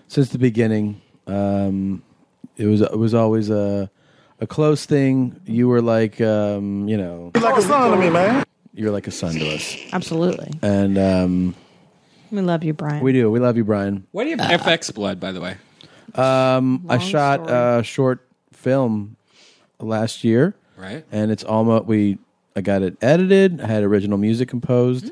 [SPEAKER 2] since the beginning, um, it was it was always a a close thing. You were like, um, you know,
[SPEAKER 1] You're like a son to me, man.
[SPEAKER 2] You're like a son to us,
[SPEAKER 1] Absolutely.
[SPEAKER 2] and um,
[SPEAKER 1] We love you, Brian.
[SPEAKER 2] we do. We love you, Brian.
[SPEAKER 3] Why do you have FX blood, by the way?
[SPEAKER 2] Um, I shot a short film last year,
[SPEAKER 3] Right.
[SPEAKER 2] And it's almost we. I got it edited. I had original music composed,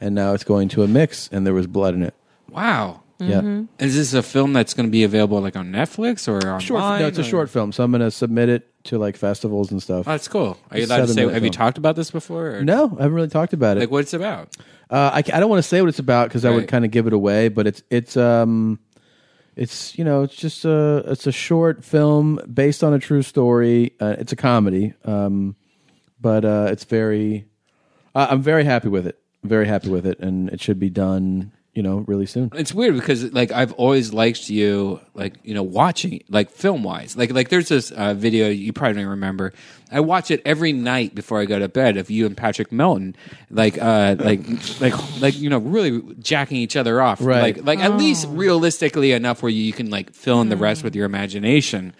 [SPEAKER 2] and now it's going to a mix. And there was blood in it.
[SPEAKER 3] Wow.
[SPEAKER 2] Yeah. Mhm.
[SPEAKER 3] Is this a film that's going to be available like on Netflix or online?
[SPEAKER 2] Short, no, it's a
[SPEAKER 3] or-
[SPEAKER 2] short film, so I'm going to submit it to like festivals and stuff.
[SPEAKER 3] Oh, that's cool. Are you
[SPEAKER 2] It's
[SPEAKER 3] allowed to
[SPEAKER 2] seven
[SPEAKER 3] say? Have
[SPEAKER 2] minute
[SPEAKER 3] you
[SPEAKER 2] film.
[SPEAKER 3] talked about this before? Or?
[SPEAKER 2] No, I haven't really talked about it.
[SPEAKER 3] Like what it's about?
[SPEAKER 2] Uh, I, ca- I don't want to say what it's about because I would kind of give it away. But it's it's um, it's you know it's just a it's a short film based on a true story. Uh, it's a comedy, um, but uh, it's very. Uh, I'm very happy with it. Very happy with it, and it should be done. You know, really soon.
[SPEAKER 3] It's weird because like I've always liked you, like you know, watching like film wise. Like like there's this uh, video you probably don't even remember. I watch it every night before I go to bed of you and Patrick Melton, like uh, like like like you know, really jacking each other off.
[SPEAKER 2] Right.
[SPEAKER 3] Like like at least realistically enough where you, you can like fill in the rest with your imagination.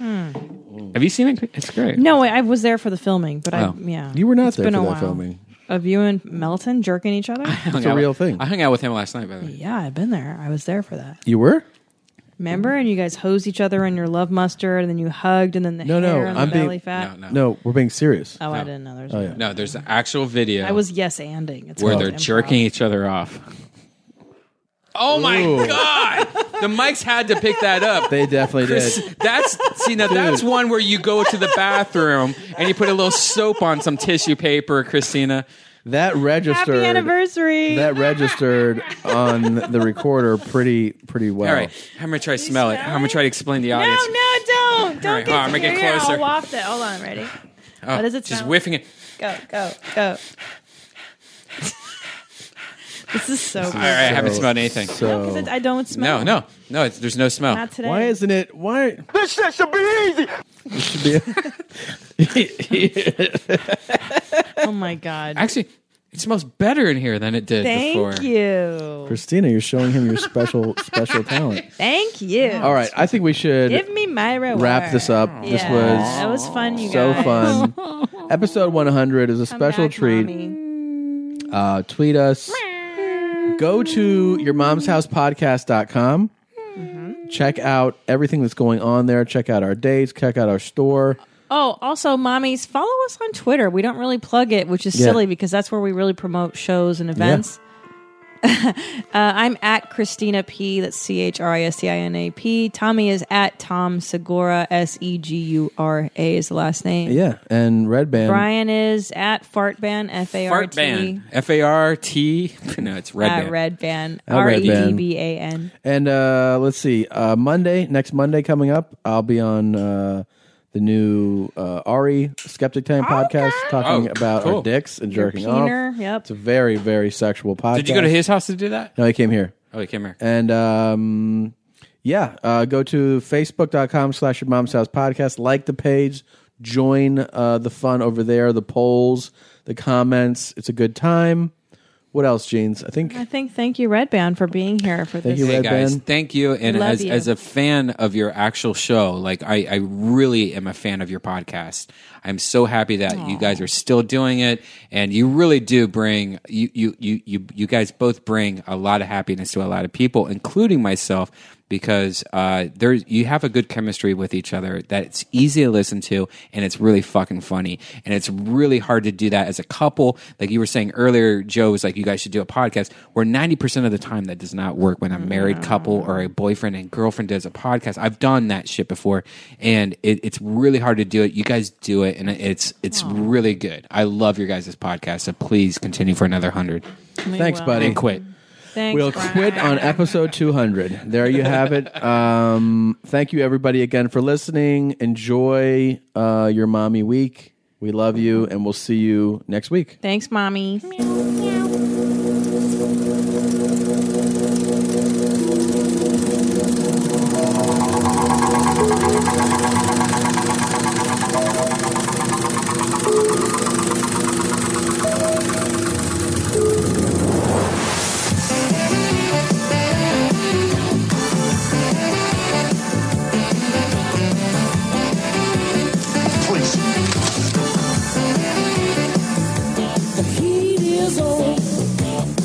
[SPEAKER 3] Have you seen it? It's great.
[SPEAKER 1] No, I, I was there for the filming, but I,
[SPEAKER 3] Oh.
[SPEAKER 1] yeah.
[SPEAKER 2] You were not
[SPEAKER 1] It's
[SPEAKER 2] there
[SPEAKER 1] been
[SPEAKER 2] for
[SPEAKER 1] a
[SPEAKER 2] that
[SPEAKER 1] while.
[SPEAKER 2] filming.
[SPEAKER 1] of you and Melton jerking each other?
[SPEAKER 2] It's a real thing.
[SPEAKER 3] I hung out with him last night, by the way.
[SPEAKER 1] yeah, I've been there. I was there for that.
[SPEAKER 2] You were?
[SPEAKER 1] Remember? And you guys hosed each other on your love mustard, and then you hugged, and then the
[SPEAKER 2] No,
[SPEAKER 1] hair
[SPEAKER 2] no.
[SPEAKER 1] and
[SPEAKER 2] I'm
[SPEAKER 1] the belly
[SPEAKER 2] being
[SPEAKER 1] fat.
[SPEAKER 2] No, we're being serious.
[SPEAKER 1] Oh, I didn't know there was.
[SPEAKER 2] Oh, yeah.
[SPEAKER 3] No, there's an actual video
[SPEAKER 1] I was yes anding. It's
[SPEAKER 3] where
[SPEAKER 1] called
[SPEAKER 3] they're
[SPEAKER 1] improv.
[SPEAKER 3] jerking each other off. Oh my god! The mics had to pick that up.
[SPEAKER 2] They definitely
[SPEAKER 3] Chris,
[SPEAKER 2] did.
[SPEAKER 3] that's see now that's one where you go to the bathroom and you put a little soap on some tissue paper, Christina.
[SPEAKER 2] That registered.
[SPEAKER 1] Happy anniversary.
[SPEAKER 2] That registered on the recorder pretty pretty well.
[SPEAKER 3] All right, I'm gonna try to smell it. I'm gonna try to explain to the
[SPEAKER 1] no,
[SPEAKER 3] audience.
[SPEAKER 1] no, don't.
[SPEAKER 3] All
[SPEAKER 1] Don't
[SPEAKER 3] right,
[SPEAKER 1] get
[SPEAKER 3] hold on,
[SPEAKER 1] to
[SPEAKER 3] make it
[SPEAKER 1] your ear.
[SPEAKER 3] closer.
[SPEAKER 1] I'll waft it. Hold on. Ready?
[SPEAKER 3] Oh,
[SPEAKER 1] What does it
[SPEAKER 3] Just
[SPEAKER 1] smell
[SPEAKER 3] whiffing it.
[SPEAKER 1] Go, go, go. this is so
[SPEAKER 3] All right, I haven't smelled anything.
[SPEAKER 1] No, 'cause it- I don't smell.
[SPEAKER 3] No, no, no. It's, there's no smell.
[SPEAKER 1] Not today.
[SPEAKER 2] Why isn't it? Why?
[SPEAKER 1] This shit should be easy.
[SPEAKER 2] This should be.
[SPEAKER 1] Oh my god.
[SPEAKER 3] Actually, it smells better in here than it did
[SPEAKER 1] Thank
[SPEAKER 3] before.
[SPEAKER 1] you.
[SPEAKER 2] Christina, you're showing him your special special talent.
[SPEAKER 1] Thank you.
[SPEAKER 2] All right, I think we should
[SPEAKER 1] Give me my reward.
[SPEAKER 2] wrap this up. This
[SPEAKER 1] Yeah,
[SPEAKER 2] was
[SPEAKER 1] that was fun, you
[SPEAKER 2] so
[SPEAKER 1] guys.
[SPEAKER 2] fun. Episode 100 is a special treat. Uh, tweet us. Go to your mom's house podcast.com.
[SPEAKER 1] Mm-hmm.
[SPEAKER 2] Check out everything that's going on there. Check out our dates. Check out our store.
[SPEAKER 1] Oh, also, mommies, follow us on Twitter. We don't really plug it, which is
[SPEAKER 2] Yeah.
[SPEAKER 1] silly because that's where we really promote shows and events. uh, I'm at Christina P. That's C H R I S T I N A P. Tommy is at Tom Segura. S E G U R A is the last name.
[SPEAKER 2] Yeah, and Red Band.
[SPEAKER 1] Brian is at Fartban. F A R
[SPEAKER 3] Fart
[SPEAKER 1] T.
[SPEAKER 3] ban. F A R T. No, it's red
[SPEAKER 1] At
[SPEAKER 3] ban.
[SPEAKER 1] Uh, Red Band.
[SPEAKER 2] At Red
[SPEAKER 1] R E D
[SPEAKER 2] Band.
[SPEAKER 1] B A N.
[SPEAKER 2] And uh, let's see, uh, Monday, next Monday coming up, I'll be on uh, the new uh, Ari Skeptic Time podcast talking
[SPEAKER 3] Oh,
[SPEAKER 2] about
[SPEAKER 3] cool.
[SPEAKER 2] our dicks and
[SPEAKER 3] Your
[SPEAKER 2] jerking
[SPEAKER 3] peener,
[SPEAKER 2] off.
[SPEAKER 1] yep.
[SPEAKER 2] It's a very, very sexual podcast.
[SPEAKER 3] Did you go to his house to do that?
[SPEAKER 2] No, he came here.
[SPEAKER 3] Oh, he came here.
[SPEAKER 2] And um, yeah, uh, go to facebook.com slash your mom's house podcast. Like the page. Join uh, the fun over there, the polls, the comments. It's a good time. What else, Jeans? I think
[SPEAKER 1] I think thank you, Red Band, for being here for
[SPEAKER 2] Thank
[SPEAKER 1] this.
[SPEAKER 2] you,
[SPEAKER 3] Hey
[SPEAKER 2] Red
[SPEAKER 3] guys,
[SPEAKER 2] Band.
[SPEAKER 3] thank you. And
[SPEAKER 1] Love
[SPEAKER 3] as
[SPEAKER 1] you.
[SPEAKER 3] as a fan of your actual show, like I, I really am a fan of your podcast. I'm so happy that you guys are still doing it, and you really do bring you you you you you guys both bring a lot of happiness to a lot of people, including myself. Because uh, there, you have a good chemistry with each other. That it's easy to listen to, and it's really fucking funny. And it's really hard to do that as a couple. Like you were saying earlier, Joe was like, "You guys should do a podcast." Where ninety percent of the time that does not work when a married couple or a boyfriend and girlfriend does a podcast. I've done that shit before, and it, it's really hard to do it. You guys do it, and it's it's really good. I love your guys' podcast. So please continue for another hundred.
[SPEAKER 2] Thanks, buddy.
[SPEAKER 3] And quit.
[SPEAKER 1] Thanks,
[SPEAKER 2] we'll
[SPEAKER 1] Brian.
[SPEAKER 2] quit on episode 200. There you have it. Um, thank you, everybody, again for listening. Enjoy uh, your mommy week. We love you, and we'll see you next week.
[SPEAKER 1] Thanks, mommy.
[SPEAKER 7] The heat is on.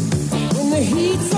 [SPEAKER 17] need
[SPEAKER 7] Oh, Oh,
[SPEAKER 17] some